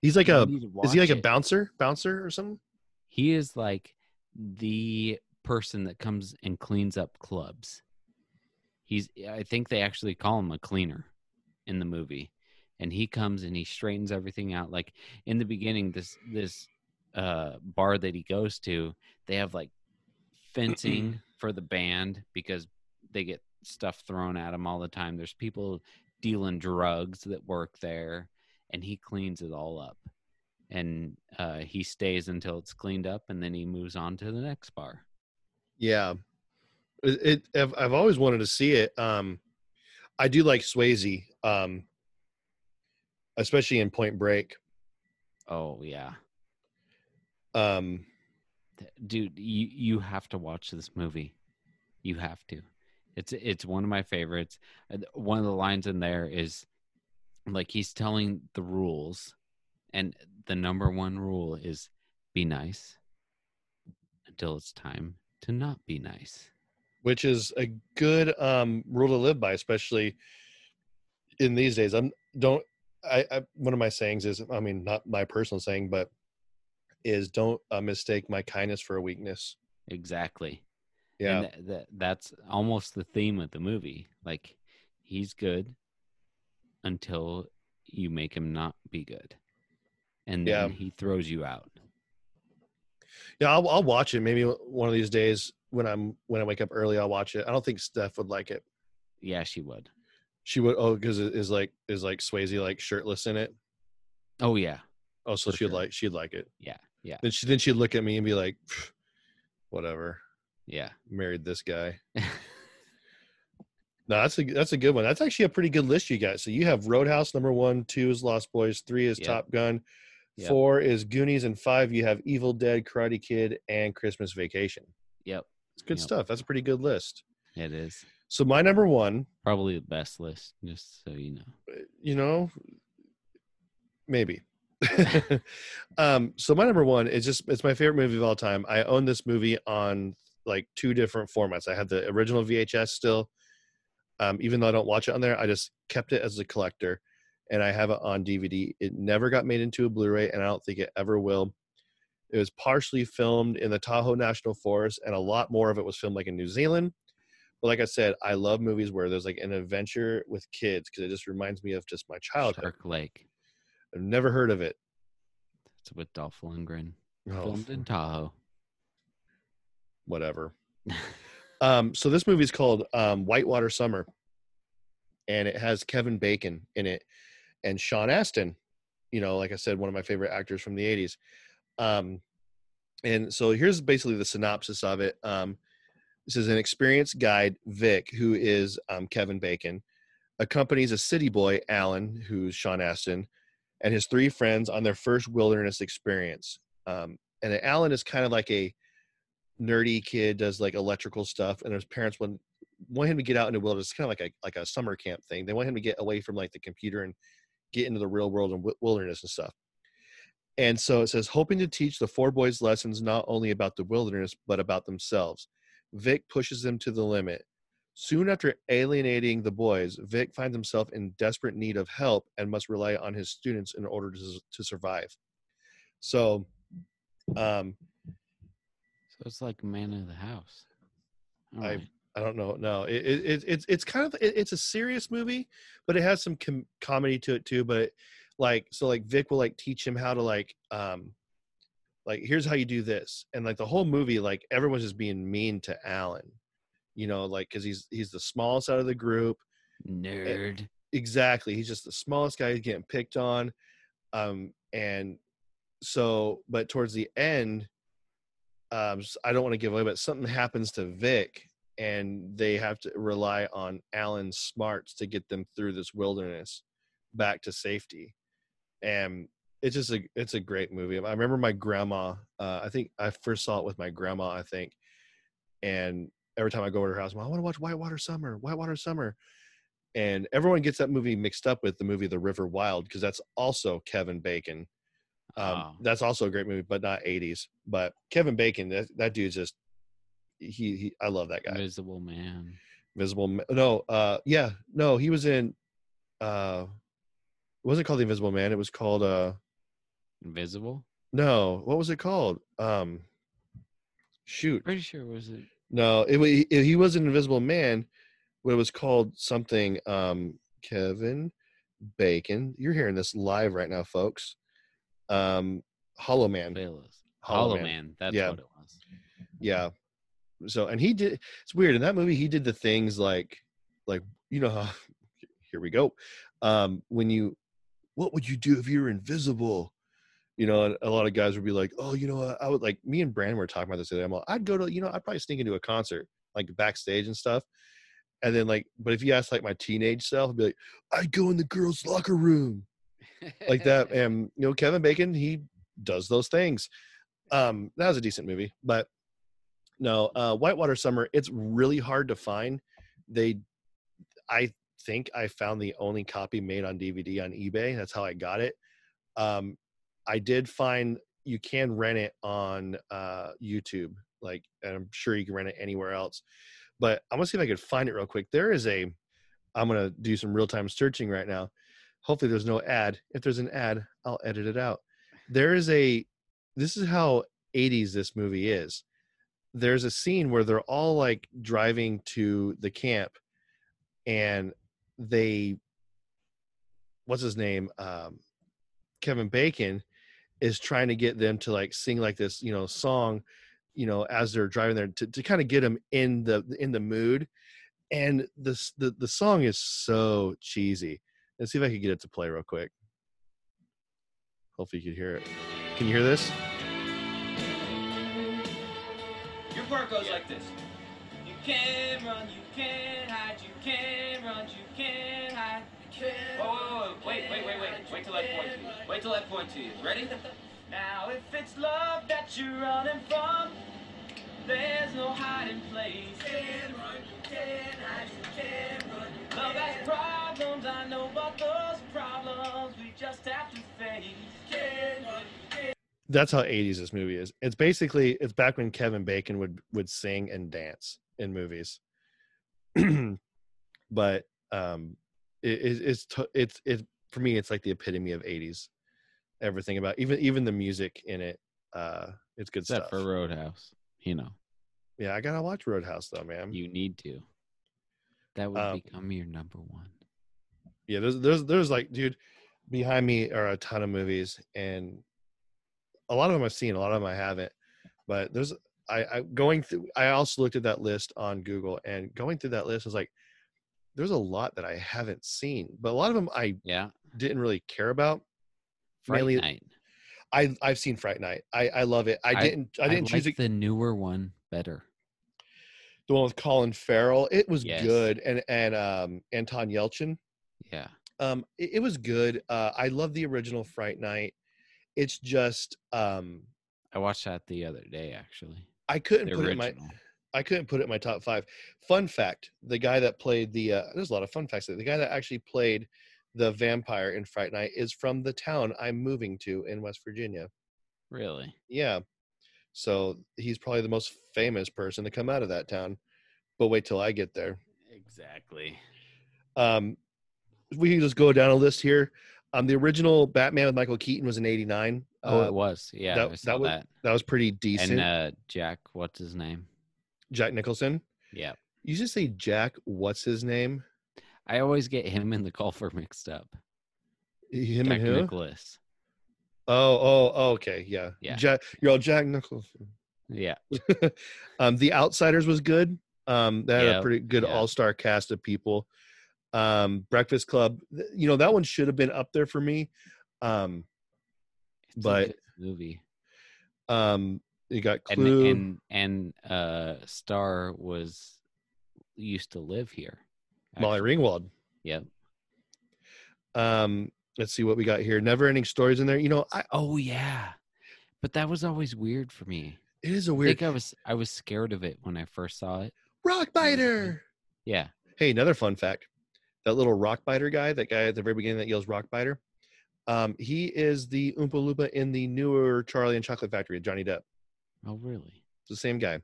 He's like You a need to is he watch like a it. bouncer, bouncer or something? He is like the person that comes and cleans up clubs. He's I think they actually call him a cleaner in the movie. And he comes and he straightens everything out. Like in the beginning, this this uh bar that he goes to, they have like fencing for the band because they get stuff thrown at them all the time. There's people dealing drugs that work there, and he cleans it all up. And uh, he stays until it's cleaned up, and then he moves on to the next bar. Yeah. It, it I've, I've always wanted to see it. Um I do like Swayze, um especially in Point Break. Oh yeah, Um Th- dude, you you have to watch this movie. You have to. It's it's one of my favorites. And One of the lines in there is like he's telling the rules, and the number one rule is be nice until it's time to not be nice. which is a good um, rule to live by, especially in these days. I'm don't I, I one of my sayings is I mean not my personal saying, but is don't uh, mistake my kindness for a weakness. Exactly. Yeah, And tha- tha- that's almost the theme of the movie. Like he's good until you make him not be good. And then Yeah. he throws you out. yeah. I'll, I'll watch it maybe one of these days when I'm when I wake up early. I'll watch it. I don't think Steph would like it. Yeah, she would. She would oh because it is like is like Swayze like shirtless in it. Oh yeah. Oh, so For she'd sure. like she'd like it. Yeah, yeah. Then she then she'd look at me and be like, "Pff, whatever. Yeah. Married this guy. No, that's a that's a good one. That's actually a pretty good list you got. So you have Roadhouse number one, two is Lost Boys, three is Yep. Top Gun, Yep. four is Goonies, and five you have Evil Dead, Karate Kid, and Christmas Vacation. yep. It's good Yep. stuff. That's a pretty good list. It is. So my number one, Probably the best list, just so you know. you know, maybe. um, so my number one is just it's my favorite movie of all time. I own this movie on like two different formats. I have the original VHS still. Um, even though I don't watch it on there, I just kept it as a collector and I have it on DVD. It never got made into a Blu-ray and I don't think it ever will. It was partially filmed in the Tahoe National Forest and a lot more of it was filmed like in New Zealand. But like I said, I love movies where there's like an adventure with kids because it just reminds me of just my childhood. Shark Lake. I've never heard of it. It's with Dolph Lundgren. Oh, Filmed in Tahoe. whatever. Um, so this movie is called um, Whitewater Summer, and it has Kevin Bacon in it and Sean Astin. You know, like I said, one of my favorite actors from the '80s. Um, and so here's basically the synopsis of it. Um, this is an experienced guide, Vic, who is um, Kevin Bacon, accompanies a city boy, Alan, who's Sean Astin, and his three friends on their first wilderness experience. Um, and Alan is kind of like a nerdy kid does like electrical stuff and his parents wouldn't want him to get out into wilderness. It's kind of like a like a summer camp thing. They want him to get away from like the computer and get into the real world and wi- wilderness and stuff. And so it says, hoping to teach the four boys lessons not only about the wilderness but about themselves. Vic pushes them to the limit. Soon after alienating the boys, Vic finds himself in desperate need of help and must rely on his students in order to, to survive. So, um, So it's like man of the house. All I- right. I don't know. No, it, it, it it's it's kind of it, it's a serious movie, but it has some com- comedy to it too. But like so, like Vic will like teach him how to like um, like here's how you do this, and like the whole movie, like everyone's just being mean to Alan, you know, like because he's he's the smallest out of the group. nerd. Exactly, he's just the smallest guy he's getting picked on, um, and so but towards the end, um, s- I don't want to give away, but something happens to Vic, and they have to rely on Alan's smarts to get them through this wilderness back to safety. And it's just a it's a great movie. I remember my grandma. Uh, I think I first saw it with my grandma. I think, and every time I go to her house, "Mom, I want to watch Whitewater Summer. Whitewater Summer. And everyone gets that movie mixed up with the movie The River Wild because that's also Kevin Bacon. Um, Oh. That's also a great movie, but not '80s. But Kevin Bacon, that, that dude's just he, he. I love that guy. Invisible man. Invisible. Ma- No, uh, yeah, no, he was in. Uh, it wasn't called the Invisible Man. It was called uh, Invisible? no, what was it called? Um, shoot, Pretty sure it was it no, it, wa- he- he was an Invisible Man, but it was called something. Um, Kevin Bacon. You're hearing this live right now, folks. Um, Hollow Man. Phyllis. Hollow Hollow Man. Man. That's Yeah. what it was. yeah so and he did it's weird in that movie he did the things like like you know how here we go um when you what would you do if you were invisible you know and a lot of guys would be like oh you know what, i would like me and brandon were talking about this today i'm like i'd go to you know i'd probably sneak into a concert like backstage and stuff and then like but if you ask like my teenage self i'd be like i'd go in the girls locker room like that. And you know, Kevin Bacon, he does those things. Um, that was a decent movie, but no, uh, Whitewater Summer. It's really hard to find. They, I think I found the only copy made on DVD on eBay. That's how I got it. Um, I did find you can rent it on uh, YouTube, like, and I'm sure you can rent it anywhere else. But I'm gonna see if I could find it real quick. There is a, I'm gonna do some real time searching right now hopefully there's no ad if there's an ad i'll edit it out there is a this is how 80s this movie is there's a scene where they're all like driving to the camp and they what's his name um kevin bacon is trying to get them to like sing like this you know song you know as they're driving there to, to kind of get them in the in the mood and this the, the song is so cheesy Let's see if I can get it to play real quick. Hopefully you can hear it. Can you hear this? Your part goes like this. You can run, you can hide, you can run, you can hide. Whoa, whoa, whoa, wait, wait, wait, wait. Wait till I point to you. Wait till I point to you. Ready? Now, if it's love that you're running from, there's no hiding place. You can run, you can hide, you can run. Love has problems, I know, but those problems we just have to face. You can run, you can That's how 80s this movie is. It's basically it's back when Kevin Bacon would would sing and dance in movies. but um it, it, it's to- it's it's for me it's like the epitome of 80s. Everything about even even the music in it uh it's good Except stuff. for Roadhouse. You know, yeah, I got to watch Roadhouse though, man. you need to. That would Mm-hmm. Um, become your number one. yeah there's there's there's like dude behind me are a ton of movies and a lot of them i've seen a lot of them i haven't but there's i i going through i also looked at that list on google and going through that list I was like there's a lot that i haven't seen but a lot of them i Yeah. didn't really care about Fright Mainly- Night. i i've seen fright night i i love it i I- didn't i, didn't choose like it, the newer one better. the one with colin farrell it was Yes. good and and um anton yelchin Yeah. um it, it was good uh i love the original fright night it's just um I watched that the other day, actually. i couldn't The put it in my original. I couldn't put it in my top five. Fun fact: the guy that played the uh, there's a lot of fun facts. there. The guy that actually played the vampire in Fright Night is from the town I'm moving to in West Virginia. Really? Yeah, so he's probably the most famous person to come out of that town. But wait till I get there. Exactly. Um, we can just go down a list here. Um, the original Batman with Michael Keaton was in '89. Oh, Uh, it was. Yeah, that- I saw that was that. that was pretty decent. And uh, Jack, what's his name? Jack Nicholson. Yeah. You should say Jack. What's his name? I always get him and the golfer mixed up. Him Jack and who? Nicholas. Oh, oh, oh, okay, yeah, Yeah. Jack, you're all Jack Nicholson. Yeah. um, The Outsiders was good. Um, that had Yeah, a pretty good yeah. all-star cast of people. Um, Breakfast Club, th- you know that one should have been up there for me. Um, It's a But- good movie. um, you got And Clue. and and uh Star was used to live here. Molly actually. Ringwald. Yep. Um, let's see what we got here. Never ending stories in there. You know, I, Oh yeah. But that was always weird for me. it is a I weird think I was I was scared of it when I first saw it. rock biter. Yeah. Hey, another fun fact: that little rock biter guy, that guy at the very beginning that yells rock biter, um, he is the Oompa Loompa in the newer Charlie and Chocolate Factory. Johnny Depp, Oh really? it's the same guy.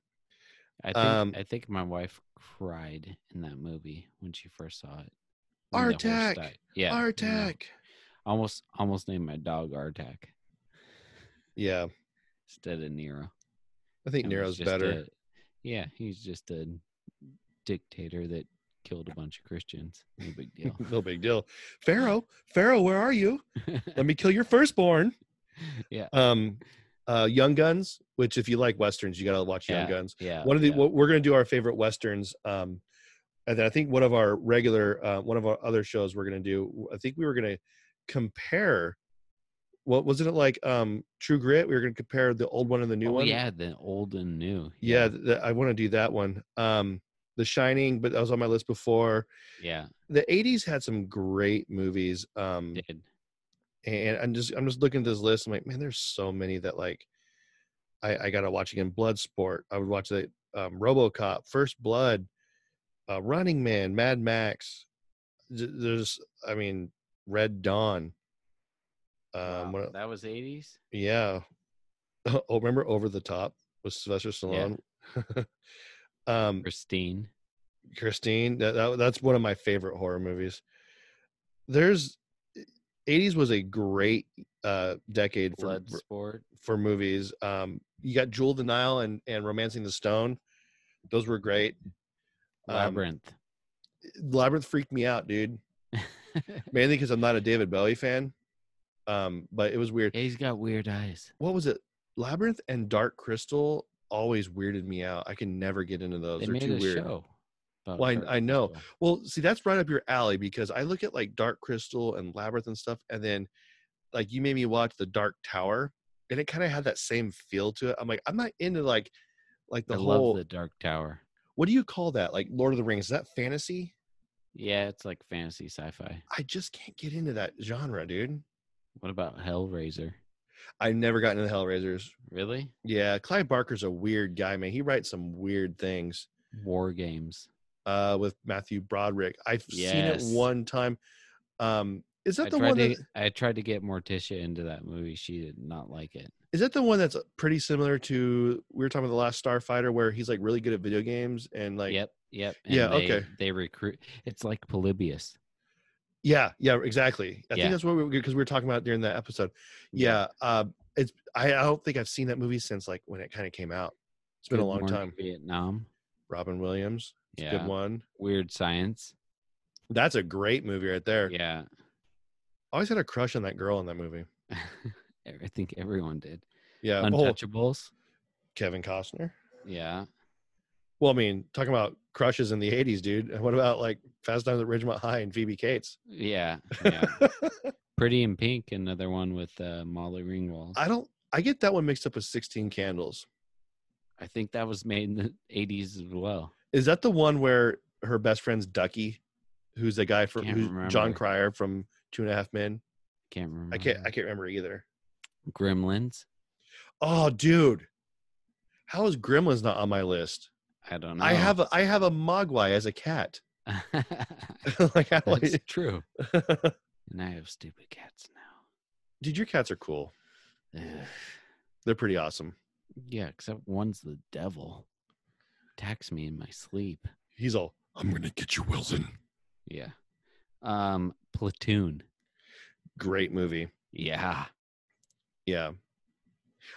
I think Um, I think my wife cried in that movie when she first saw it. when the horse Artak, died. Yeah. I know. Artak. Almost almost named my dog Artak Yeah, instead of Nero. I think And was Nero's just better. a- yeah, he's just a dictator that killed a bunch of Christians. No big deal. no big deal. Pharaoh, Pharaoh, where are you? Let me kill your firstborn. yeah. um uh young guns which if you like westerns you got to watch young guns Yeah. one of the yeah. what we're going to do our favorite westerns um and then i think one of our regular uh one of our other shows we're going to do i think we were going to compare what wasn't it like um true grit we were going to compare the old one and the new Oh, one. Yeah, the old and new. yeah th- th- i want to do that one um the shining but that was on my list before Yeah. the 80s had some great movies um Did. and I'm just I'm just looking at this list. I'm like, man, there's so many that like I, I gotta watch again. Bloodsport. I would watch that um, RoboCop, First Blood, uh, Running Man, Mad Max. Th- There's I mean Red Dawn. Um, Wow, what- that was 80s? yeah. Oh, remember Over the Top with Sylvester Stallone. um, Christine. Christine. That, that that's one of my favorite horror movies. There's 80s was a great uh decade for Blood Sport. for movies. Um you got Jewel of the Nile and and Romancing the Stone. Those were great. Um, Labyrinth. Labyrinth freaked me out, dude. Mainly cuz I'm not a David Bowie fan. Um but it was weird. Yeah, he's got weird eyes. What was it? Labyrinth and Dark Crystal always weirded me out. I can never get into those. They They're made too a weird. show. about Well, I- Dark I know. Crystal. Well, see, that's right up your alley because I look at like Dark Crystal and Labyrinth and stuff, and then like you made me watch The Dark Tower, and it kind of had that same feel to it. I'm like, I'm not into like like the I whole love the Dark Tower. what do you call that? Like Lord of the Rings, is that fantasy? Yeah, it's like fantasy sci-fi. I just can't get into that genre, dude. What about Hellraiser? I've never gotten into the Hellraisers. Really? Yeah, Clive Barker's a weird guy, man. He writes some weird things. War games. Uh, with Matthew Broderick, I've seen it Yes. one time. Um, is that I the tried one? to That, I tried to get Morticia into that movie. She did not like it. Is that the one that's uh, pretty similar to we were talking about the last Starfighter, where he's like really good at video games and like yep, yep. Yeah, they, okay. They recruit. It's like Polybius. yeah, yeah, exactly. I Yeah. think that's what we because we were talking about during that episode. Yeah, uh, it's I, I don't think I've seen that movie since like when it kind of came out. It's been Good a long Morning time. Vietnam. Robin Williams, it's a Yeah. good one. Weird science. That's a great movie right there. Yeah, I always had a crush on that girl in that movie. I think everyone did. Yeah, oh, Untouchables. Kevin Costner. Yeah. Well, I mean, talking about crushes in the '80s, dude. What about like Fast Times at Ridgemont High and Phoebe Cates? Yeah. Yeah. Pretty in Pink, another one with uh, Molly Ringwald. I, I don't. I get that one mixed up with 16 Candles. think that was made in the 80s as well. Is that the one where her best friend's Ducky, who's the guy from Can't who's John remember. Mm-hmm. Cryer from Two and a Half Men? Can't remember. I can't. I can't remember either. Gremlins. Oh, dude, how is Gremlins not on my list? I don't know. I have a, I have a mogwai as a cat. like, I That's like, true. And I have stupid cats dude, your cats are cool. now. Ugh. They're pretty awesome. Yeah, except one's the devil. Attacks me in my sleep. He's all I'm gonna get you, Wilson. Yeah. Um, Platoon. great movie. Yeah. Yeah.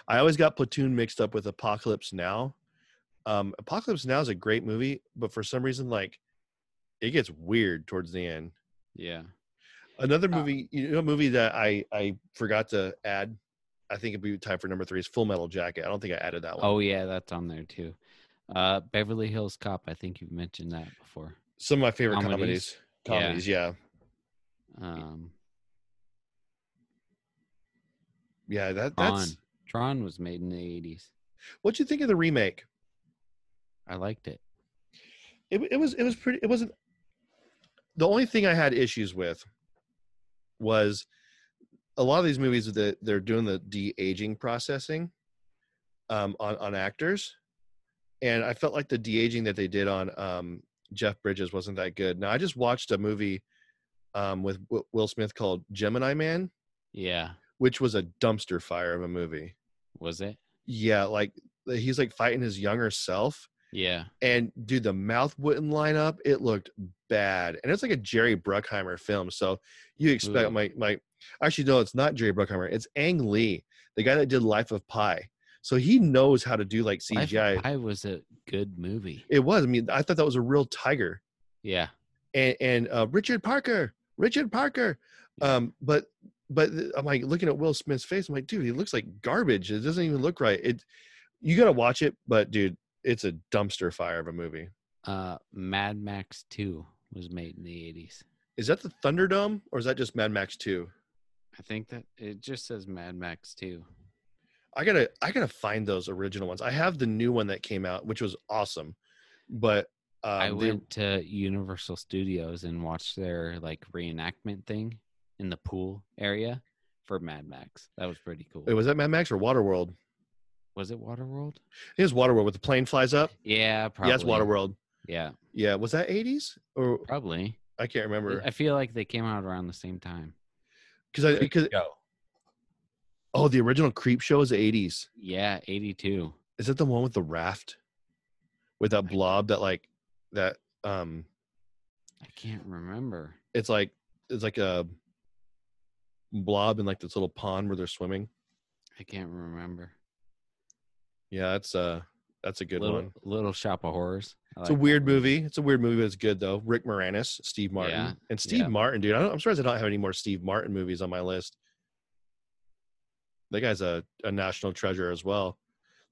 I always got Platoon mixed up with Apocalypse Now. Um, Apocalypse Now is a great movie, but for some reason, like, it gets weird towards the end. Yeah. Another Uh, movie, you know, a movie that I I forgot to add. I think it'd be time for number three is Full Metal Jacket. I don't think I added that one. Oh yeah, that's on there too. Uh, Beverly Hills Cop. I think you've mentioned that before. Some of my favorite comedies. Comedies. Yeah. Comedies, yeah. Um, yeah, That Tron. that's. Tron was made in the eighties. What'd you think of the remake? I liked it. It it was it was pretty. It wasn't. The only thing I had issues with was a lot of these movies that they're doing the de aging processing um, on on actors, and I felt like the de aging that they did on um, Jeff Bridges wasn't that good. Now I just watched a movie um, with W- Will Smith called Gemini Man, Yeah. which was a dumpster fire of a movie. Was it? Yeah, like he's like fighting his younger self, Yeah. and dude, the mouth wouldn't line up. It looked bad, and it's like a Jerry Bruckheimer film. So you expect Ooh. my my actually no, it's not Jerry Bruckheimer. It's Ang Lee, the guy that did Life of Pi. So he knows how to do like Life of CGI. Pi was a good movie. It was. I mean, I thought that was a real tiger, Yeah. and and uh, Richard Parker, Richard Parker. Um, but but I'm like looking at Will Smith's face. I'm like, dude, he looks like garbage. It doesn't even look right. It you gotta watch it, but dude, it's a dumpster fire of a movie. Uh, Mad Max Two was made in the eighties. Is that the Thunderdome or is that just Mad Max 2? I think that it just says Mad Max Two. I gotta I gotta find those original ones. I have the new one that came out, which was awesome. But um, I they- went to Universal Studios and watched their like reenactment thing in the pool area for Mad Max. That was pretty cool. wait, was that Mad Max or Waterworld? was it Waterworld? It was Waterworld with the plane flies up. Yeah, probably. Yeah, it's Waterworld. Yeah, Yeah, was that 80s or probably. I can't remember I feel like they came out around the same time. because I because oh the original Creep Show is 80s. Yeah, 82. Is that the one with the raft with that blob that like that um I can't remember. it's like it's like a blob in like this little pond where they're swimming. I can't remember. Yeah, that's uh that's a good Little, one. Little Shop of Horrors. I It's a like that weird movie. It's a weird movie, but it's good though. Rick Moranis, Steve Martin, Yeah, and Steve yeah. Martin, dude. I don't, I'm surprised I don't have any more Steve Martin movies on my list. That guy's a, a national treasure as well.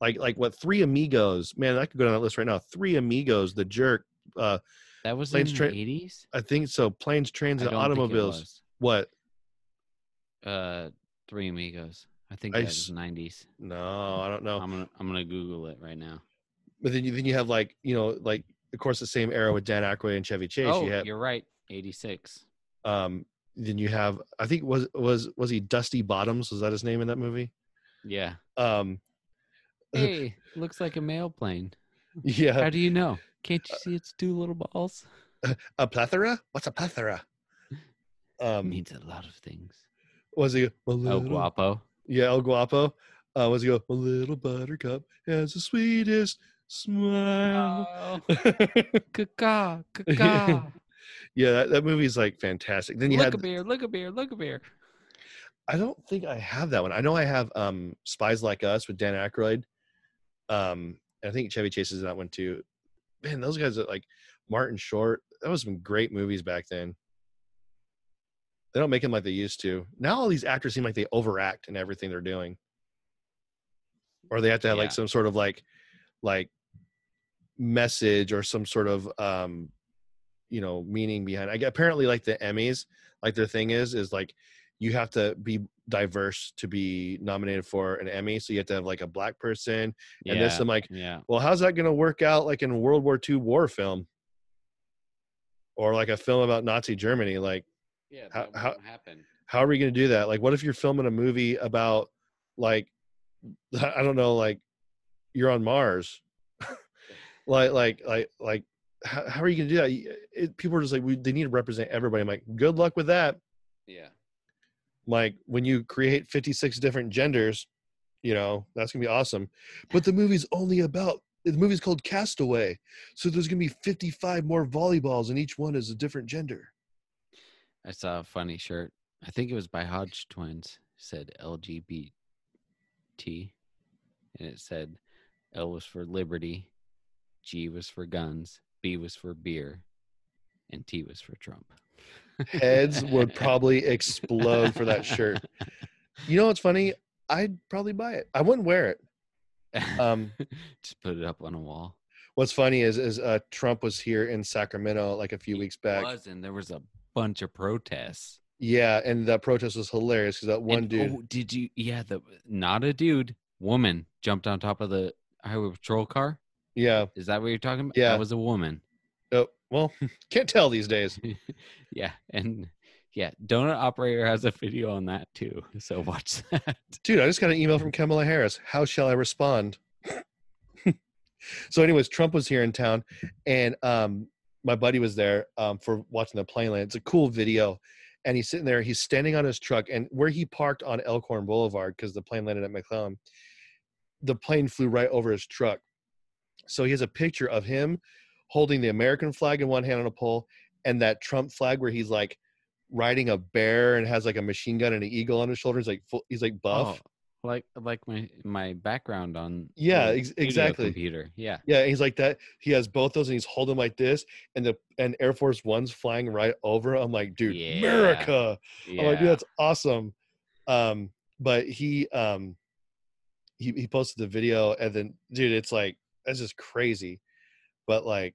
Like like what Three Amigos, man, I could go down that list right now. Three Amigos, The Jerk, uh, That was in Planes, the Tra- 80s? I think so. Planes, Trains, I and don't think it Automobiles. was. What? Uh, Three Amigos. I think I that s- Oh. was 90s. No, I don't know. I'm gonna I'm gonna Google it right now. but then you then you have like you know like of course the same era with Dan Aykroyd and Chevy Chase. oh, you have, you're right. 86. um then you have i think was was was he dusty bottoms was that his name in that movie Yeah. um Hey, looks like a mail plane. How yeah do you know? Can't you see it's two little balls? a plethora what's a plethora um means a lot of things. was he a Oh, little, guapo. yeah el guapo uh was he go a little buttercup has the sweetest smile Oh. Uh. Caca, caca. yeah that, that movie's like fantastic then you had beer, look a beer, look a beer. i don't think i have that one i know i have um spies like us with dan Aykroyd. um i think chevy chase is in that one too man those guys are like martin short that was some great movies back then they don't make them like they used to now all these actors seem like they overact in everything they're doing or they have to have Yeah. like some sort of like like message or some sort of um you know meaning behind i apparently like the emmys like their thing is is like you have to be diverse to be nominated for an emmy so you have to have like a black person Yeah. and this i'm like yeah. well how's that going to work out like in a world war ii war film or like a film about nazi germany like Yeah. How- that how- won't happen? how are we going to do that like what if you're filming a movie about like i don't know like you're on mars like like like like how, how are you gonna do that You- it, people are just like we, they need to represent everybody i'm like good luck with that Yeah. like when you create 56 different genders you know that's gonna be awesome but the movie's only about the movie's called castaway so there's gonna be 55 more volleyballs and each one is a different gender I saw a funny shirt. I think it was by Hodge Twins. It said LGBT, and it said L was for liberty, G was for guns, B was for beer, and T was for Trump. heads would probably explode for that shirt you know what's funny i'd probably buy it i wouldn't wear it um Just put it up on a wall. what's funny is is uh trump was here in sacramento like a few weeks back Was and there was a bunch of protests. yeah and that protest was hilarious because that one And, dude oh, did you? Yeah, the not a dude, woman jumped on top of the highway patrol car. yeah Is that what you're talking about? Yeah. that was a woman. oh, well can't tell these days yeah, and yeah, donut operator has a video on that too. So watch that. Dude, I just got an email from Kamala Harris. How shall I respond? so, anyways, Trump was here in town, and um, my buddy was there um, for watching the plane land. It's a cool video, and he's sitting there. He's standing on his truck, and where he parked on Elkhorn Boulevard because the plane landed at McClellan, the plane flew right over his truck. So he has a picture of him holding the American flag in one hand on a pole, and that Trump flag where he's like riding a bear and has like a machine gun and an eagle on his shoulder. He's like full, he's like buff. Oh, like like my my background on Yeah, the ex- studio exactly. computer. Yeah, Yeah, and he's like that. He has both those, and he's holding them like this, and the and Air Force One's flying right over. I'm like, dude, Yeah. America! yeah. I'm like, dude, that's awesome. Um, but he um, he he posted the video, and then dude, it's like that's just crazy. But like,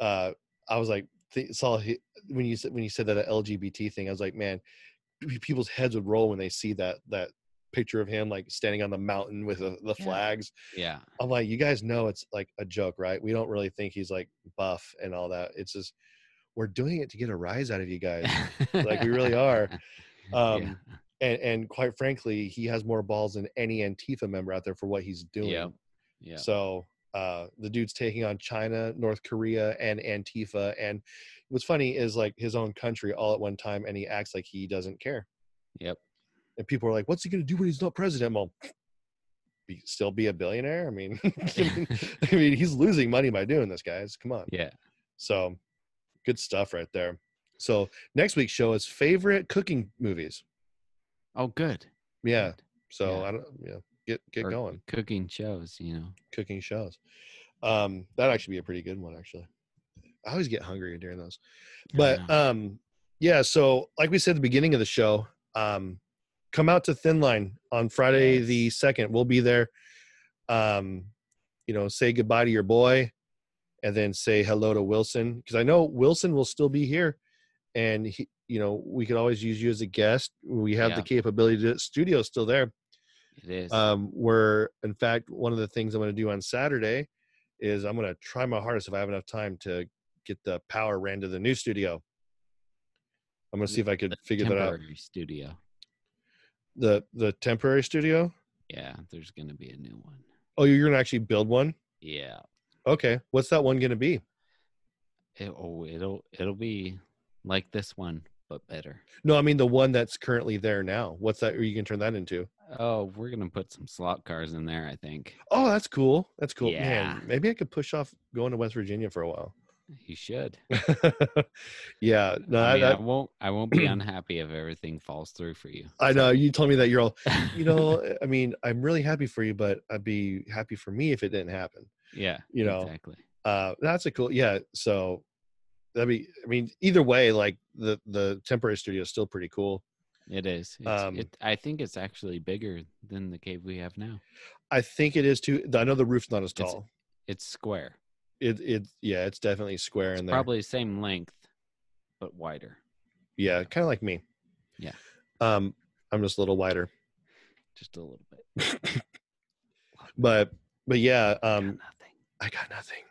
uh, I was like, th- saw he, when you said when you said that LGBT thing, I was like, man, pe- people's heads would roll when they see that that picture of him like standing on the mountain with the, the Yeah. flags yeah. I'm like, you guys know it's like a joke, right? We don't really think he's like buff and all that. It's just we're doing it to get a rise out of you guys. Like, we really are. Um, Yeah. And and quite frankly, he has more balls than any Antifa member out there for what he's doing. Yep. Yeah. So uh, the dude's taking on China, North Korea, and Antifa. And what's funny is like his own country all at one time, and he acts like he doesn't care. Yep. And people are like, "What's he gonna do when he's not president?" Well, be, still be a billionaire. I mean, I mean, I mean, he's losing money by doing this, guys. Come on. yeah. So, good stuff right there. So next week's show is favorite cooking movies. Oh, good. Yeah. Good. So Yeah. I don't. Yeah. Get get Or going. Cooking shows, you know. Cooking shows. Um, that actually be a pretty good one. Actually, I always get hungry during those. I But know. um, yeah. So like we said at the beginning of the show, um, come out to Thin Line on Friday the second. We'll be there. Um, you know, say goodbye to your boy, and then say hello to Wilson because I know Wilson will still be here, and he, you know, we could always use you as a guest. We have the Yeah. capability. To, studio's still there it is. um, where in fact one of the things i'm going to do on saturday is i'm going to try my hardest if i have enough time to get the power ran to the new studio i'm going to see if i could The figure that out temporary studio. the the temporary studio Yeah, there's gonna be a new one. oh you're going to actually build one Yeah. okay what's that one going to be It, oh, it'll it'll be like this one, but better. no i mean the one that's currently there now what's that or you can turn that into Oh, we're gonna put some slot cars in there, I think. oh that's cool that's cool Yeah. Man, maybe i could push off going to west virginia for a while You should. yeah no I, I, mean, I that, won't I won't be unhappy if everything falls through for you. I know you told me that you're all you know, I mean, I'm really happy for you, but I'd be happy for me if it didn't happen. yeah. you know, Exactly. Uh, that's a cool, yeah. So that'd be, I mean, either way, like the the temporary studio is still pretty cool. It is. It's, um, it, I think it's actually bigger than the cave we have now. I think it is too. I know the roof's not as It's- tall. It's square. It it yeah, it's definitely square It's in there. probably the same length, but wider. yeah, kind of like me. Yeah. Um, I'm just a little wider, Just a little bit. but but yeah, um, Nothing. I got nothing.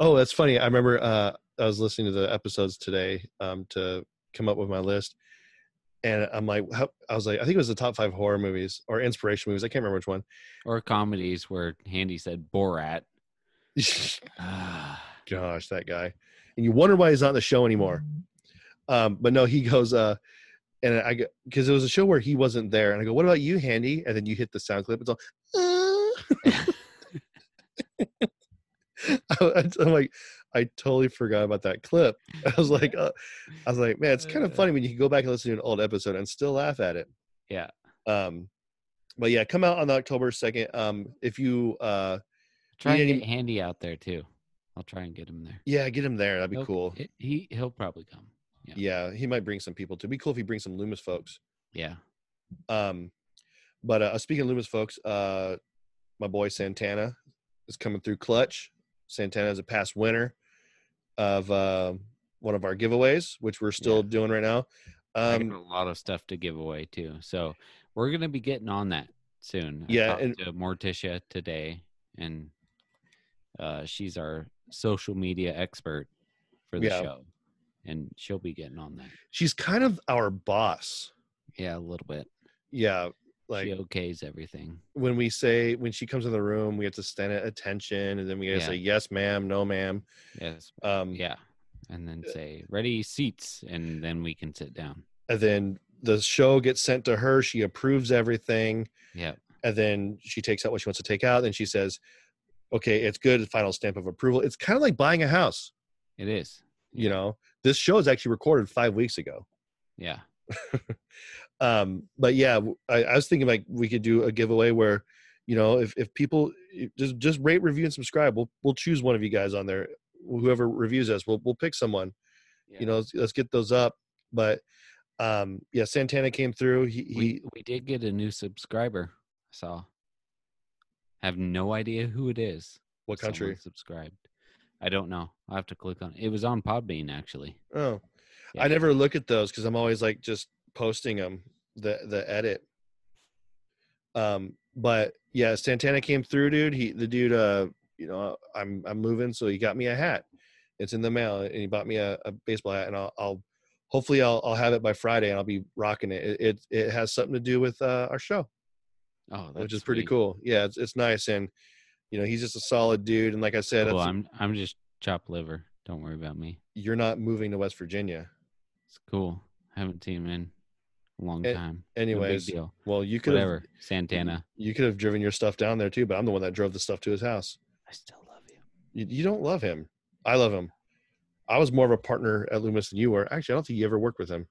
Oh, that's funny. I remember uh, I was listening to the episodes today um, to come up with my list, and I'm like, how, I was like, I think it was the top five horror movies or inspiration movies. I can't remember which one. Or comedies where Handy said Borat. Gosh, that guy. And you wonder why he's not in the show anymore. Um, but no, he goes, uh, and I go, because it was a show where he wasn't there. And I go, what about you, Handy? And then you hit the sound clip. It's all, "Uh." I, am like, I totally forgot about that clip. I was like, uh, I was like, man, it's Uh. kind of funny when you can go back and listen to an old episode and still laugh at it. Yeah. Um, but yeah, come out on October 2nd. Um, if you, uh, Try You and didn't get Handy out there too. I'll try and get him there. yeah, get him there. That'd be He'll- cool. he- He he'll probably come. Yeah, he might bring some people too. Be cool if he brings some Loomis folks. Yeah. Um, but uh, speaking of Loomis folks, uh, my boy Santana is coming through clutch. Santana is a past winner of uh, one of our giveaways, which we're still Yeah. doing right now. I got Um, a lot of stuff to give away too. So we're gonna be getting on that soon. I Yeah, talked and- to Morticia today, and uh, she's our social media expert for the Yeah. show, and she'll be getting on that. she's kind of our boss. Yeah, a little bit. Yeah, like she okays everything. when we say when she comes in the room, we have to stand at attention, and then we gotta Yeah. say yes, ma'am, no, ma'am. Yes. Um, Yeah. And Uh then say ready seats, and then we can sit down. and then the show gets sent to her. She approves everything. Yeah. and then she takes out what she wants to take out and she says okay it's good final stamp of approval it's kind of like buying a house It is. you know this show is actually recorded five weeks ago Yeah. um but yeah w- I, I was thinking like we could do a giveaway where you know if, if people eh, just just rate review and subscribe we'll, we'll choose one of you guys on there whoever reviews us we'll, we'll pick someone yeah. you know let's, let's get those up but um yeah santana came through he, we he we did get a new subscriber. I saw. Have no idea who it is. what Someone country subscribed? I don't know. I will have to click on. It was on Podbean actually. Oh, Yeah. I never look at those because I'm always like just posting them the the edit. Um, but yeah, Santana came through, dude. He the dude, uh, you know, I'm I'm moving, so he got me a hat. It's in the mail, and he bought me a, a baseball hat, and I'll, I'll hopefully I'll I'll have it by Friday, and I'll be rocking it. It it, it has something to do with uh, our show Oh, that's which is pretty sweet. cool. Yeah, it's it's nice, and you know, he's just a solid dude. And like I said, Well, that's- I'm I'm just chopped liver. Don't worry about me. you're not moving to West Virginia, It's cool. haven't seen him in a long Eh, time. no big anyways. deal. Well, you could have Whatever. Santana. You could have driven your stuff down there too, but I'm the one that drove the stuff to his house. I still love you. You, you don't love him. I love him. I was more of a partner at Loomis than you were. Actually, I don't think you ever worked with him.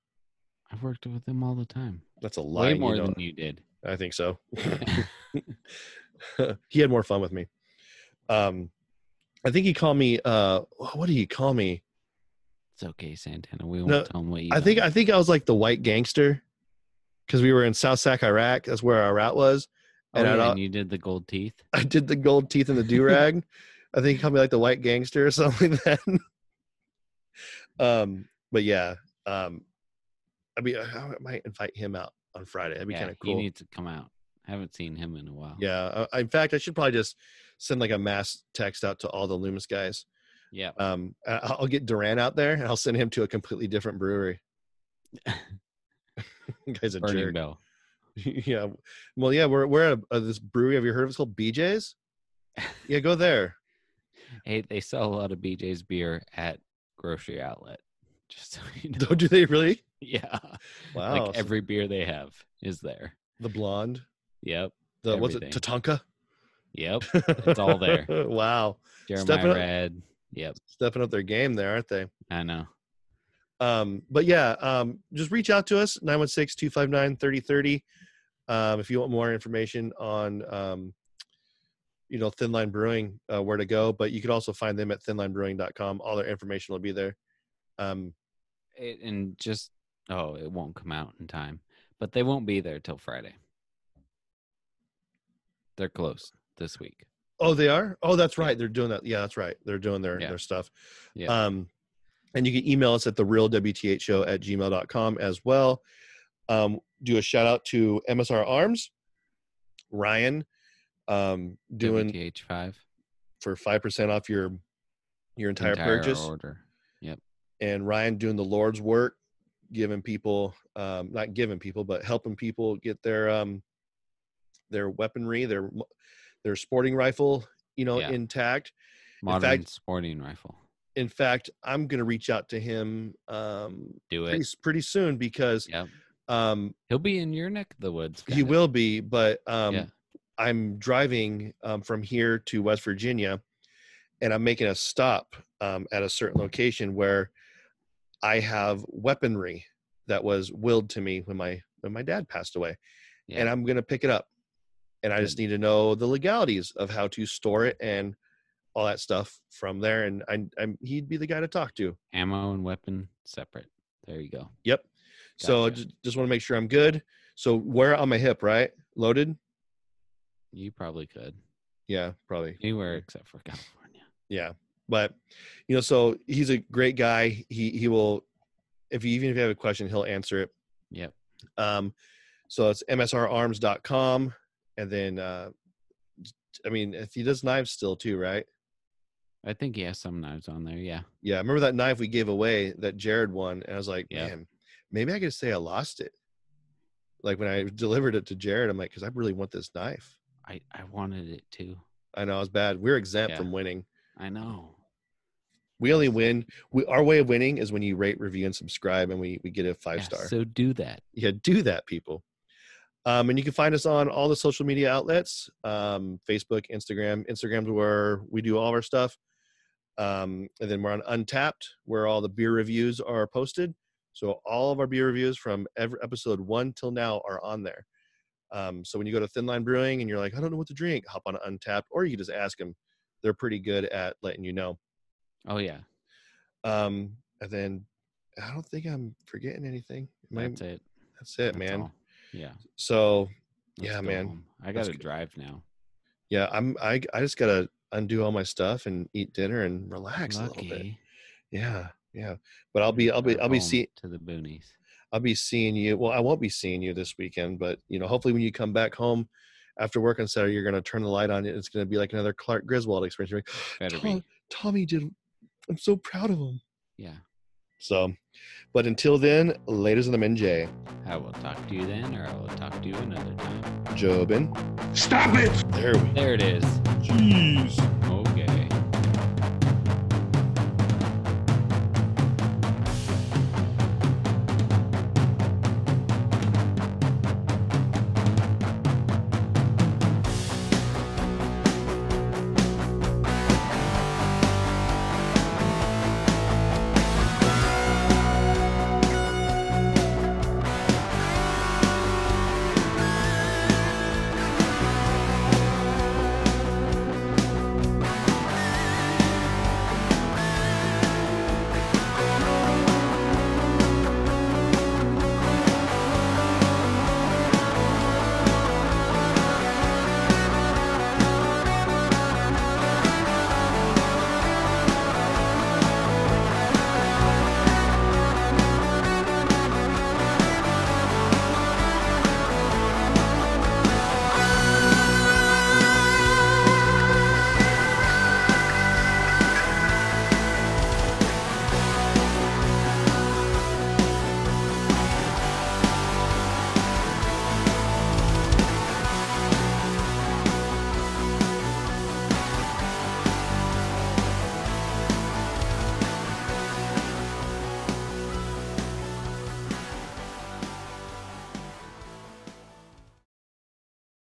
I've worked with him all the time. That's a lie. Way you more know. than you did. I think so. he had more fun with me. Um, I think he called me. Uh, what did he call me? It's okay, Santana. We won't No, tell him what you. I think done. I think I was like the white gangster because we were in South Sac, Iraq. That's where our route was. Oh, and I yeah, don't- and you did the gold teeth. I did the gold teeth and the do rag. I think he called me like the white gangster or something like that. um, but yeah, um, I mean, uh, I I might invite him out on Friday. That'd be Yeah, kind of He cool. needs to come out. I haven't seen him in a while. yeah. I, in fact, I should probably just send like a mass text out to all the Loomis guys. Yeah. Um, I- I'll get Duran out there and I'll send him to a completely different brewery. Guy's a Burning jerk. Bell. yeah. Well, yeah, we're we're at a, uh, this brewery. Have you heard of it? It's called BJ's. Yeah, go there. Hey, they sell a lot of BJ's beer at grocery outlet. Just so you know. Oh, do they really? yeah. Wow. Like so every beer they have is there. the blonde, Yep. the what's it, Everything. Tatanka? Yep. It's all there. wow. Stepping Jeremiah up- Red. Yep. Stepping up their game there, aren't they? I know. Um, but yeah, um, just reach out to us, 916-259-3030. Um, if you want more information on um, you know, Thin Line Brewing, uh, where to go, but you could also find them at thinlinebrewing.com. All their information will be there. Um, It, and just, oh, it won't come out in time, but they won't be there till Friday. They're closed this week. oh, they are? Oh, that's right. They're doing that. Yeah, that's right. They're doing their Yeah. their stuff. Yeah. Um, and you can email us at the real WTH show at gmail.com as well. Um, do a shout out to MSR Arms, Ryan, um, doing WTH5. for 5% off your your entire, purchase. order. And Ryan doing the Lord's work, giving people, um, not giving people, but helping people get their um, their weaponry, their their sporting rifle, you know, Yeah. intact. Modern fact- sporting rifle. In fact, I'm going to reach out to him um, Do pretty, it. s- pretty soon because Yep. um, He'll be in your neck of the woods. he kinda. will be. But um, Yeah. I'm driving um, from here to West Virginia, and I'm making a stop um, at a certain location where I have weaponry that was willed to me when my when my dad passed away, Yeah. and I'm gonna pick it up, and I just need to know the legalities of how to store it and all that stuff from there, and I, I'm he'd be the guy to talk to. Ammo and weapon separate. There you go. Yep. So I Gotcha. just, just want to make sure I'm good. So wear it on my hip, right? Loaded? You probably could Yeah, probably. anywhere except for California. yeah but you know so he's a great guy he he will if you even if you have a question he'll answer it Yep. um so it's msrarms.com and then uh i mean if he does knives still too right I think he has some knives on there. Yeah. yeah i remember that knife we gave away that jared won and i was like Yeah. man maybe i could say i lost it like when i delivered it to jared i'm like because i really want this knife I I wanted it too. i know it's bad we're exempt Yeah. from winning I know. we only win we, our way of winning is when you rate review and subscribe and we, we get a five Yeah, star So do that. yeah, do that, people. Um, and you can find us on all the social media outlets um, Facebook, Instagram. Instagram's where we do all of our stuff. Um, and then we're on Untapped, where all the beer reviews are posted. So all of our beer reviews from every episode one till now are on there. Um, so when you go to Thin Line Brewing and you're like, I don't know what to drink, hop on Untapped, or you can just ask them. They're pretty good at letting you know. Oh yeah. Um, and then I don't think I'm forgetting anything. Am I- That's it. that's it, That's man. all. Yeah. So let's Yeah, go man. home. I Let's gotta go. drive now. yeah i'm i, I just gotta undo all my stuff and eat dinner and relax a little bit Lucky. yeah yeah but i'll be i'll be Drive i'll be home see to the boonies. i'll be seeing you well i won't be seeing you this weekend but you know hopefully when you come back home after work on saturday you're gonna turn the light on it it's gonna be like another clark griswold experience You're like, Better Tom- be. tommy did i'm so proud of him Yeah. so but until then ladies and the men jay I will talk to you then, or I will talk to you another time. jobin Stop it! there we There it is. Jeez.